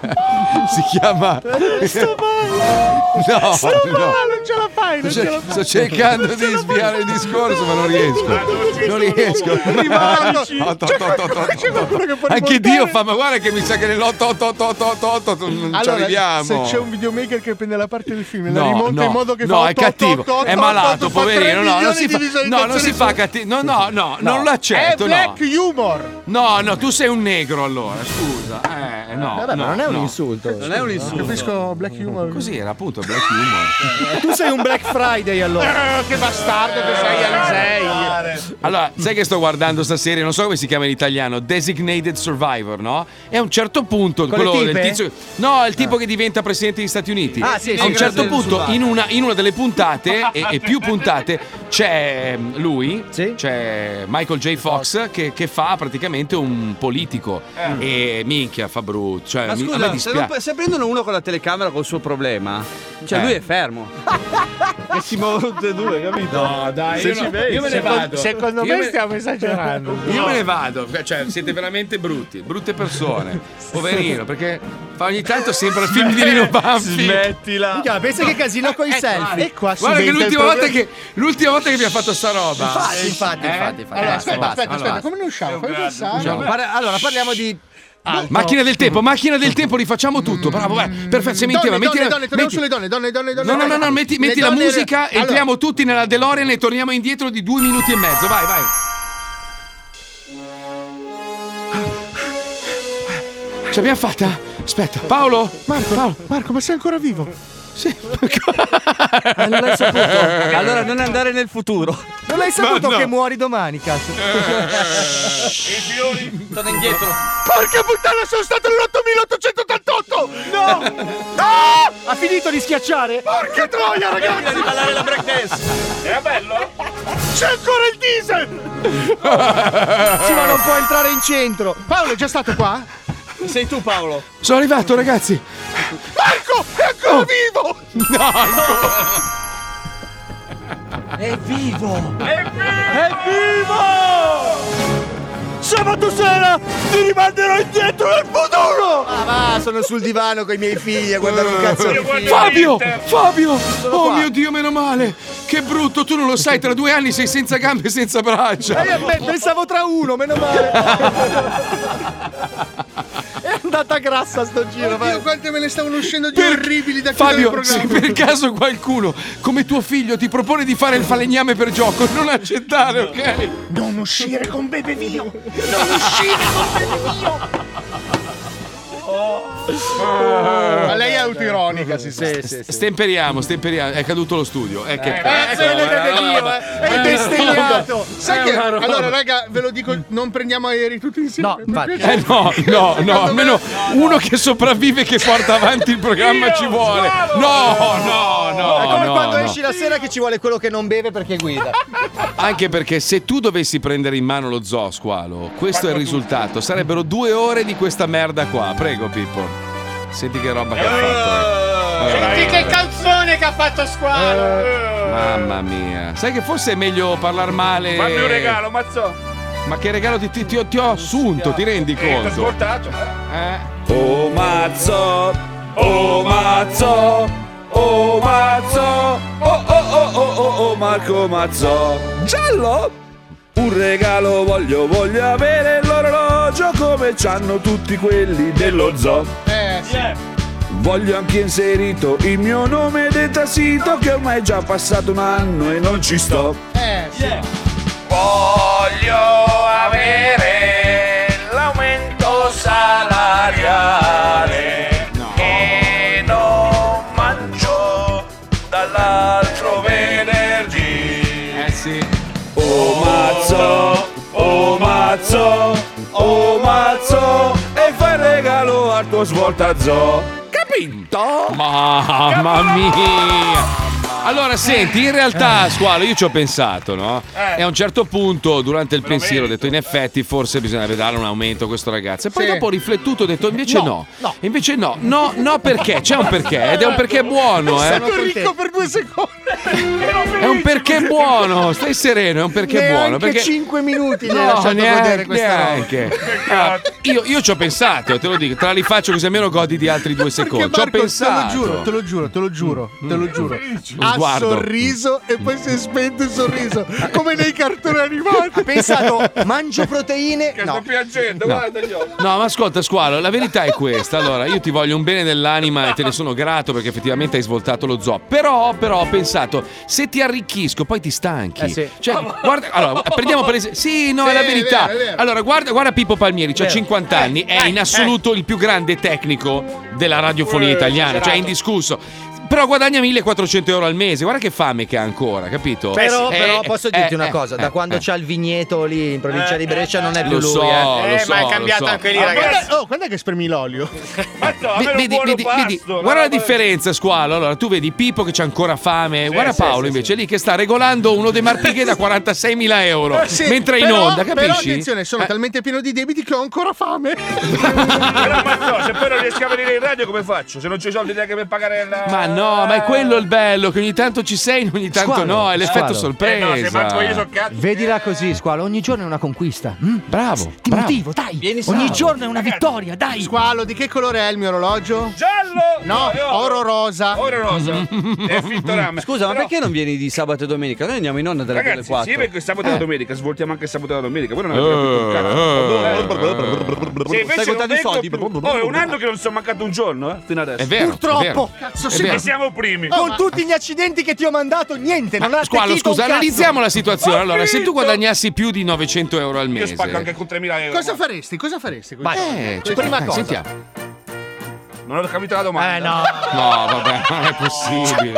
[SPEAKER 6] si chiama.
[SPEAKER 12] Sto
[SPEAKER 6] No,
[SPEAKER 5] Eh,
[SPEAKER 12] male. Sto male,
[SPEAKER 6] no.
[SPEAKER 12] non ce la fai, non
[SPEAKER 6] Sto
[SPEAKER 12] ce
[SPEAKER 6] cer-
[SPEAKER 12] la fai.
[SPEAKER 6] sto cercando di sviare il discorso, ma non
[SPEAKER 5] Ah,
[SPEAKER 6] riesco. Non riesco.
[SPEAKER 12] Arrivarci.
[SPEAKER 6] No,
[SPEAKER 5] Cioè,
[SPEAKER 6] to- to- to- to- Anche Dio fa, ma guarda che mi sa che nell'8888 non ci
[SPEAKER 5] Allora,
[SPEAKER 6] arriviamo.
[SPEAKER 5] se c'è un videomaker che prende la parte del film e la
[SPEAKER 6] No,
[SPEAKER 5] rimonta
[SPEAKER 6] no,
[SPEAKER 5] in modo che
[SPEAKER 6] no,
[SPEAKER 5] fa
[SPEAKER 6] è cattivo,
[SPEAKER 5] 8888,
[SPEAKER 6] è malato,
[SPEAKER 5] fa tre
[SPEAKER 6] poverino. No, non
[SPEAKER 5] milioni
[SPEAKER 6] si
[SPEAKER 5] di
[SPEAKER 6] fa, no, non
[SPEAKER 5] visualizzazioni
[SPEAKER 6] si fa cattivo. No, no, no, non lo accetto.
[SPEAKER 5] È
[SPEAKER 6] no.
[SPEAKER 5] black humor.
[SPEAKER 6] No, no, tu sei un negro allora, scusa. Eh, no.
[SPEAKER 5] Vabbè, ma
[SPEAKER 6] no,
[SPEAKER 5] non è un
[SPEAKER 6] no.
[SPEAKER 5] insulto. Non è un insulto. Capisco black humor.
[SPEAKER 6] Così era appunto black
[SPEAKER 11] Eh,
[SPEAKER 6] humor.
[SPEAKER 5] Tu sei un Black Friday allora. che bastardo che
[SPEAKER 11] Eh,
[SPEAKER 5] sei Alisei.
[SPEAKER 6] Allora, sai che sto guardando sta serie, non so come si chiama in italiano, Designated Survivor, no? E a un certo punto
[SPEAKER 11] Con le
[SPEAKER 6] quello del
[SPEAKER 11] tipe?
[SPEAKER 6] tizio No, il tipo che diventa presidente degli Stati Uniti.
[SPEAKER 11] Ah, sì,
[SPEAKER 6] a un
[SPEAKER 11] sì,
[SPEAKER 6] certo
[SPEAKER 11] sì,
[SPEAKER 6] punto
[SPEAKER 11] sì.
[SPEAKER 6] in una, in una delle puntate e, e più puntate c'è mm, lui, c'è Michael J. Fox che, che fa praticamente un politico e minchia fa brutto, cioè
[SPEAKER 9] Ma
[SPEAKER 6] mi- a me
[SPEAKER 9] scusa, se,
[SPEAKER 6] dispiace.
[SPEAKER 9] non- se prendono uno con la telecamera col suo problema, cioè
[SPEAKER 6] Eh.
[SPEAKER 9] lui è fermo. e si muovono tutti e due, capito?
[SPEAKER 6] No, dai, io,
[SPEAKER 9] ci
[SPEAKER 6] no-
[SPEAKER 9] pensi.
[SPEAKER 6] io me ne
[SPEAKER 9] Secondo-
[SPEAKER 6] vado.
[SPEAKER 5] secondo
[SPEAKER 6] Io
[SPEAKER 5] me stiamo esagerando.
[SPEAKER 6] Io
[SPEAKER 5] No.
[SPEAKER 6] me ne vado, cioè siete veramente brutti, brutte persone. Poverino, perché fa ogni tanto sembra il film di Lino Banfi.
[SPEAKER 7] Smettila. Minchia, pensa che casino
[SPEAKER 11] Eh,
[SPEAKER 7] coi selfie.
[SPEAKER 6] E qua Guarda che
[SPEAKER 7] diventa il
[SPEAKER 6] l'ultima, volta
[SPEAKER 7] problema-
[SPEAKER 6] che l'ultima volta che mi ha fatto sta roba.
[SPEAKER 7] Infatti, infatti, infatti, infatti.
[SPEAKER 5] Allora,
[SPEAKER 6] Eh,
[SPEAKER 5] aspetta,
[SPEAKER 6] basta,
[SPEAKER 5] aspetta,
[SPEAKER 6] allora.
[SPEAKER 5] aspetta, come ne usciamo? Fai
[SPEAKER 6] Usciamo.
[SPEAKER 5] pensare.
[SPEAKER 6] Parla-
[SPEAKER 7] allora, parliamo di
[SPEAKER 5] Alto.
[SPEAKER 6] Ah, Macchina del tempo, macchina del tempo, rifacciamo tutto. Bravo, bravo. perfetto. Se mi
[SPEAKER 5] Donne,
[SPEAKER 6] metti,
[SPEAKER 5] donne, donne,
[SPEAKER 6] la-
[SPEAKER 5] torniamo
[SPEAKER 6] metti-
[SPEAKER 5] sulle donne, donne, donne, donne.
[SPEAKER 6] No, no, no,
[SPEAKER 5] donne.
[SPEAKER 6] no, metti,
[SPEAKER 5] Le
[SPEAKER 6] metti la
[SPEAKER 5] donne-
[SPEAKER 6] musica,
[SPEAKER 5] Allora,
[SPEAKER 6] entriamo tutti nella DeLorean e torniamo indietro di due minuti e mezzo. Vai, vai. Ce l'abbiamo fatta? Aspetta, Paolo?
[SPEAKER 5] Marco,
[SPEAKER 6] Paolo.
[SPEAKER 5] Marco, ma sei ancora vivo?
[SPEAKER 6] Sì.
[SPEAKER 9] Non l'hai saputo. Allora non andare nel futuro.
[SPEAKER 7] Non l'hai saputo
[SPEAKER 9] Ma no.
[SPEAKER 7] che muori domani, cazzo.
[SPEAKER 11] Eh.
[SPEAKER 12] Eh,
[SPEAKER 9] Torna indietro.
[SPEAKER 5] Porca puttana, sono stato nell'8888!
[SPEAKER 7] No! Ha finito di schiacciare?
[SPEAKER 5] Porca troia, ragazzi!
[SPEAKER 7] Devi ballare la
[SPEAKER 9] breakdance.
[SPEAKER 7] Era bello?
[SPEAKER 5] C'è ancora il diesel!
[SPEAKER 7] Sì, ma non può entrare in centro.
[SPEAKER 5] Eh. Paolo è già stato qua?
[SPEAKER 9] Sei tu Paolo.
[SPEAKER 6] Sono arrivato, ragazzi.
[SPEAKER 5] Marco, ecco, è ancora
[SPEAKER 6] Oh.
[SPEAKER 5] vivo!
[SPEAKER 7] È vivo! È vivo! È vivo! Sabato sera ti rimanderò indietro nel futuro! Ah, va, sono sul divano con i miei figli a guardare un cazzo di film.
[SPEAKER 6] Fabio! Fabio!
[SPEAKER 7] Sono
[SPEAKER 6] Oh
[SPEAKER 7] qua.
[SPEAKER 6] mio Dio, meno male! Che brutto, tu non lo sai, tra due anni sei senza gambe e senza braccia.
[SPEAKER 7] Eh, io pe- pensavo tra uno, meno male. È andata grassa sto giro, vai.
[SPEAKER 5] Oddio, quante me ne stavano uscendo di orribili da chiudere il
[SPEAKER 6] Fabio, se
[SPEAKER 5] programma.
[SPEAKER 6] per caso qualcuno come tuo figlio ti propone di fare il falegname per gioco, non accettare, ok?
[SPEAKER 5] Non uscire con Bebe Vio! Non uscire con Bebe Vio! Ma lei è autoironica, si sente.
[SPEAKER 6] Stemperiamo, stemperiamo. È caduto lo studio. È che...
[SPEAKER 5] Eh,
[SPEAKER 6] ecco,
[SPEAKER 5] Cazzo, è
[SPEAKER 12] Eh,
[SPEAKER 6] È
[SPEAKER 5] È
[SPEAKER 6] bestemmiato.
[SPEAKER 5] Sai
[SPEAKER 6] È
[SPEAKER 5] che
[SPEAKER 6] una roba.
[SPEAKER 5] allora, raga, ve lo dico, non prendiamo aerei tutti insieme. No,
[SPEAKER 6] Eh no, no, no, almeno uno che sopravvive e che porta avanti il programma ci vuole. No, no, no.
[SPEAKER 7] È come
[SPEAKER 6] no,
[SPEAKER 7] quando
[SPEAKER 6] no. Boh.
[SPEAKER 7] esci la sera che ci vuole quello che non beve perché guida.
[SPEAKER 6] Anche perché se tu dovessi prendere in mano lo zoo, squalo, questo è il risultato. Sarebbero due ore di questa merda qua. Prego, Pippo. Senti che roba che ha fatto. eh.
[SPEAKER 10] Senti che calzone che ha fatto squalo. Eh.
[SPEAKER 6] Mamma mia. Sai che forse è meglio parlare
[SPEAKER 13] Eh.
[SPEAKER 6] male.
[SPEAKER 10] Fammi un regalo, mazzo.
[SPEAKER 6] Ma che regalo ti, ti- ti ho, ti ho assunto, ti
[SPEAKER 10] Eh,
[SPEAKER 12] Eh,
[SPEAKER 6] rendi conto?
[SPEAKER 12] Oh mazzo, oh mazzo, oh mazzo, oh oh oh oh oh, oh Marco Mazzo. Giallo? Un regalo voglio, voglio avere l'orologio come c'hanno tutti quelli dello zoo.
[SPEAKER 5] Eh, sì.
[SPEAKER 12] Voglio anche inserito il mio nome del tassito che ormai è già passato un anno e non ci sto.
[SPEAKER 5] Eh, sì.
[SPEAKER 12] voglio avere l'aumento salariale che non mangio dall'altro venerdì. Eh sì. Oh mazzo, oh mazzo, oh mazzo e fai regalo al tuo svoltazzo. Capito?
[SPEAKER 6] Mamma mia!
[SPEAKER 5] Eh.
[SPEAKER 6] Allora, senti, in realtà, Squalo, io ci ho pensato, no?
[SPEAKER 5] Eh.
[SPEAKER 6] E a un certo punto, durante il pensiero, ho detto, in effetti, forse bisognerebbe dare un aumento a questo ragazzo. E poi
[SPEAKER 12] Sì.
[SPEAKER 6] dopo ho riflettuto, ho detto, invece no.
[SPEAKER 12] no.
[SPEAKER 6] E Invece no, no, no perché, c'è un perché, ed è un perché buono, eh.
[SPEAKER 12] Sono ricco per due secondi.
[SPEAKER 6] È un perché buono, stai sereno, è un perché buono. Perché...
[SPEAKER 11] 5 minuti
[SPEAKER 6] No,
[SPEAKER 11] mi hai lasciato
[SPEAKER 6] neanche,
[SPEAKER 11] godere questa roba.
[SPEAKER 6] neanche. Ah, io, io ci ho pensato, te lo dico, te la rifaccio così almeno godi di altri due secondi. Ci ho
[SPEAKER 5] Marco, te lo
[SPEAKER 6] pensato. Mm.
[SPEAKER 5] giuro, te lo giuro, te lo giuro, te lo giuro.
[SPEAKER 6] Lo
[SPEAKER 5] Ha
[SPEAKER 6] sguardo.
[SPEAKER 5] sorriso e poi si è spento il sorriso, come nei cartoni animati. Ha
[SPEAKER 7] pensato, mangio proteine. Che sto
[SPEAKER 12] piangendo,
[SPEAKER 6] No.
[SPEAKER 12] guarda gli occhi.
[SPEAKER 6] No, ma ascolta, Squalo, la verità è questa. Allora, io ti voglio un bene dell'anima e te ne sono grato perché effettivamente hai svoltato lo zoo. Però, però, ho pensato, se ti arricchisco, poi ti stanchi.
[SPEAKER 12] Eh sì.
[SPEAKER 6] Cioè, guarda, allora, prendiamo per esempio. Sì, no,
[SPEAKER 12] Sì,
[SPEAKER 6] è la
[SPEAKER 12] è
[SPEAKER 6] verità.
[SPEAKER 12] vero, è vero.
[SPEAKER 6] Allora, guarda, guarda Pippo Palmieri, c'ha
[SPEAKER 12] Vero.
[SPEAKER 6] 50 anni, è
[SPEAKER 12] eh,
[SPEAKER 6] in assoluto il più grande tecnico della radiofonia
[SPEAKER 12] Eh,
[SPEAKER 6] italiana, cioè
[SPEAKER 12] esagerato.
[SPEAKER 6] è indiscusso. Però guadagna 1400 euro al mese, guarda che fame che ha ancora, capito?
[SPEAKER 11] Però,
[SPEAKER 6] Eh,
[SPEAKER 11] però posso
[SPEAKER 6] eh,
[SPEAKER 11] dirti una
[SPEAKER 6] eh,
[SPEAKER 11] cosa,
[SPEAKER 6] eh,
[SPEAKER 11] da quando
[SPEAKER 6] eh.
[SPEAKER 11] c'ha il vigneto lì in provincia di Brescia non è più
[SPEAKER 6] Lo
[SPEAKER 11] lui,
[SPEAKER 6] so,
[SPEAKER 11] eh.
[SPEAKER 6] lo Eh, ma è so, cambiato lo so. anche lì, ragazzi.
[SPEAKER 5] Oh, quando è che spremi l'olio?
[SPEAKER 6] Ve- vedi, vedi, vedi, guarda la differenza, squalo. Allora, tu vedi Pippo che c'è ancora fame. guarda
[SPEAKER 12] sì,
[SPEAKER 6] Paolo
[SPEAKER 12] sì,
[SPEAKER 6] invece lì che sta regolando uno dei martighe da 46.000 euro.
[SPEAKER 5] Eh sì,
[SPEAKER 6] mentre è in
[SPEAKER 5] però-
[SPEAKER 6] onda,
[SPEAKER 5] Però
[SPEAKER 6] capisci? Eh,
[SPEAKER 5] attenzione, sono talmente pieno di debiti che ho ancora fame.
[SPEAKER 12] No, se poi non riesco a venire in radio come faccio? Se non c'ho i soldi neanche per pagare la...
[SPEAKER 6] Ma no, ma è quello il bello, che ogni tanto ci sei, ogni tanto
[SPEAKER 11] Squalo,
[SPEAKER 6] no, è
[SPEAKER 11] squalo.
[SPEAKER 6] l'effetto sorpresa.
[SPEAKER 12] Eh,
[SPEAKER 11] Eh Vedila così, squalo, ogni giorno è una conquista. Mm?
[SPEAKER 6] Bravo,
[SPEAKER 11] Ti
[SPEAKER 6] bravo.
[SPEAKER 11] motivo, dai.
[SPEAKER 5] Vieni
[SPEAKER 11] ogni
[SPEAKER 5] salvo.
[SPEAKER 11] giorno è una vittoria, dai.
[SPEAKER 5] Squalo, di che colore è il mio orologio?
[SPEAKER 12] Giallo!
[SPEAKER 5] No, oro rosa.
[SPEAKER 12] Oro rosa. È fittorame.
[SPEAKER 9] Mm. Scusa, ma
[SPEAKER 12] Però-
[SPEAKER 9] perché non vieni di sabato e domenica? Noi andiamo in onda dalle
[SPEAKER 12] Ragazzi,
[SPEAKER 9] 4.
[SPEAKER 12] sì, perché sabato
[SPEAKER 6] Eh.
[SPEAKER 12] e la domenica svoltiamo anche sabato e la domenica. Voi non avete capito un
[SPEAKER 6] eh,
[SPEAKER 12] cazzo.
[SPEAKER 9] Eh,
[SPEAKER 12] Se
[SPEAKER 9] eh.
[SPEAKER 12] invece non
[SPEAKER 9] Stai contando i
[SPEAKER 12] vengo
[SPEAKER 9] soldi?
[SPEAKER 12] più- Oh, è un anno che non sono mancato un giorno, eh, fino adesso.
[SPEAKER 6] È vero,
[SPEAKER 11] Purtroppo, è vero.
[SPEAKER 12] cazzo,
[SPEAKER 11] cazzo,
[SPEAKER 12] sì,
[SPEAKER 11] sì.
[SPEAKER 12] che siamo primi.
[SPEAKER 11] Con tutti gli accidenti che ti ho mandato, niente, non ha
[SPEAKER 6] Squalo,
[SPEAKER 11] attecchito un
[SPEAKER 6] scusa,
[SPEAKER 11] cazzo.
[SPEAKER 6] analizziamo la situazione.
[SPEAKER 11] Ho
[SPEAKER 6] Allora, se tu
[SPEAKER 11] finito.
[SPEAKER 6] guadagnassi più di 900 euro al mese, eh,
[SPEAKER 12] spacco anche con 3.000 euro.
[SPEAKER 5] Cosa faresti? Cosa faresti? con i
[SPEAKER 6] Vai.
[SPEAKER 5] soldi?
[SPEAKER 6] Eh,
[SPEAKER 5] Questa
[SPEAKER 6] cioè,
[SPEAKER 5] prima
[SPEAKER 6] dai,
[SPEAKER 5] cosa.
[SPEAKER 6] sentiamo.
[SPEAKER 12] Non ho capito la domanda. Eh no.
[SPEAKER 6] No, vabbè, non è possibile.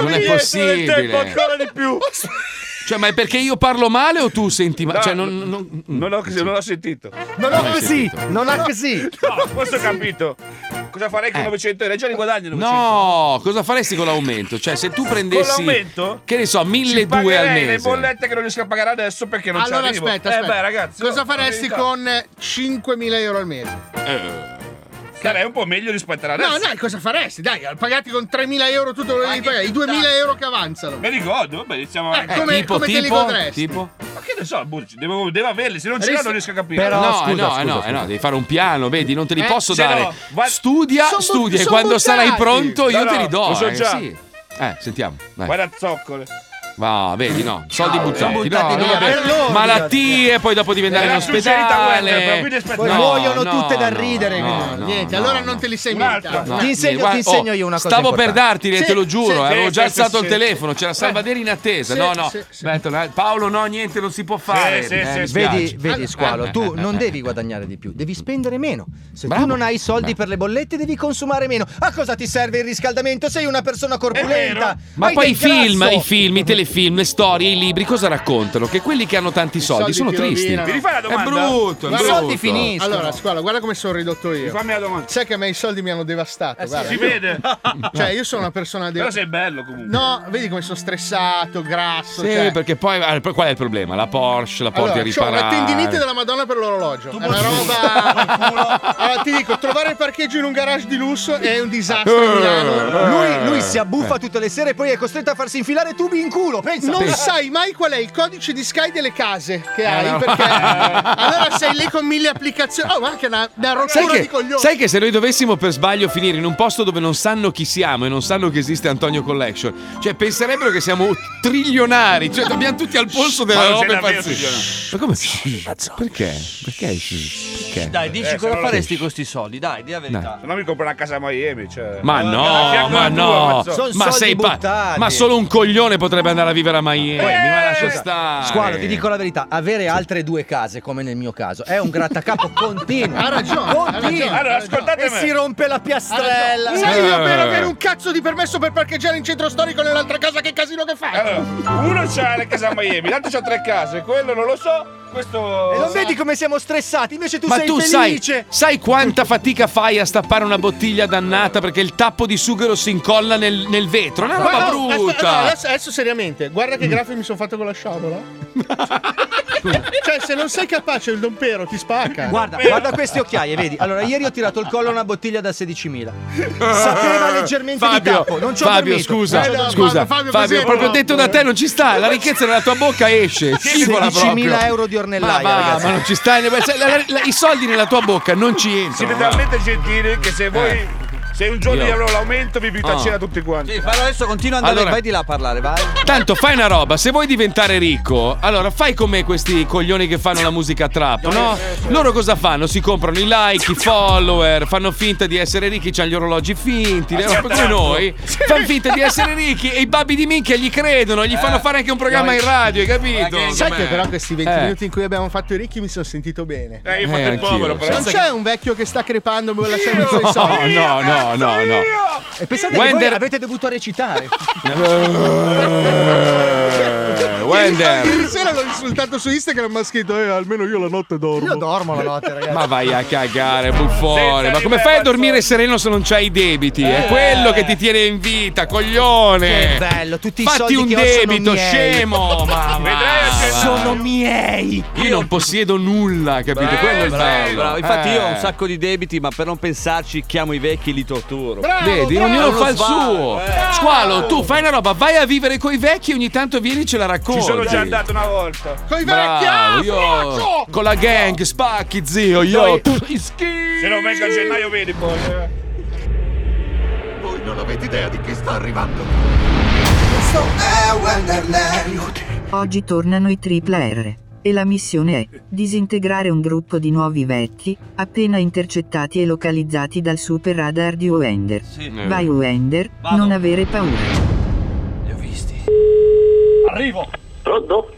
[SPEAKER 6] Non è possibile.
[SPEAKER 12] di più.
[SPEAKER 6] Cioè, ma è perché io parlo male o tu senti male? Cioè, non, non-
[SPEAKER 12] Non ho, non l'ho sentito.
[SPEAKER 6] Non ho Non l'hai così, sentito. non ho
[SPEAKER 12] così. No, questo ho capito. Cosa farei con 900 euro? Già li guadagno 900
[SPEAKER 6] Eh. No, cosa faresti con l'aumento? Cioè, se tu prendessi.
[SPEAKER 12] Con l'aumento?
[SPEAKER 6] Che ne so,
[SPEAKER 12] Ci
[SPEAKER 6] 1200 al
[SPEAKER 12] pagherei le
[SPEAKER 6] mese.
[SPEAKER 12] bollette che non riesco a pagare adesso perché non
[SPEAKER 5] Allora
[SPEAKER 12] ci arrivo.
[SPEAKER 5] aspetta,
[SPEAKER 12] Eh,
[SPEAKER 5] aspetta.
[SPEAKER 12] beh, ragazzi,
[SPEAKER 5] Cosa
[SPEAKER 12] no,
[SPEAKER 5] faresti
[SPEAKER 12] verità.
[SPEAKER 5] con eh, 5.000 euro al mese?
[SPEAKER 6] Eh,
[SPEAKER 12] Starei un po' meglio rispetto alla
[SPEAKER 5] No,
[SPEAKER 12] adesso.
[SPEAKER 5] dai, cosa faresti? Dai, pagati con 3.000 euro tutto quello che devi pagare, i 2.000 euro che avanzano.
[SPEAKER 12] Me li godo, vabbè, iniziamo
[SPEAKER 5] Eh, come- Tipo, come te li tipo, godresti?
[SPEAKER 6] tipo?
[SPEAKER 12] Ma che ne so, Burci, devo, devo averli, se non ce
[SPEAKER 5] Adesso-
[SPEAKER 12] l'ho non riesco a capire.
[SPEAKER 6] no, eh no, eh no, eh no, devi fare un piano, vedi, non te li
[SPEAKER 12] Eh,
[SPEAKER 6] posso
[SPEAKER 12] se
[SPEAKER 6] dare.
[SPEAKER 12] no, va-
[SPEAKER 6] Studia,
[SPEAKER 12] Sono bu-
[SPEAKER 6] studia, e
[SPEAKER 12] sono
[SPEAKER 6] quando sarai
[SPEAKER 12] buttati.
[SPEAKER 6] pronto io
[SPEAKER 12] No,
[SPEAKER 6] te
[SPEAKER 12] no,
[SPEAKER 6] li do.
[SPEAKER 12] lo so
[SPEAKER 6] eh,
[SPEAKER 12] già.
[SPEAKER 6] sì. Eh, sentiamo. Dai.
[SPEAKER 12] Guarda zoccole.
[SPEAKER 6] Va, vedi, no, soldi
[SPEAKER 12] Ciao,
[SPEAKER 6] buttati.
[SPEAKER 12] sono buttati
[SPEAKER 6] no, no,
[SPEAKER 12] via,
[SPEAKER 6] vabbè.
[SPEAKER 12] per loro,
[SPEAKER 6] Malattie, poi dopo diventare in
[SPEAKER 12] Era sincerità, Walter, però
[SPEAKER 6] ospedale.
[SPEAKER 12] quindi aspetta-
[SPEAKER 6] Poi
[SPEAKER 12] No,
[SPEAKER 6] muoiono
[SPEAKER 12] no,
[SPEAKER 6] tutte da
[SPEAKER 12] no,
[SPEAKER 6] ridere.
[SPEAKER 12] no,
[SPEAKER 6] no,
[SPEAKER 5] Niente,
[SPEAKER 6] no,
[SPEAKER 5] allora
[SPEAKER 6] no.
[SPEAKER 5] non te li sei
[SPEAKER 12] Un'altra.
[SPEAKER 5] meritato.
[SPEAKER 6] No,
[SPEAKER 11] Ti insegno-
[SPEAKER 6] guarda, oh,
[SPEAKER 11] ti insegno io una cosa
[SPEAKER 6] Stavo
[SPEAKER 11] importante.
[SPEAKER 6] per darti,
[SPEAKER 11] Sì,
[SPEAKER 6] te lo giuro, eh,
[SPEAKER 11] sì,
[SPEAKER 6] avevo
[SPEAKER 11] sì,
[SPEAKER 6] già
[SPEAKER 11] sì, sì,
[SPEAKER 6] alzato il
[SPEAKER 11] sì.
[SPEAKER 6] telefono,
[SPEAKER 5] Eh.
[SPEAKER 6] c'era Salvaderi in attesa.
[SPEAKER 11] Sì,
[SPEAKER 6] no, no.
[SPEAKER 11] sì, sì.
[SPEAKER 6] Aspetta, no, Paolo, no, niente, non si può fare. Eh, mi
[SPEAKER 11] vedi,
[SPEAKER 6] spiace.
[SPEAKER 11] vedi, squalo,
[SPEAKER 6] Eh,
[SPEAKER 11] tu
[SPEAKER 6] eh,
[SPEAKER 11] non
[SPEAKER 6] eh,
[SPEAKER 11] devi guadagnare di più, devi spendere meno. Se tu non hai i soldi per le bollette, devi consumare meno. A cosa ti serve il riscaldamento? Sei una persona corpulenta.
[SPEAKER 6] Ma
[SPEAKER 11] Hai
[SPEAKER 6] poi
[SPEAKER 11] del
[SPEAKER 6] i film,
[SPEAKER 11] grasso.
[SPEAKER 6] i film, i telefilm, le storie, i libri, cosa raccontano? Che quelli che hanno tanti soldi, sono tristi. È brutto, è brutto.
[SPEAKER 5] Allora, squalo, guarda come sono ridotto io.
[SPEAKER 12] Fammi la domanda. Eh
[SPEAKER 5] Sai che a me i soldi mi hanno devastato. guarda.
[SPEAKER 12] si vede.
[SPEAKER 5] cioè, io sono una persona. De-
[SPEAKER 12] Però sei bello comunque.
[SPEAKER 5] No, vedi come sono stressato, grasso.
[SPEAKER 6] Eh, Sì,
[SPEAKER 5] cioè.
[SPEAKER 6] perché poi ah, poi qual è il problema? La Porsce la porti
[SPEAKER 5] Allora,
[SPEAKER 6] a
[SPEAKER 5] c'ho una
[SPEAKER 11] cioè,
[SPEAKER 6] riparare.
[SPEAKER 5] tendinite della Madonna per l'orologio. È una roba. allora, ti dico, trovare il parcheggio in un garage di lusso è un disastro. a
[SPEAKER 6] Eh.
[SPEAKER 5] Milano.
[SPEAKER 11] Lui, lui si abbuffa tutte le sere e poi è costretto a farsi infilare tubi in culo. Pensa.
[SPEAKER 5] Non
[SPEAKER 11] Pensa.
[SPEAKER 5] sai mai qual è il codice di Sky delle case che hai,
[SPEAKER 6] Eh.
[SPEAKER 11] no.
[SPEAKER 5] perché allora sei lì con mille applicazioni. Oh, ma che è una, una
[SPEAKER 6] Sai
[SPEAKER 5] rottura di
[SPEAKER 6] che,
[SPEAKER 5] coglioni.
[SPEAKER 6] sai che se noi dovessimo per sbaglio finire in un posto dove non sanno chi siamo e non sanno che esiste Antonio Collection, cioè penserebbero che siamo trillionari, cioè abbiamo tutti al polso
[SPEAKER 12] Ma
[SPEAKER 6] della
[SPEAKER 12] non sei
[SPEAKER 6] roba
[SPEAKER 12] davvero
[SPEAKER 6] pazzesca. Ma come? Eh, Perché? Perché?
[SPEAKER 8] Perché?
[SPEAKER 9] Dai, dici
[SPEAKER 12] Eh, se
[SPEAKER 9] cosa
[SPEAKER 12] no lo
[SPEAKER 9] faresti con questi soldi? Dai, di la verità.
[SPEAKER 12] Se no mi compro una casa a Miami. Cioè.
[SPEAKER 6] Eh. Ma no, ma no, ma sei pa- Ma solo un coglione potrebbe andare a vivere a Miami. Eh, ma lascia stare.
[SPEAKER 11] Eh, Squalo, ti dico la verità: avere altre due case, come nel mio caso, è un grattacapo continuo.
[SPEAKER 5] Ha ragione, ha
[SPEAKER 11] Continuo.
[SPEAKER 5] ragione. Allora, ascoltate
[SPEAKER 11] E
[SPEAKER 5] me.
[SPEAKER 11] si rompe la piastrella.
[SPEAKER 5] Ah, no. Sai
[SPEAKER 6] Eh.
[SPEAKER 5] io per avere un cazzo di permesso per parcheggiare in centro storico nell'altra casa che casino che fai?
[SPEAKER 12] Uno c'ha la casa a Miami, l'altro c'ha tre case, quello non lo so, questo...
[SPEAKER 11] E non vedi come siamo stressati? Invece tu
[SPEAKER 6] ma
[SPEAKER 11] sei
[SPEAKER 6] tu sai,
[SPEAKER 11] felice.
[SPEAKER 6] sai quanta fatica fai a stappare una bottiglia dannata perché il tappo di sughero si incolla nel, nel vetro? Una roba
[SPEAKER 5] Guarda, adesso- no,
[SPEAKER 6] brutta. Mm.
[SPEAKER 5] adesso, adesso seriamente, guarda che grafi mi sono fatto con la sciabola. cioè, se non sei capace, il dompero ti spacca.
[SPEAKER 11] Guarda, guarda queste occhiaie, vedi? Allora, ieri ho tirato il collo a una bottiglia da 16.000. Sapeva leggermente di
[SPEAKER 6] Fabio,
[SPEAKER 11] tappo, Oh, non ci ho
[SPEAKER 6] Fabio,
[SPEAKER 11] dormito.
[SPEAKER 6] scusa,
[SPEAKER 11] Eh, no,
[SPEAKER 6] scusa,
[SPEAKER 11] guarda, Fabio,
[SPEAKER 6] Fabio,
[SPEAKER 11] così- eh.
[SPEAKER 6] proprio detto da te non ci sta, la ricchezza dalla tua bocca esce, scivola proprio.
[SPEAKER 11] 16.000 euro di ornellaia,
[SPEAKER 6] ma, va,
[SPEAKER 11] ragazzi.
[SPEAKER 6] ma non ci stai, cioè, la- la- la- i soldi nella tua bocca non ci entrano.
[SPEAKER 12] Siete
[SPEAKER 6] guarda.
[SPEAKER 12] talmente gentili che se voi...
[SPEAKER 6] Eh.
[SPEAKER 12] Se un giorno
[SPEAKER 6] Io.
[SPEAKER 12] gli avrò l'aumento vi invito
[SPEAKER 6] Ah.
[SPEAKER 12] a cena tutti quanti.
[SPEAKER 9] Sì, fallo adesso, continua a andare,
[SPEAKER 6] Allora-
[SPEAKER 9] vai di là a parlare, vai.
[SPEAKER 6] Tanto fai una roba, se vuoi diventare ricco, allora fai come questi coglioni che fanno la musica trap,
[SPEAKER 5] eh,
[SPEAKER 6] no? Loro cosa fanno? Si comprano i like, i follower, fanno finta di essere ricchi, hanno gli orologi finti, le robe come noi. Fanno finta di essere ricchi e i babbi di minchia gli credono, gli
[SPEAKER 5] Eh.
[SPEAKER 6] fanno fare anche un programma in radio, hai capito?
[SPEAKER 5] Sai che
[SPEAKER 6] Com'è?
[SPEAKER 5] però questi 20
[SPEAKER 6] Eh.
[SPEAKER 5] minuti in cui abbiamo fatto i ricchi mi sono sentito bene.
[SPEAKER 12] Eh, io
[SPEAKER 6] ho fatto Eh, il anch'io, povero, però.
[SPEAKER 5] Non
[SPEAKER 6] senza
[SPEAKER 5] c'è un vecchio che sta crepando, vuole lasciarmi i suoi
[SPEAKER 6] No,
[SPEAKER 5] soldi.
[SPEAKER 6] no, no, no, no.
[SPEAKER 11] E pensate che
[SPEAKER 6] Wender-
[SPEAKER 11] voi avete dovuto recitare.
[SPEAKER 6] Eh,
[SPEAKER 5] Ieri
[SPEAKER 6] Wender.
[SPEAKER 5] sera l'ho insultato su Instagram, ma ha scritto, eh, almeno io la notte dormo. Io dormo la notte, ragazzi.
[SPEAKER 6] Ma vai a cagare, buffone. Ma come fai a dormire sereno se non c'hai i debiti? È quello che ti tiene in vita, coglione.
[SPEAKER 11] Che bello, tutti i
[SPEAKER 6] Eh.
[SPEAKER 11] soldi
[SPEAKER 6] Fatti un
[SPEAKER 11] che ho sono
[SPEAKER 6] debito,
[SPEAKER 11] miei.
[SPEAKER 6] scemo.
[SPEAKER 7] Ah,
[SPEAKER 6] Ma,
[SPEAKER 11] Vedrai a gennaio. Sono
[SPEAKER 6] miei. Io non possiedo nulla, capito? quello è il bello.
[SPEAKER 9] Eh, bravo. Infatti, io ho un
[SPEAKER 6] Eh.
[SPEAKER 9] sacco di debiti, ma per non pensarci, chiamo i vecchi e li torturo.
[SPEAKER 6] Vedi,
[SPEAKER 9] È
[SPEAKER 6] ognuno
[SPEAKER 9] uno
[SPEAKER 6] fa il
[SPEAKER 9] svago,
[SPEAKER 6] suo.
[SPEAKER 9] eh.
[SPEAKER 6] Squalo, tu fai una roba, vai a vivere coi vecchi, ogni tanto vieni e ce la racconti.
[SPEAKER 12] Ci sono già andato una volta.
[SPEAKER 5] Coi
[SPEAKER 12] ah,
[SPEAKER 6] Bravo, io con la gang, spacchi zio, io
[SPEAKER 12] Se non vengo a gennaio vedi poi. eh. Voi non avete idea di chi sta arrivando.
[SPEAKER 31] Questo è Wonderland. Oggi tornano i Triple R. E la missione è disintegrare un gruppo di nuovi vecchi, appena intercettati e localizzati dal super radar di Wender.
[SPEAKER 16] Eh.
[SPEAKER 31] Vai Wender,
[SPEAKER 16] Vado.
[SPEAKER 31] non avere paura.
[SPEAKER 16] Li ho visti. Arrivo. Pronto?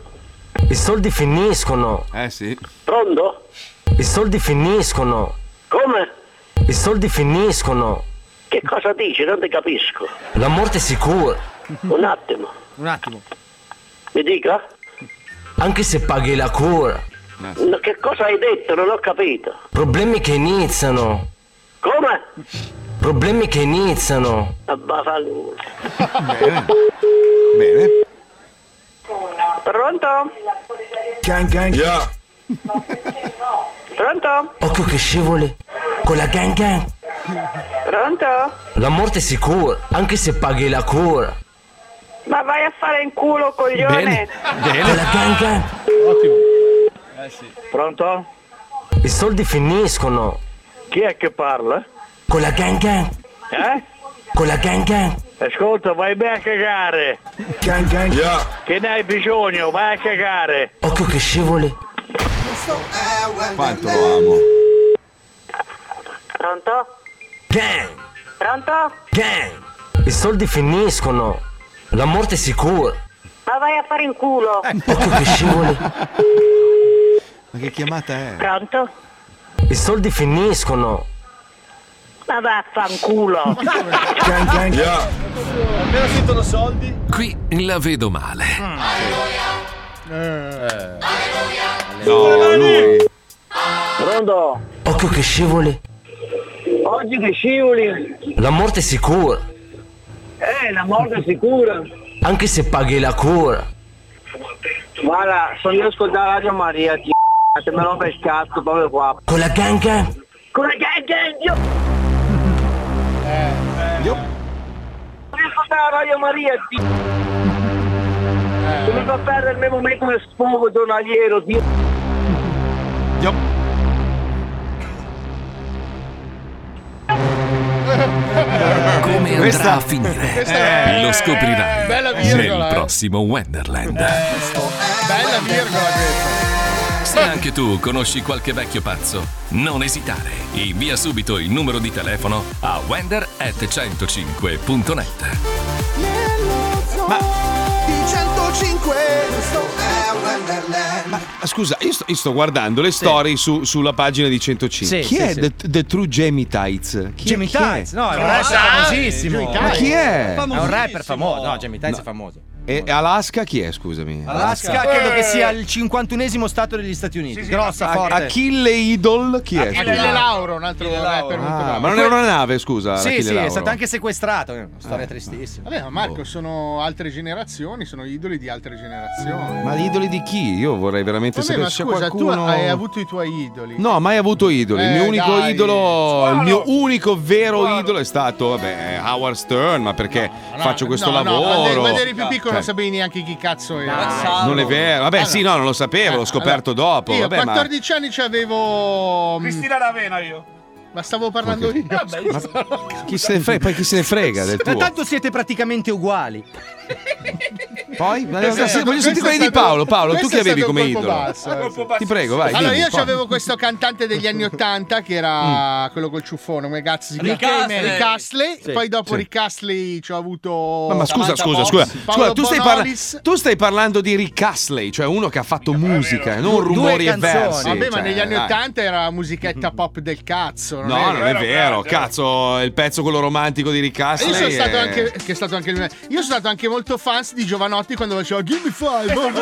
[SPEAKER 16] I soldi finiscono.
[SPEAKER 6] Eh sì.
[SPEAKER 16] Pronto? I soldi finiscono. Come? I soldi finiscono.
[SPEAKER 18] Che cosa dici? Non ti capisco.
[SPEAKER 16] La morte è sicura.
[SPEAKER 18] Un attimo,
[SPEAKER 16] Un attimo.
[SPEAKER 18] mi dica?
[SPEAKER 16] Anche se paghi la cura.
[SPEAKER 18] No, Che cosa hai detto? Non ho capito.
[SPEAKER 16] Problemi che iniziano.
[SPEAKER 18] Come?
[SPEAKER 16] Problemi che iniziano.
[SPEAKER 18] Ah, bah, fa-
[SPEAKER 16] Bene.
[SPEAKER 32] Bene.
[SPEAKER 18] Pronto?
[SPEAKER 16] Gang gang.
[SPEAKER 18] Pronto?
[SPEAKER 16] Occhio che scivoli. Con la gang gang.
[SPEAKER 18] Pronto?
[SPEAKER 16] La morte è sicura, anche se paghi la cura.
[SPEAKER 18] Ma vai a fare in culo, coglione!
[SPEAKER 16] Con la gang gang. Eh
[SPEAKER 18] Pronto?
[SPEAKER 16] I soldi finiscono.
[SPEAKER 18] Chi è che parla?
[SPEAKER 16] Con la gang gang.
[SPEAKER 18] Eh?
[SPEAKER 16] Con la gang gang.
[SPEAKER 18] Ascolta, vai bene a cagare!
[SPEAKER 16] Gang gang.
[SPEAKER 18] Che ne hai bisogno? Eh, Vai a cagare!
[SPEAKER 16] Occhio che scivoli.
[SPEAKER 18] Questo è
[SPEAKER 8] Quanto lo amo.
[SPEAKER 18] Pronto?
[SPEAKER 16] Gang.
[SPEAKER 18] Pronto?
[SPEAKER 16] Gang. I soldi finiscono. La morte è sicura.
[SPEAKER 18] Ma vai a fare in culo!
[SPEAKER 16] Occhio che scivoli.
[SPEAKER 8] Ma che chiamata è?
[SPEAKER 18] Pronto?
[SPEAKER 16] I soldi finiscono.
[SPEAKER 18] Ma vaffanculo!
[SPEAKER 16] Gang gang.
[SPEAKER 11] Appena sentono soldi.
[SPEAKER 4] Qui la vedo male.
[SPEAKER 8] No, Oh, lui.
[SPEAKER 18] Pronto?
[SPEAKER 16] Occhio che scivoli.
[SPEAKER 18] Oggi che scivoli!
[SPEAKER 16] La morte è sicura,
[SPEAKER 18] Eh, la morte è sicura!
[SPEAKER 16] anche se paghi la cura.
[SPEAKER 18] Guarda, sono io a ascoltare Radio Maria, ti se me lo il cazzo proprio qua.
[SPEAKER 16] Con la gang gang.
[SPEAKER 18] Con la gang gang, io... Io ascoltare Radio Maria, ti... Che mi fa perdere il mio momento di sfogo giornaliero, ti...
[SPEAKER 4] Come andrà a finire?
[SPEAKER 5] questa-
[SPEAKER 4] Lo scoprirai
[SPEAKER 5] Bella virgola,
[SPEAKER 4] nel
[SPEAKER 5] eh.
[SPEAKER 4] prossimo Wonderland.
[SPEAKER 5] Bella virgola questa.
[SPEAKER 4] Se anche tu conosci qualche vecchio pazzo, non esitare. Invia subito il numero di telefono a wender 105.net. Eh.
[SPEAKER 7] Di 105 Questo è Wonderland
[SPEAKER 6] Ah, Scusa, io sto, io sto guardando le storie su- sulla pagina di 105.
[SPEAKER 7] Sì,
[SPEAKER 6] chi
[SPEAKER 7] sì,
[SPEAKER 6] è
[SPEAKER 7] sì.
[SPEAKER 6] The, the True Gemitites? Chi,
[SPEAKER 11] Jamie
[SPEAKER 6] chi è?
[SPEAKER 11] Tights, no, è un
[SPEAKER 6] No,
[SPEAKER 11] rapper
[SPEAKER 6] ah,
[SPEAKER 11] famosissimo.
[SPEAKER 6] Jamie Ma chi è?
[SPEAKER 11] È un rapper famoso. No, Jamie Tights
[SPEAKER 6] No.
[SPEAKER 11] è famoso.
[SPEAKER 6] E e Alaska chi è, scusami?
[SPEAKER 11] Alaska, credo che sia il 51esimo stato degli Stati Uniti. Grossa,
[SPEAKER 6] Eh. A-
[SPEAKER 11] forte.
[SPEAKER 6] Achille Idol chi è?
[SPEAKER 11] Achille
[SPEAKER 6] scusa?
[SPEAKER 11] Lauro.
[SPEAKER 5] Lauro, un altro rapper molto
[SPEAKER 6] Ah,
[SPEAKER 5] bravo.
[SPEAKER 6] ma non era una nave, scusa.
[SPEAKER 11] Sì,
[SPEAKER 6] l'Achille
[SPEAKER 11] sì, è
[SPEAKER 6] Lauro.
[SPEAKER 11] stato anche sequestrato. È una
[SPEAKER 6] Ah.
[SPEAKER 11] storia tristissima.
[SPEAKER 5] Vabbè, ma Marco,
[SPEAKER 6] Boh.
[SPEAKER 5] sono altre generazioni, sono idoli di altre generazioni.
[SPEAKER 6] Ma gli idoli di chi? Io vorrei veramente
[SPEAKER 5] Vabbè,
[SPEAKER 6] sapere
[SPEAKER 5] ma
[SPEAKER 6] se c'è
[SPEAKER 5] scusa, tu
[SPEAKER 6] qualcuno.
[SPEAKER 5] hai avuto i tuoi idoli.
[SPEAKER 6] No, mai avuto idoli. il mio
[SPEAKER 5] Eh,
[SPEAKER 6] unico
[SPEAKER 5] dai.
[SPEAKER 6] idolo, il mio unico vero idolo è stato, vabbè, Howard Stern, ma perché faccio questo
[SPEAKER 5] No, no,
[SPEAKER 6] lavoro?
[SPEAKER 5] quando- quando eri più piccolo
[SPEAKER 6] Cioè,
[SPEAKER 5] non sapevi neanche chi cazzo era.
[SPEAKER 6] non è vero. Vabbè,
[SPEAKER 5] Ah,
[SPEAKER 6] sì, no, non lo sapevo, l'ho scoperto dopo.
[SPEAKER 5] Eh, Io a
[SPEAKER 6] vabbè, ma-
[SPEAKER 5] 14 anni c'avevo. mm,
[SPEAKER 12] Cristina D'Avena io.
[SPEAKER 5] Ma stavo parlando io.
[SPEAKER 6] chi se ne frega, poi chi se ne frega
[SPEAKER 5] Eh,
[SPEAKER 6] del tuo?
[SPEAKER 11] Tanto siete praticamente uguali.
[SPEAKER 6] Poi? Ma-
[SPEAKER 11] Questo è
[SPEAKER 6] sì,
[SPEAKER 11] stato-
[SPEAKER 6] Voglio
[SPEAKER 11] questo
[SPEAKER 6] sentire
[SPEAKER 11] è
[SPEAKER 6] quelli di
[SPEAKER 11] stato-
[SPEAKER 6] Paolo. Paolo, tu
[SPEAKER 5] questo
[SPEAKER 6] che
[SPEAKER 5] è
[SPEAKER 6] avevi
[SPEAKER 5] stato
[SPEAKER 6] come
[SPEAKER 5] un colpo
[SPEAKER 6] idolo?
[SPEAKER 5] basso, eh.
[SPEAKER 6] Ti prego, vai.
[SPEAKER 5] Allora,
[SPEAKER 6] dimmi,
[SPEAKER 5] io
[SPEAKER 6] poi. Mm.
[SPEAKER 5] avevo questo cantante degli anni Ottanta che era quello col ciuffone, come cazzo si
[SPEAKER 12] Rick
[SPEAKER 5] chiama?
[SPEAKER 12] Astley.
[SPEAKER 5] Rick Astley.
[SPEAKER 6] Sì.
[SPEAKER 5] Poi dopo
[SPEAKER 6] Sì.
[SPEAKER 5] Rick Astley ci ho avuto.
[SPEAKER 6] Ma, ma scusa,
[SPEAKER 5] Samantha
[SPEAKER 6] scusa,
[SPEAKER 5] Fox,
[SPEAKER 6] scusa,
[SPEAKER 5] Paolo
[SPEAKER 6] scusa tu, stai parla-
[SPEAKER 5] Bonolis.
[SPEAKER 6] tu stai parlando di Rick Astley, cioè uno che ha fatto musica, non rumori e versi.
[SPEAKER 5] Vabbè, ma
[SPEAKER 6] cioè,
[SPEAKER 5] negli anni
[SPEAKER 6] dai. Mm-hmm.
[SPEAKER 5] Ottanta era musichetta pop del cazzo. Non
[SPEAKER 6] No, non è
[SPEAKER 5] vero.
[SPEAKER 6] vero, cazzo, il pezzo quello romantico di Rick Astley.
[SPEAKER 5] Io sono,
[SPEAKER 6] è-
[SPEAKER 5] stato anche, che è stato anche il mio- io sono stato anche molto fans di Giovanotti quando faceva Give me five,
[SPEAKER 12] Eh,
[SPEAKER 5] all right",
[SPEAKER 12] guarda,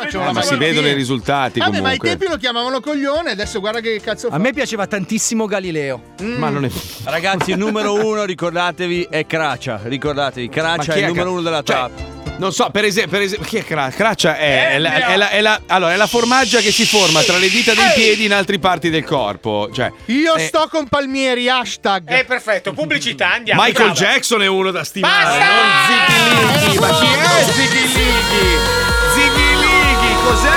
[SPEAKER 5] facevo
[SPEAKER 6] Ah,
[SPEAKER 5] la
[SPEAKER 6] ma si
[SPEAKER 5] mattina.
[SPEAKER 6] vedono i risultati
[SPEAKER 5] Vabbè, ma ai
[SPEAKER 6] comunque.
[SPEAKER 5] tempi lo chiamavano coglione, adesso guarda che cazzo fa.
[SPEAKER 11] A me piaceva tantissimo Galileo.
[SPEAKER 6] Ma non è.
[SPEAKER 9] Ragazzi, il numero uno, ricordatevi, è Cracia. Ricordatevi,
[SPEAKER 6] Ma chi
[SPEAKER 9] Cracia è il
[SPEAKER 6] è
[SPEAKER 9] numero
[SPEAKER 6] Cra-
[SPEAKER 9] uno della
[SPEAKER 6] cioè,
[SPEAKER 9] trap.
[SPEAKER 6] Non so, per esempio, per esempio chi è Cra- Craccia? cioè, È, è la,
[SPEAKER 9] Elvia!
[SPEAKER 6] è la- è la- allora, è la formaggia che si forma tra le dita dei piedi in altre parti del corpo. Cioè,
[SPEAKER 5] Io
[SPEAKER 6] eh,
[SPEAKER 5] sto con Palmieri, hashtag. Eh,
[SPEAKER 33] perfetto, pubblicità, andiamo.
[SPEAKER 6] Michael
[SPEAKER 33] bravo.
[SPEAKER 6] Jackson è uno da stimare. Non Zichilighi, ma chi è Zichilighi? Zichilighi, cos'è?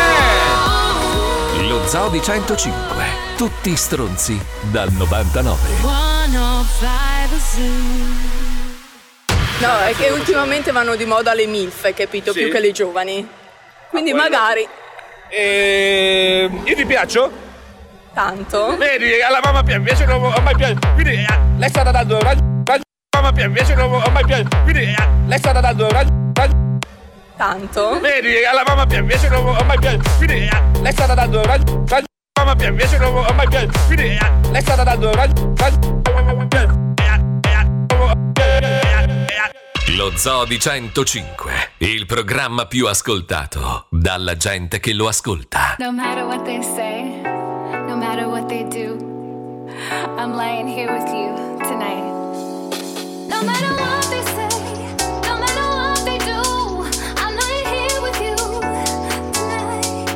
[SPEAKER 4] Lo Zoo di 105. Tutti stronzi dal 99.
[SPEAKER 13] 105 No, è che ultimamente vanno di moda le MILF, capito?
[SPEAKER 12] Sì.
[SPEAKER 13] Più che le giovani. Quindi magari
[SPEAKER 12] E Ehm, io ti piaccio?
[SPEAKER 13] tanto.
[SPEAKER 12] Vedi, alla mamma pia, invece non ho mai piaciuto. Quindi eh, lei è stata dando una una mamma pia, invece non ho mai piaciuto. Quindi eh, lei è stata dando una una
[SPEAKER 13] Tanto.
[SPEAKER 12] Vedi, alla mamma pia, invece non ho mai piaciuto. Quindi eh, lei è stata dando una una mamma pia, invece non ho mai piaciuto. Quindi eh, lei è stata dando una una
[SPEAKER 4] Lo Zoo di 105. Il programma più ascoltato dalla gente che lo ascolta.
[SPEAKER 22] No matter what they say, no matter what they do, I'm lying here with you tonight. No matter what they say, no matter what they do, I'm lying here with you tonight.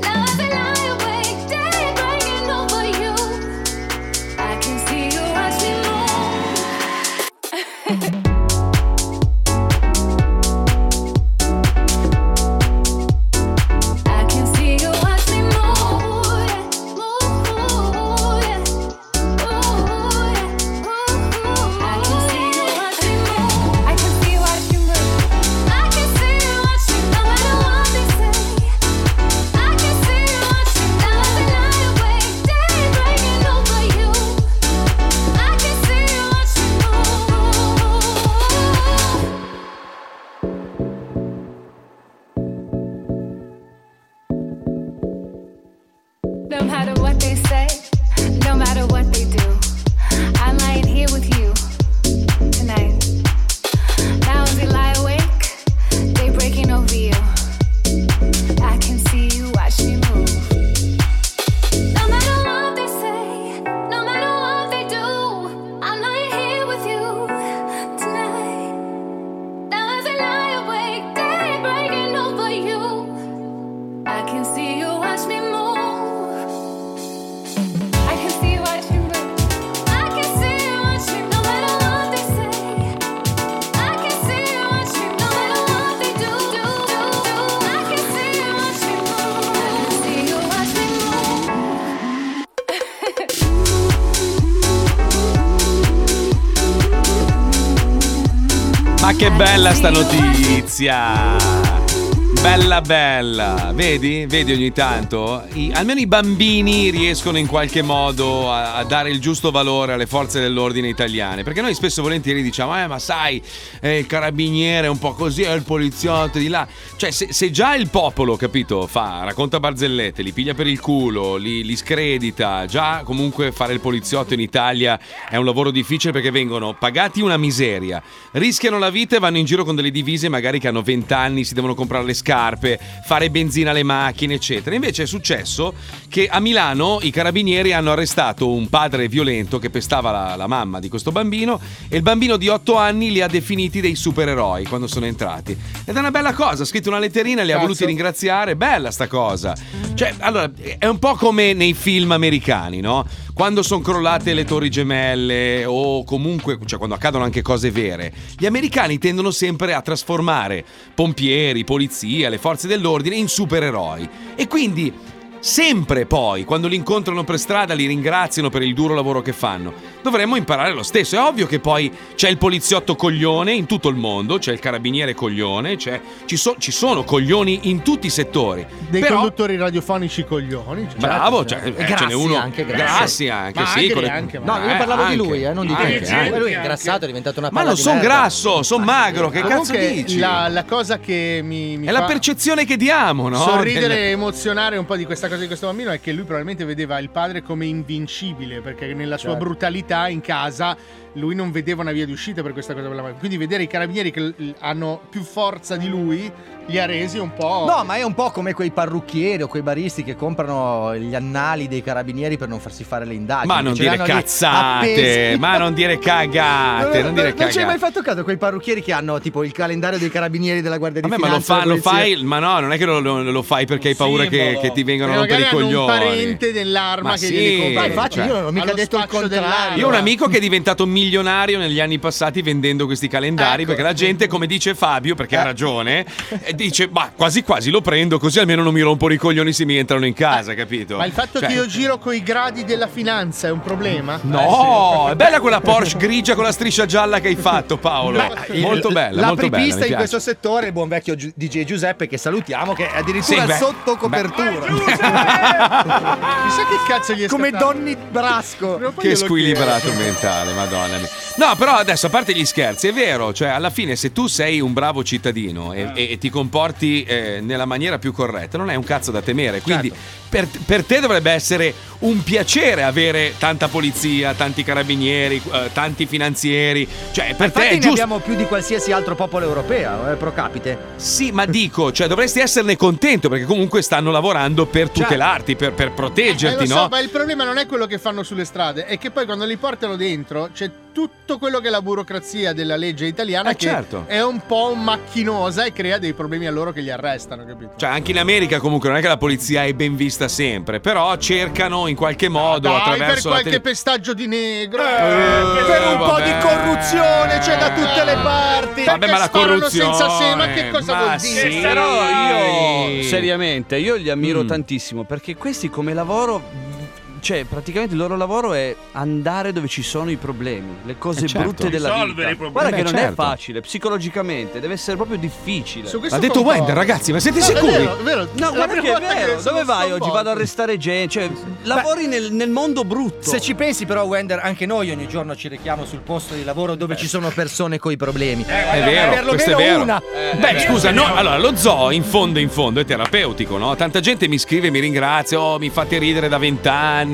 [SPEAKER 22] Now I've been lying awake, day breaking over you. I can see you watch me move. I can see you watch me move, move, I can see you watch me move. I can see you watch me move. I can see you watch me no matter what they say. I can see you watch me now and night awake, day breaking over you. I can see you watch me move. No matter what they say, no matter what they do, I'm lying here with you tonight. Now as they lie awake, they breaking over you. I can see you watch me move. No matter what they say, no matter what they do, I'm lying here with you tonight. Now as they lie awake, they breaking over you. I can see you watch me move. I can see you watch me move. I can see you watch me no matter what they say. I can see you watch me no matter what they do, do, do, do. I can see you watch me move. I can see you watch me
[SPEAKER 6] Ma che bella sta notizia! Bella bella, vedi? Vedi ogni tanto? I- almeno i bambini riescono in qualche modo a, a dare il giusto valore alle forze dell'ordine italiane. Perché noi spesso e volentieri diciamo: eh, ma sai, eh, il carabiniere è un po' così, è il poliziotto di là. Cioè, se, se già il popolo, capito, fa, racconta barzellette, li piglia per il culo, li, li scredita. Già comunque fare il poliziotto in Italia è un lavoro difficile perché vengono pagati una miseria, rischiano la vita e vanno in giro con delle divise magari che hanno 20 anni, si devono comprare le scarpe, fare benzina alle macchine, eccetera. Invece è successo che a Milano i carabinieri hanno arrestato un padre violento che pestava la, la mamma di questo bambino e il bambino di 8 anni li ha definiti dei supereroi quando sono entrati. Ed è una bella cosa, ha scritto una letterina, li ha voluti ringraziare, bella sta cosa. Cioè, allora, è un po' come nei film americani, no? Quando sono crollate le torri gemelle o comunque, cioè quando accadono anche cose vere, gli americani tendono sempre a trasformare pompieri, polizia, le forze dell'ordine in supereroi. E quindi sempre poi, quando li incontrano per strada, li ringraziano per il duro lavoro che fanno. Dovremmo imparare lo stesso. È ovvio che poi c'è il poliziotto coglione in tutto il mondo, c'è il carabiniere coglione, c'è- ci, so- ci sono coglioni in tutti i settori.
[SPEAKER 5] Dei
[SPEAKER 6] Però-
[SPEAKER 5] conduttori radiofonici coglioni. certo,
[SPEAKER 6] Bravo, cioè,
[SPEAKER 5] certo.
[SPEAKER 6] eh, ce n'è uno. Grassi anche,
[SPEAKER 5] Ma
[SPEAKER 6] sì.
[SPEAKER 5] anche,
[SPEAKER 6] con le-
[SPEAKER 5] anche, ma-
[SPEAKER 11] No, io
[SPEAKER 6] eh,
[SPEAKER 11] parlavo
[SPEAKER 6] anche.
[SPEAKER 11] di lui, eh, non di te.
[SPEAKER 6] Anche, anche.
[SPEAKER 11] Lui è ingrassato, è diventato una
[SPEAKER 6] Ma
[SPEAKER 11] palla
[SPEAKER 6] non
[SPEAKER 11] di
[SPEAKER 6] son
[SPEAKER 11] merda.
[SPEAKER 6] grasso, son magro, che cazzo
[SPEAKER 5] Ah, Comunque,
[SPEAKER 6] dici?
[SPEAKER 5] La, la cosa che mi, mi
[SPEAKER 6] È
[SPEAKER 5] fa
[SPEAKER 6] la percezione che diamo, no?
[SPEAKER 5] sorridere
[SPEAKER 6] Del-
[SPEAKER 5] e emozionare un po' di questa cosa di questo bambino è che lui probabilmente vedeva il padre come invincibile, perché nella sua
[SPEAKER 6] Certo.
[SPEAKER 5] brutalità in casa lui non vedeva una via di uscita per questa cosa. per la- Quindi vedere i carabinieri che l- hanno più forza di lui li ha resi un po'...
[SPEAKER 11] No, ma è un po' come quei parrucchieri o quei baristi che comprano gli annali dei carabinieri per non farsi fare le indagini.
[SPEAKER 6] Ma non
[SPEAKER 11] Ce
[SPEAKER 6] dire
[SPEAKER 11] l'hanno lì
[SPEAKER 6] cazzate,
[SPEAKER 11] appesi.
[SPEAKER 6] ma non dire cagate, non dire
[SPEAKER 11] ci hai mai
[SPEAKER 6] cagate.
[SPEAKER 11] fatto caso quei parrucchieri che hanno tipo il calendario dei carabinieri della Guardia di
[SPEAKER 6] Vabbè, ma
[SPEAKER 11] Finanza?
[SPEAKER 6] lo, fa-
[SPEAKER 11] della
[SPEAKER 6] lo
[SPEAKER 11] polizia?
[SPEAKER 6] fai, ma no, non è che lo, lo- lo fai perché hai paura che, che ti vengano
[SPEAKER 5] Perché
[SPEAKER 6] per i
[SPEAKER 5] magari hanno un
[SPEAKER 6] coglioni.
[SPEAKER 5] parente dell'arma
[SPEAKER 6] Ma
[SPEAKER 5] che
[SPEAKER 6] sì,
[SPEAKER 5] glieli compra.
[SPEAKER 6] Ma infatti cioè- io non
[SPEAKER 11] ho mica
[SPEAKER 5] Allo
[SPEAKER 11] detto il
[SPEAKER 5] spaccio
[SPEAKER 11] contrario.
[SPEAKER 5] dell'arma.
[SPEAKER 6] Io ho un amico che è diventato milionario negli anni passati vendendo questi calendari
[SPEAKER 5] Ecco,
[SPEAKER 6] perché la gente, come dice Fabio, perché ha ragione, eh, dice ma quasi quasi lo prendo così almeno non mi rompono i coglioni se mi entrano in casa, capito?
[SPEAKER 5] Eh, Ma il fatto
[SPEAKER 6] Cioè-
[SPEAKER 5] che io giro coi gradi della finanza è un problema? Eh
[SPEAKER 6] No, è bella quella Porsche grigia con la striscia gialla che hai fatto Paolo.
[SPEAKER 11] Beh, il-
[SPEAKER 6] molto bella, molto bella.
[SPEAKER 11] L'apripista
[SPEAKER 6] mi
[SPEAKER 11] in
[SPEAKER 6] piace.
[SPEAKER 11] questo settore è il buon vecchio Gi- DJ Giuseppe che salutiamo che è addirittura
[SPEAKER 6] Sì, beh.
[SPEAKER 11] sotto copertura.
[SPEAKER 5] Chissà che cazzo gli è
[SPEAKER 11] Come
[SPEAKER 5] scattato.
[SPEAKER 11] Donny Brasco.
[SPEAKER 6] Che squilibrato mentale, madonna mia. No, però adesso, a parte gli scherzi, è vero, cioè alla fine se tu sei un bravo cittadino e, e- e ti comporti eh, nella maniera più corretta, non è un cazzo da temere. Quindi per, per te dovrebbe essere un piacere avere tanta polizia, tanti carabinieri, eh, tanti finanzieri. Cioè, per te
[SPEAKER 11] Infatti
[SPEAKER 6] è
[SPEAKER 11] ne
[SPEAKER 6] giusto.
[SPEAKER 11] abbiamo più di qualsiasi altro popolo europeo, eh, pro capite.
[SPEAKER 6] Sì, ma dico, cioè dovresti esserne contento perché comunque stanno lavorando per tutelarti, per, per
[SPEAKER 5] Eh, lo
[SPEAKER 6] proteggerti,
[SPEAKER 5] so,
[SPEAKER 6] no?
[SPEAKER 5] ma il problema non è quello che fanno sulle strade, è che poi quando li portano dentro c'è tutto quello che è la burocrazia della legge italiana
[SPEAKER 6] Eh,
[SPEAKER 5] che
[SPEAKER 6] certo.
[SPEAKER 5] è un po' macchinosa e crea dei problemi a loro che li arrestano, capito?
[SPEAKER 6] Cioè, anche in America comunque non è che la polizia è ben vista sempre, però cercano in qualche modo
[SPEAKER 5] Dai, per
[SPEAKER 6] attraverso la
[SPEAKER 5] qualche
[SPEAKER 6] tele-
[SPEAKER 5] pestaggio di negro,
[SPEAKER 6] Eh,
[SPEAKER 5] per un po'
[SPEAKER 6] vabbè.
[SPEAKER 5] di corruzione c'è da tutte le parti.
[SPEAKER 6] Vabbè, ma la
[SPEAKER 5] Perché sparano
[SPEAKER 6] corruzione,
[SPEAKER 5] senza sé, ma che cosa
[SPEAKER 6] ma
[SPEAKER 5] vuol
[SPEAKER 6] sì. Mm.
[SPEAKER 5] dire?
[SPEAKER 6] Che
[SPEAKER 5] Però
[SPEAKER 6] io-
[SPEAKER 9] Seriamente, Eh, io li ammiro tantissimo perché questi come lavoro. Cioè, praticamente il loro lavoro è andare dove ci sono i problemi, le cose
[SPEAKER 6] Eh, certo.
[SPEAKER 9] brutte della
[SPEAKER 6] Risolvere
[SPEAKER 9] vita.
[SPEAKER 6] i problemi.
[SPEAKER 9] Guarda che
[SPEAKER 6] Beh,
[SPEAKER 9] non è
[SPEAKER 6] certo.
[SPEAKER 9] facile, psicologicamente, deve essere proprio difficile.
[SPEAKER 5] Su questo
[SPEAKER 6] Ha detto
[SPEAKER 5] concordo.
[SPEAKER 6] Wender, ragazzi, ma siete
[SPEAKER 9] No, è
[SPEAKER 6] sicuri?
[SPEAKER 9] vero, è vero.
[SPEAKER 5] La
[SPEAKER 9] No, guarda
[SPEAKER 5] prima
[SPEAKER 9] che è
[SPEAKER 5] volta che
[SPEAKER 9] vero.
[SPEAKER 5] sono
[SPEAKER 9] Dove vai
[SPEAKER 5] sconvolto.
[SPEAKER 9] oggi? Vado ad arrestare gente. Cioè, lavori nel, nel mondo brutto.
[SPEAKER 11] Se ci pensi però Wender, anche noi ogni giorno ci rechiamo sul posto di lavoro dove ci sono persone coi problemi.
[SPEAKER 6] Eh. È vero,
[SPEAKER 11] perlomeno
[SPEAKER 6] questo è vero. Eh,
[SPEAKER 11] una.
[SPEAKER 6] Beh, scusa, no, allora lo zoo in fondo in fondo è terapeutico, no? Tanta gente mi scrive, mi ringrazia, oh, mi fate ridere da vent'anni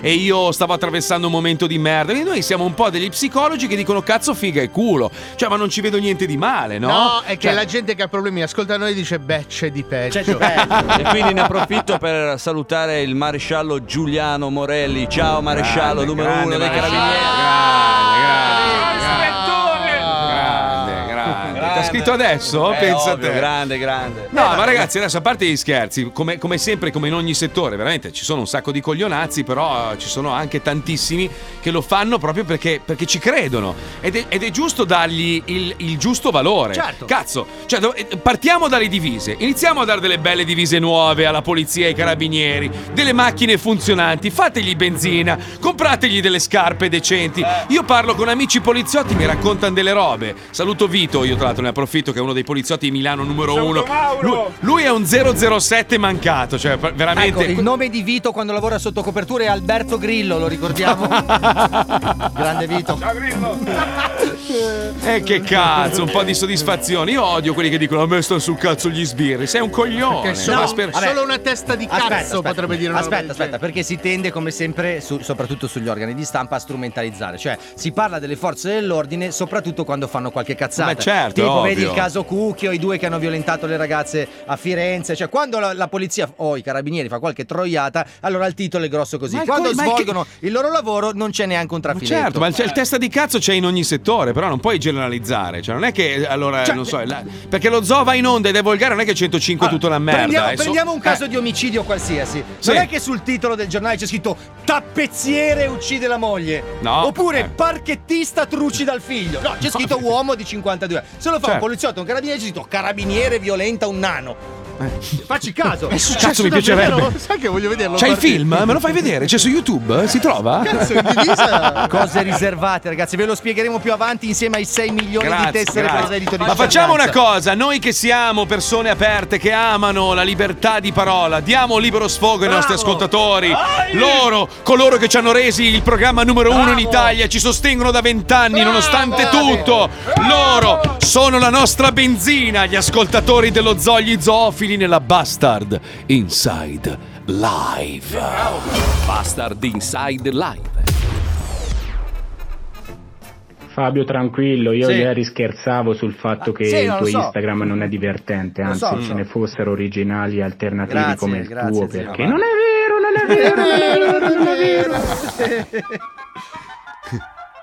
[SPEAKER 6] e io stavo attraversando un momento di merda. Quindi noi siamo un po' degli psicologi che dicono cazzo figa e culo, cioè ma non ci vedo niente di male, no?
[SPEAKER 5] No, è che
[SPEAKER 6] Cioè-
[SPEAKER 5] la gente che ha problemi ascolta noi e dice: Beh, Cioè, c'è di peggio. Eh,
[SPEAKER 9] Certo.
[SPEAKER 6] Eh.
[SPEAKER 9] e quindi ne approfitto per salutare il maresciallo Giuliano Morelli. Ciao maresciallo,
[SPEAKER 6] Grande,
[SPEAKER 9] numero
[SPEAKER 6] grande
[SPEAKER 9] uno dei
[SPEAKER 6] maresciallo.
[SPEAKER 9] carabinieri. Ah.
[SPEAKER 6] Grande, grande. Ti ha scritto adesso?
[SPEAKER 9] Eh,
[SPEAKER 6] Pensa a
[SPEAKER 9] ovvio,
[SPEAKER 6] te.
[SPEAKER 9] Grande, grande.
[SPEAKER 6] No, ma ragazzi, adesso a parte gli scherzi, come, come sempre, come in ogni settore, veramente ci sono un sacco di coglionazzi, però eh, ci sono anche tantissimi che lo fanno proprio perché, perché ci credono. Ed è, ed è giusto dargli il, il giusto valore.
[SPEAKER 2] Certo.
[SPEAKER 6] Cazzo, cioè, dov- eh, partiamo dalle divise. Iniziamo a dare delle belle divise nuove alla polizia e ai carabinieri, delle macchine funzionanti, fategli benzina, comprategli delle scarpe decenti. Io parlo con amici poliziotti, mi raccontano delle robe. Saluto Vito, io tra l'altro nella approfitto che è uno dei poliziotti di Milano numero uno.
[SPEAKER 11] Mauro!
[SPEAKER 6] Lui, lui è un 007 mancato, cioè fa- veramente.
[SPEAKER 11] Ecco, il nome di Vito quando lavora sotto copertura è Alberto Grillo, lo ricordiamo? Grande Vito. Ciao Grillo.
[SPEAKER 6] Eh che cazzo, un po' di soddisfazione. Io odio quelli che dicono a me stanno sul cazzo gli sbirri, sei un coglione.
[SPEAKER 11] Perché solo-
[SPEAKER 6] Ma sper-
[SPEAKER 11] vabbè.
[SPEAKER 7] Solo una testa di cazzo potrebbe dire una roba
[SPEAKER 11] Aspetta, aspetta, perché si tende come sempre, su- soprattutto sugli organi di stampa, a strumentalizzare. Cioè, si parla delle forze dell'ordine, soprattutto quando fanno qualche cazzata.
[SPEAKER 6] Ma certo,
[SPEAKER 11] Tipo, vedi
[SPEAKER 6] ovvio.
[SPEAKER 11] il caso Cucchio, i due che hanno violentato le ragazze a Firenze. Cioè, quando la, la polizia o i carabinieri fa qualche troiata, allora il titolo è grosso così.
[SPEAKER 6] Ma il
[SPEAKER 11] quando
[SPEAKER 6] co- ma il che-
[SPEAKER 11] svolgono il loro lavoro non c'è neanche un trafiletto.
[SPEAKER 6] Certo, ma c'è il testa di cazzo c'è in ogni settore, però non puoi generalizzare. Cioè, non è che allora, non
[SPEAKER 11] eh,
[SPEAKER 6] so, la- perché lo zoo va in onda ed è volgare, non è che 105 tutta la merda.
[SPEAKER 11] Ah, Prendiamo,
[SPEAKER 6] è so-
[SPEAKER 11] prendiamo un caso
[SPEAKER 6] eh,
[SPEAKER 11] di omicidio qualsiasi.
[SPEAKER 6] Sì.
[SPEAKER 11] Non è che sul titolo del giornale c'è scritto tappezziere uccide la moglie.
[SPEAKER 6] No.
[SPEAKER 11] Oppure
[SPEAKER 6] Eh.
[SPEAKER 11] parchettista trucida il figlio. No, c'è scritto uomo di 52. Se lo fa un
[SPEAKER 6] Certo.
[SPEAKER 11] poliziotto, un carabiniere, c'è scritto carabiniere violenta un nano.
[SPEAKER 6] Eh.
[SPEAKER 11] Facci caso.
[SPEAKER 6] È successo Cazzo, mi piacerebbe. davvero?
[SPEAKER 11] Sai che voglio vederlo.
[SPEAKER 6] C'è il film? Me lo fai vedere? C'è su YouTube? Si trova?
[SPEAKER 11] Cose riservate, ragazzi, ve lo spiegheremo più avanti insieme ai 6 milioni di
[SPEAKER 6] Grazie,
[SPEAKER 11] tessere
[SPEAKER 6] grazie.
[SPEAKER 11] per reddito di
[SPEAKER 6] Ma facciamo una
[SPEAKER 11] cittadinanza.
[SPEAKER 6] cosa, noi che siamo persone aperte, che amano la libertà di parola, diamo libero sfogo ai nostri ascoltatori. Loro, coloro che ci hanno resi il programma numero uno in Italia, ci sostengono da vent'anni nonostante tutto. Loro sono la nostra benzina, gli ascoltatori dello Zogli Zoofili nella Bastard Inside Live. Bastard Inside Live.
[SPEAKER 2] Fabio, tranquillo, io
[SPEAKER 24] Sì. Ah,
[SPEAKER 2] ieri scherzavo sul fatto che
[SPEAKER 24] Sì,
[SPEAKER 2] il
[SPEAKER 24] non lo
[SPEAKER 2] tuo
[SPEAKER 24] so.
[SPEAKER 2] Instagram non è divertente, anzi
[SPEAKER 24] so, lo
[SPEAKER 2] ce
[SPEAKER 24] so.
[SPEAKER 2] ne fossero originali e alternativi
[SPEAKER 24] Grazie,
[SPEAKER 2] come il
[SPEAKER 24] grazie,
[SPEAKER 2] tuo,
[SPEAKER 24] sì,
[SPEAKER 2] perché
[SPEAKER 24] va.
[SPEAKER 2] non è vero, non è vero, non è vero, non è vero.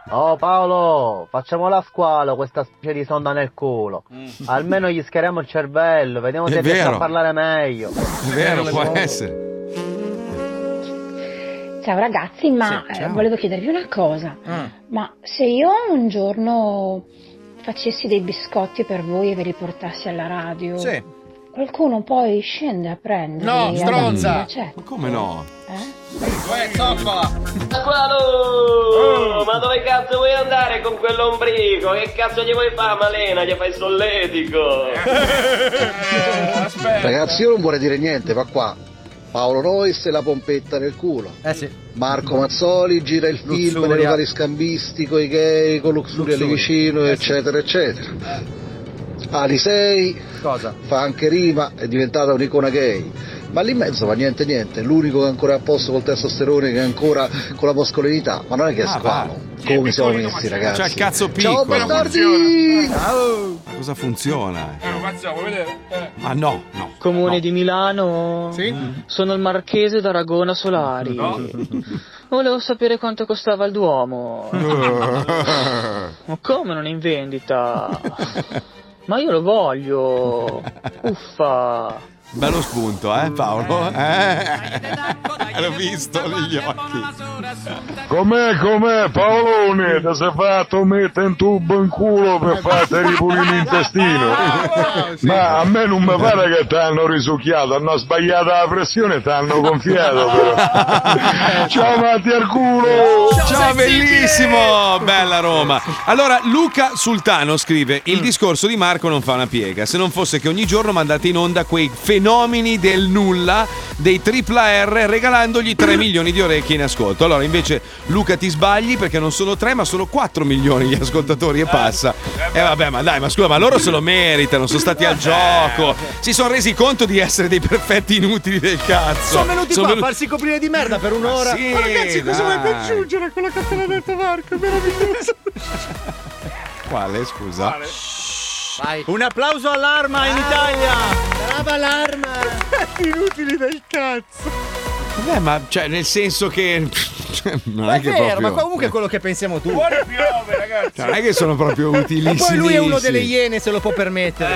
[SPEAKER 25] Oh Paolo, facciamo la squalo questa specie di sonda nel culo.
[SPEAKER 22] Mm.
[SPEAKER 25] Almeno gli schiariamo il cervello, vediamo
[SPEAKER 6] È
[SPEAKER 25] se riesce
[SPEAKER 6] vero.
[SPEAKER 25] a parlare meglio.
[SPEAKER 6] È vero, può essere.
[SPEAKER 26] Ciao ragazzi, ma
[SPEAKER 6] Sì, ciao. Ah.
[SPEAKER 26] eh, volevo chiedervi una cosa. Ma se io un giorno facessi dei biscotti per voi e ve li portassi alla radio,
[SPEAKER 6] Sì.
[SPEAKER 26] qualcuno poi scende a prenderli?
[SPEAKER 6] No,
[SPEAKER 26] e a
[SPEAKER 6] stronza!
[SPEAKER 26] darmi- Cioè,
[SPEAKER 6] Come no?
[SPEAKER 12] Oh.
[SPEAKER 25] Squalo! Ma dove cazzo vuoi andare con quell'ombrico? Che cazzo gli vuoi fare, Malena? Gli fai solletico!
[SPEAKER 27] Ragazzi, io non vorrei dire niente, ma qua Paolo Royce e la pompetta nel culo. Marco Mazzoli gira il film nei
[SPEAKER 11] Luxuria.
[SPEAKER 27] locali scambisti con i gay, con Luxuria lì
[SPEAKER 11] Luxuria.
[SPEAKER 27] vicino, eccetera, eccetera. Alisei fa anche rima, è diventata un'icona gay. Ma lì in mezzo va niente niente, l'unico che è ancora a posto col testosterone che è ancora con la muscolinità, ma non è che è
[SPEAKER 6] Ah,
[SPEAKER 27] squalo.
[SPEAKER 6] va.
[SPEAKER 27] Come siamo messi ragazzi?
[SPEAKER 12] cioè,
[SPEAKER 6] C'ha il cazzo
[SPEAKER 27] Ciao
[SPEAKER 6] piccolo.
[SPEAKER 27] bastardi!
[SPEAKER 6] Cosa funziona?
[SPEAKER 12] Eh,
[SPEAKER 6] Ma no, no.
[SPEAKER 25] Comune di Milano, sono il marchese d'Aragona Solari. Volevo sapere quanto costava il Duomo. Ma come non è in vendita? Ma io lo voglio. Uffa.
[SPEAKER 6] Bello spunto, eh Paolo? Eh? L'ho visto negli occhi.
[SPEAKER 34] Com'è, com'è, Paolone? Ti sei fatto mettere in tubo in culo per farti ripulire l'intestino? Ma a me non mi pare che ti hanno risucchiato, hanno sbagliato la pressione e ti hanno gonfiato però. Ciao Matti al culo!
[SPEAKER 6] Ciao, bellissimo! Bella Roma. Allora, Luca Sultano scrive:
[SPEAKER 11] Mm.
[SPEAKER 6] Il discorso di Marco non fa una piega. Se non fosse che ogni giorno mandate in onda quei fenomeni del nulla dei tripla R regalandogli 3 milioni di orecchie in ascolto. Allora, invece, Luca ti sbagli perché non sono 3, ma sono 4 milioni di ascoltatori e
[SPEAKER 11] Eh,
[SPEAKER 6] passa. E vabbè, ma dai, ma scusa, ma loro se lo meritano, sono stati
[SPEAKER 11] Eh,
[SPEAKER 6] al gioco. Si sono resi conto di essere dei perfetti inutili del cazzo.
[SPEAKER 11] Sono venuti qua
[SPEAKER 6] venu-
[SPEAKER 11] a farsi coprire di merda per un'ora.
[SPEAKER 6] sì, Ma ragazzi,
[SPEAKER 7] Eh.
[SPEAKER 6] cosa dai. vuoi aggiungere
[SPEAKER 11] a quello che ha appena detto Marco? Meraviglioso.
[SPEAKER 6] Quale, scusa?
[SPEAKER 11] Un applauso all'arma in Italia.
[SPEAKER 7] Brava l'arma! Inutili del cazzo!
[SPEAKER 6] Beh, ma cioè, nel senso che. cioè, non è,
[SPEAKER 11] È
[SPEAKER 6] che
[SPEAKER 11] vero,
[SPEAKER 6] proprio.
[SPEAKER 11] ma comunque è quello che pensiamo tutti.
[SPEAKER 6] cioè, non è che sono proprio
[SPEAKER 11] E
[SPEAKER 6] utilissimi.
[SPEAKER 11] poi lui è uno delle iene, se lo può
[SPEAKER 35] Eh,
[SPEAKER 11] permettere.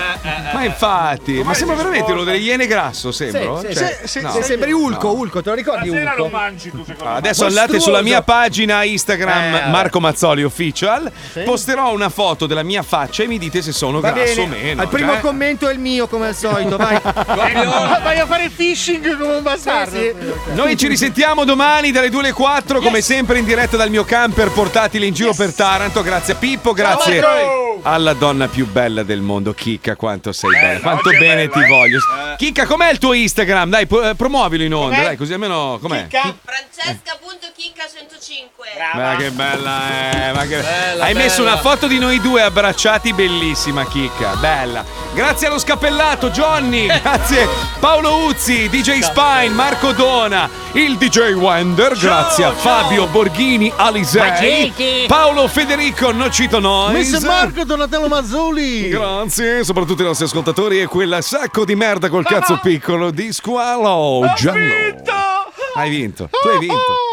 [SPEAKER 6] Ma infatti, ma
[SPEAKER 11] Ormai
[SPEAKER 6] sembra
[SPEAKER 11] si
[SPEAKER 6] veramente uno
[SPEAKER 11] sposta.
[SPEAKER 6] delle iene grasso,
[SPEAKER 11] Sì,
[SPEAKER 6] sembro.
[SPEAKER 11] sì,
[SPEAKER 6] Cioè,
[SPEAKER 11] sì, sì,
[SPEAKER 6] no.
[SPEAKER 11] se sembri Ulco,
[SPEAKER 6] No.
[SPEAKER 11] Ulco, te lo ricordi
[SPEAKER 35] Stasera
[SPEAKER 11] Ulco?
[SPEAKER 35] lo mangi tu secondo me.
[SPEAKER 6] Ah, Adesso andate
[SPEAKER 35] Mostruoso.
[SPEAKER 6] sulla mia pagina Instagram
[SPEAKER 35] Eh,
[SPEAKER 6] Marco Mazzoli Official.
[SPEAKER 11] Sì.
[SPEAKER 6] Posterò una foto della mia faccia e mi dite se sono
[SPEAKER 11] Va
[SPEAKER 6] grasso
[SPEAKER 11] bene,
[SPEAKER 6] o meno.
[SPEAKER 11] al primo
[SPEAKER 6] cioè.
[SPEAKER 11] commento è il mio come al solito, vai.
[SPEAKER 7] Vai a fare phishing come un bastardo!
[SPEAKER 11] Sì, sì.
[SPEAKER 6] No, Noi ci risentiamo domani dalle 2 alle 4, come sempre in diretta dal mio camper portatile in giro per Taranto. Grazie a Pippo, grazie
[SPEAKER 16] Marco!
[SPEAKER 6] alla donna più bella del mondo, Chicca, quanto sei bella, quanto
[SPEAKER 16] oggi è
[SPEAKER 6] bene
[SPEAKER 16] bella,
[SPEAKER 6] ti
[SPEAKER 16] eh.
[SPEAKER 6] voglio. Chicca, com'è il tuo Instagram? Dai, pu- eh, promuovilo in onda,
[SPEAKER 1] Com'è?
[SPEAKER 6] dai, così almeno com'è?
[SPEAKER 1] Francesca.chicca105
[SPEAKER 6] Ma che bella, eh, ma che-
[SPEAKER 1] Bella,
[SPEAKER 6] Hai messo
[SPEAKER 1] bella.
[SPEAKER 6] una foto di noi due abbracciati, bellissima chicca, bella. Grazie allo scappellato Johnny, grazie Paolo Uzzi, DJ Spine, Marco Dona, il DJ Wender, grazie a Fabio Borghini Alisei,
[SPEAKER 5] Magiti.
[SPEAKER 6] Paolo Federico Nocito Noise.
[SPEAKER 5] Miss Marco Donatello Mazzoli.
[SPEAKER 6] Grazie, soprattutto ai nostri ascoltatori e quel sacco di merda col cazzo piccolo di squalo giallo. Hai vinto, tu hai vinto.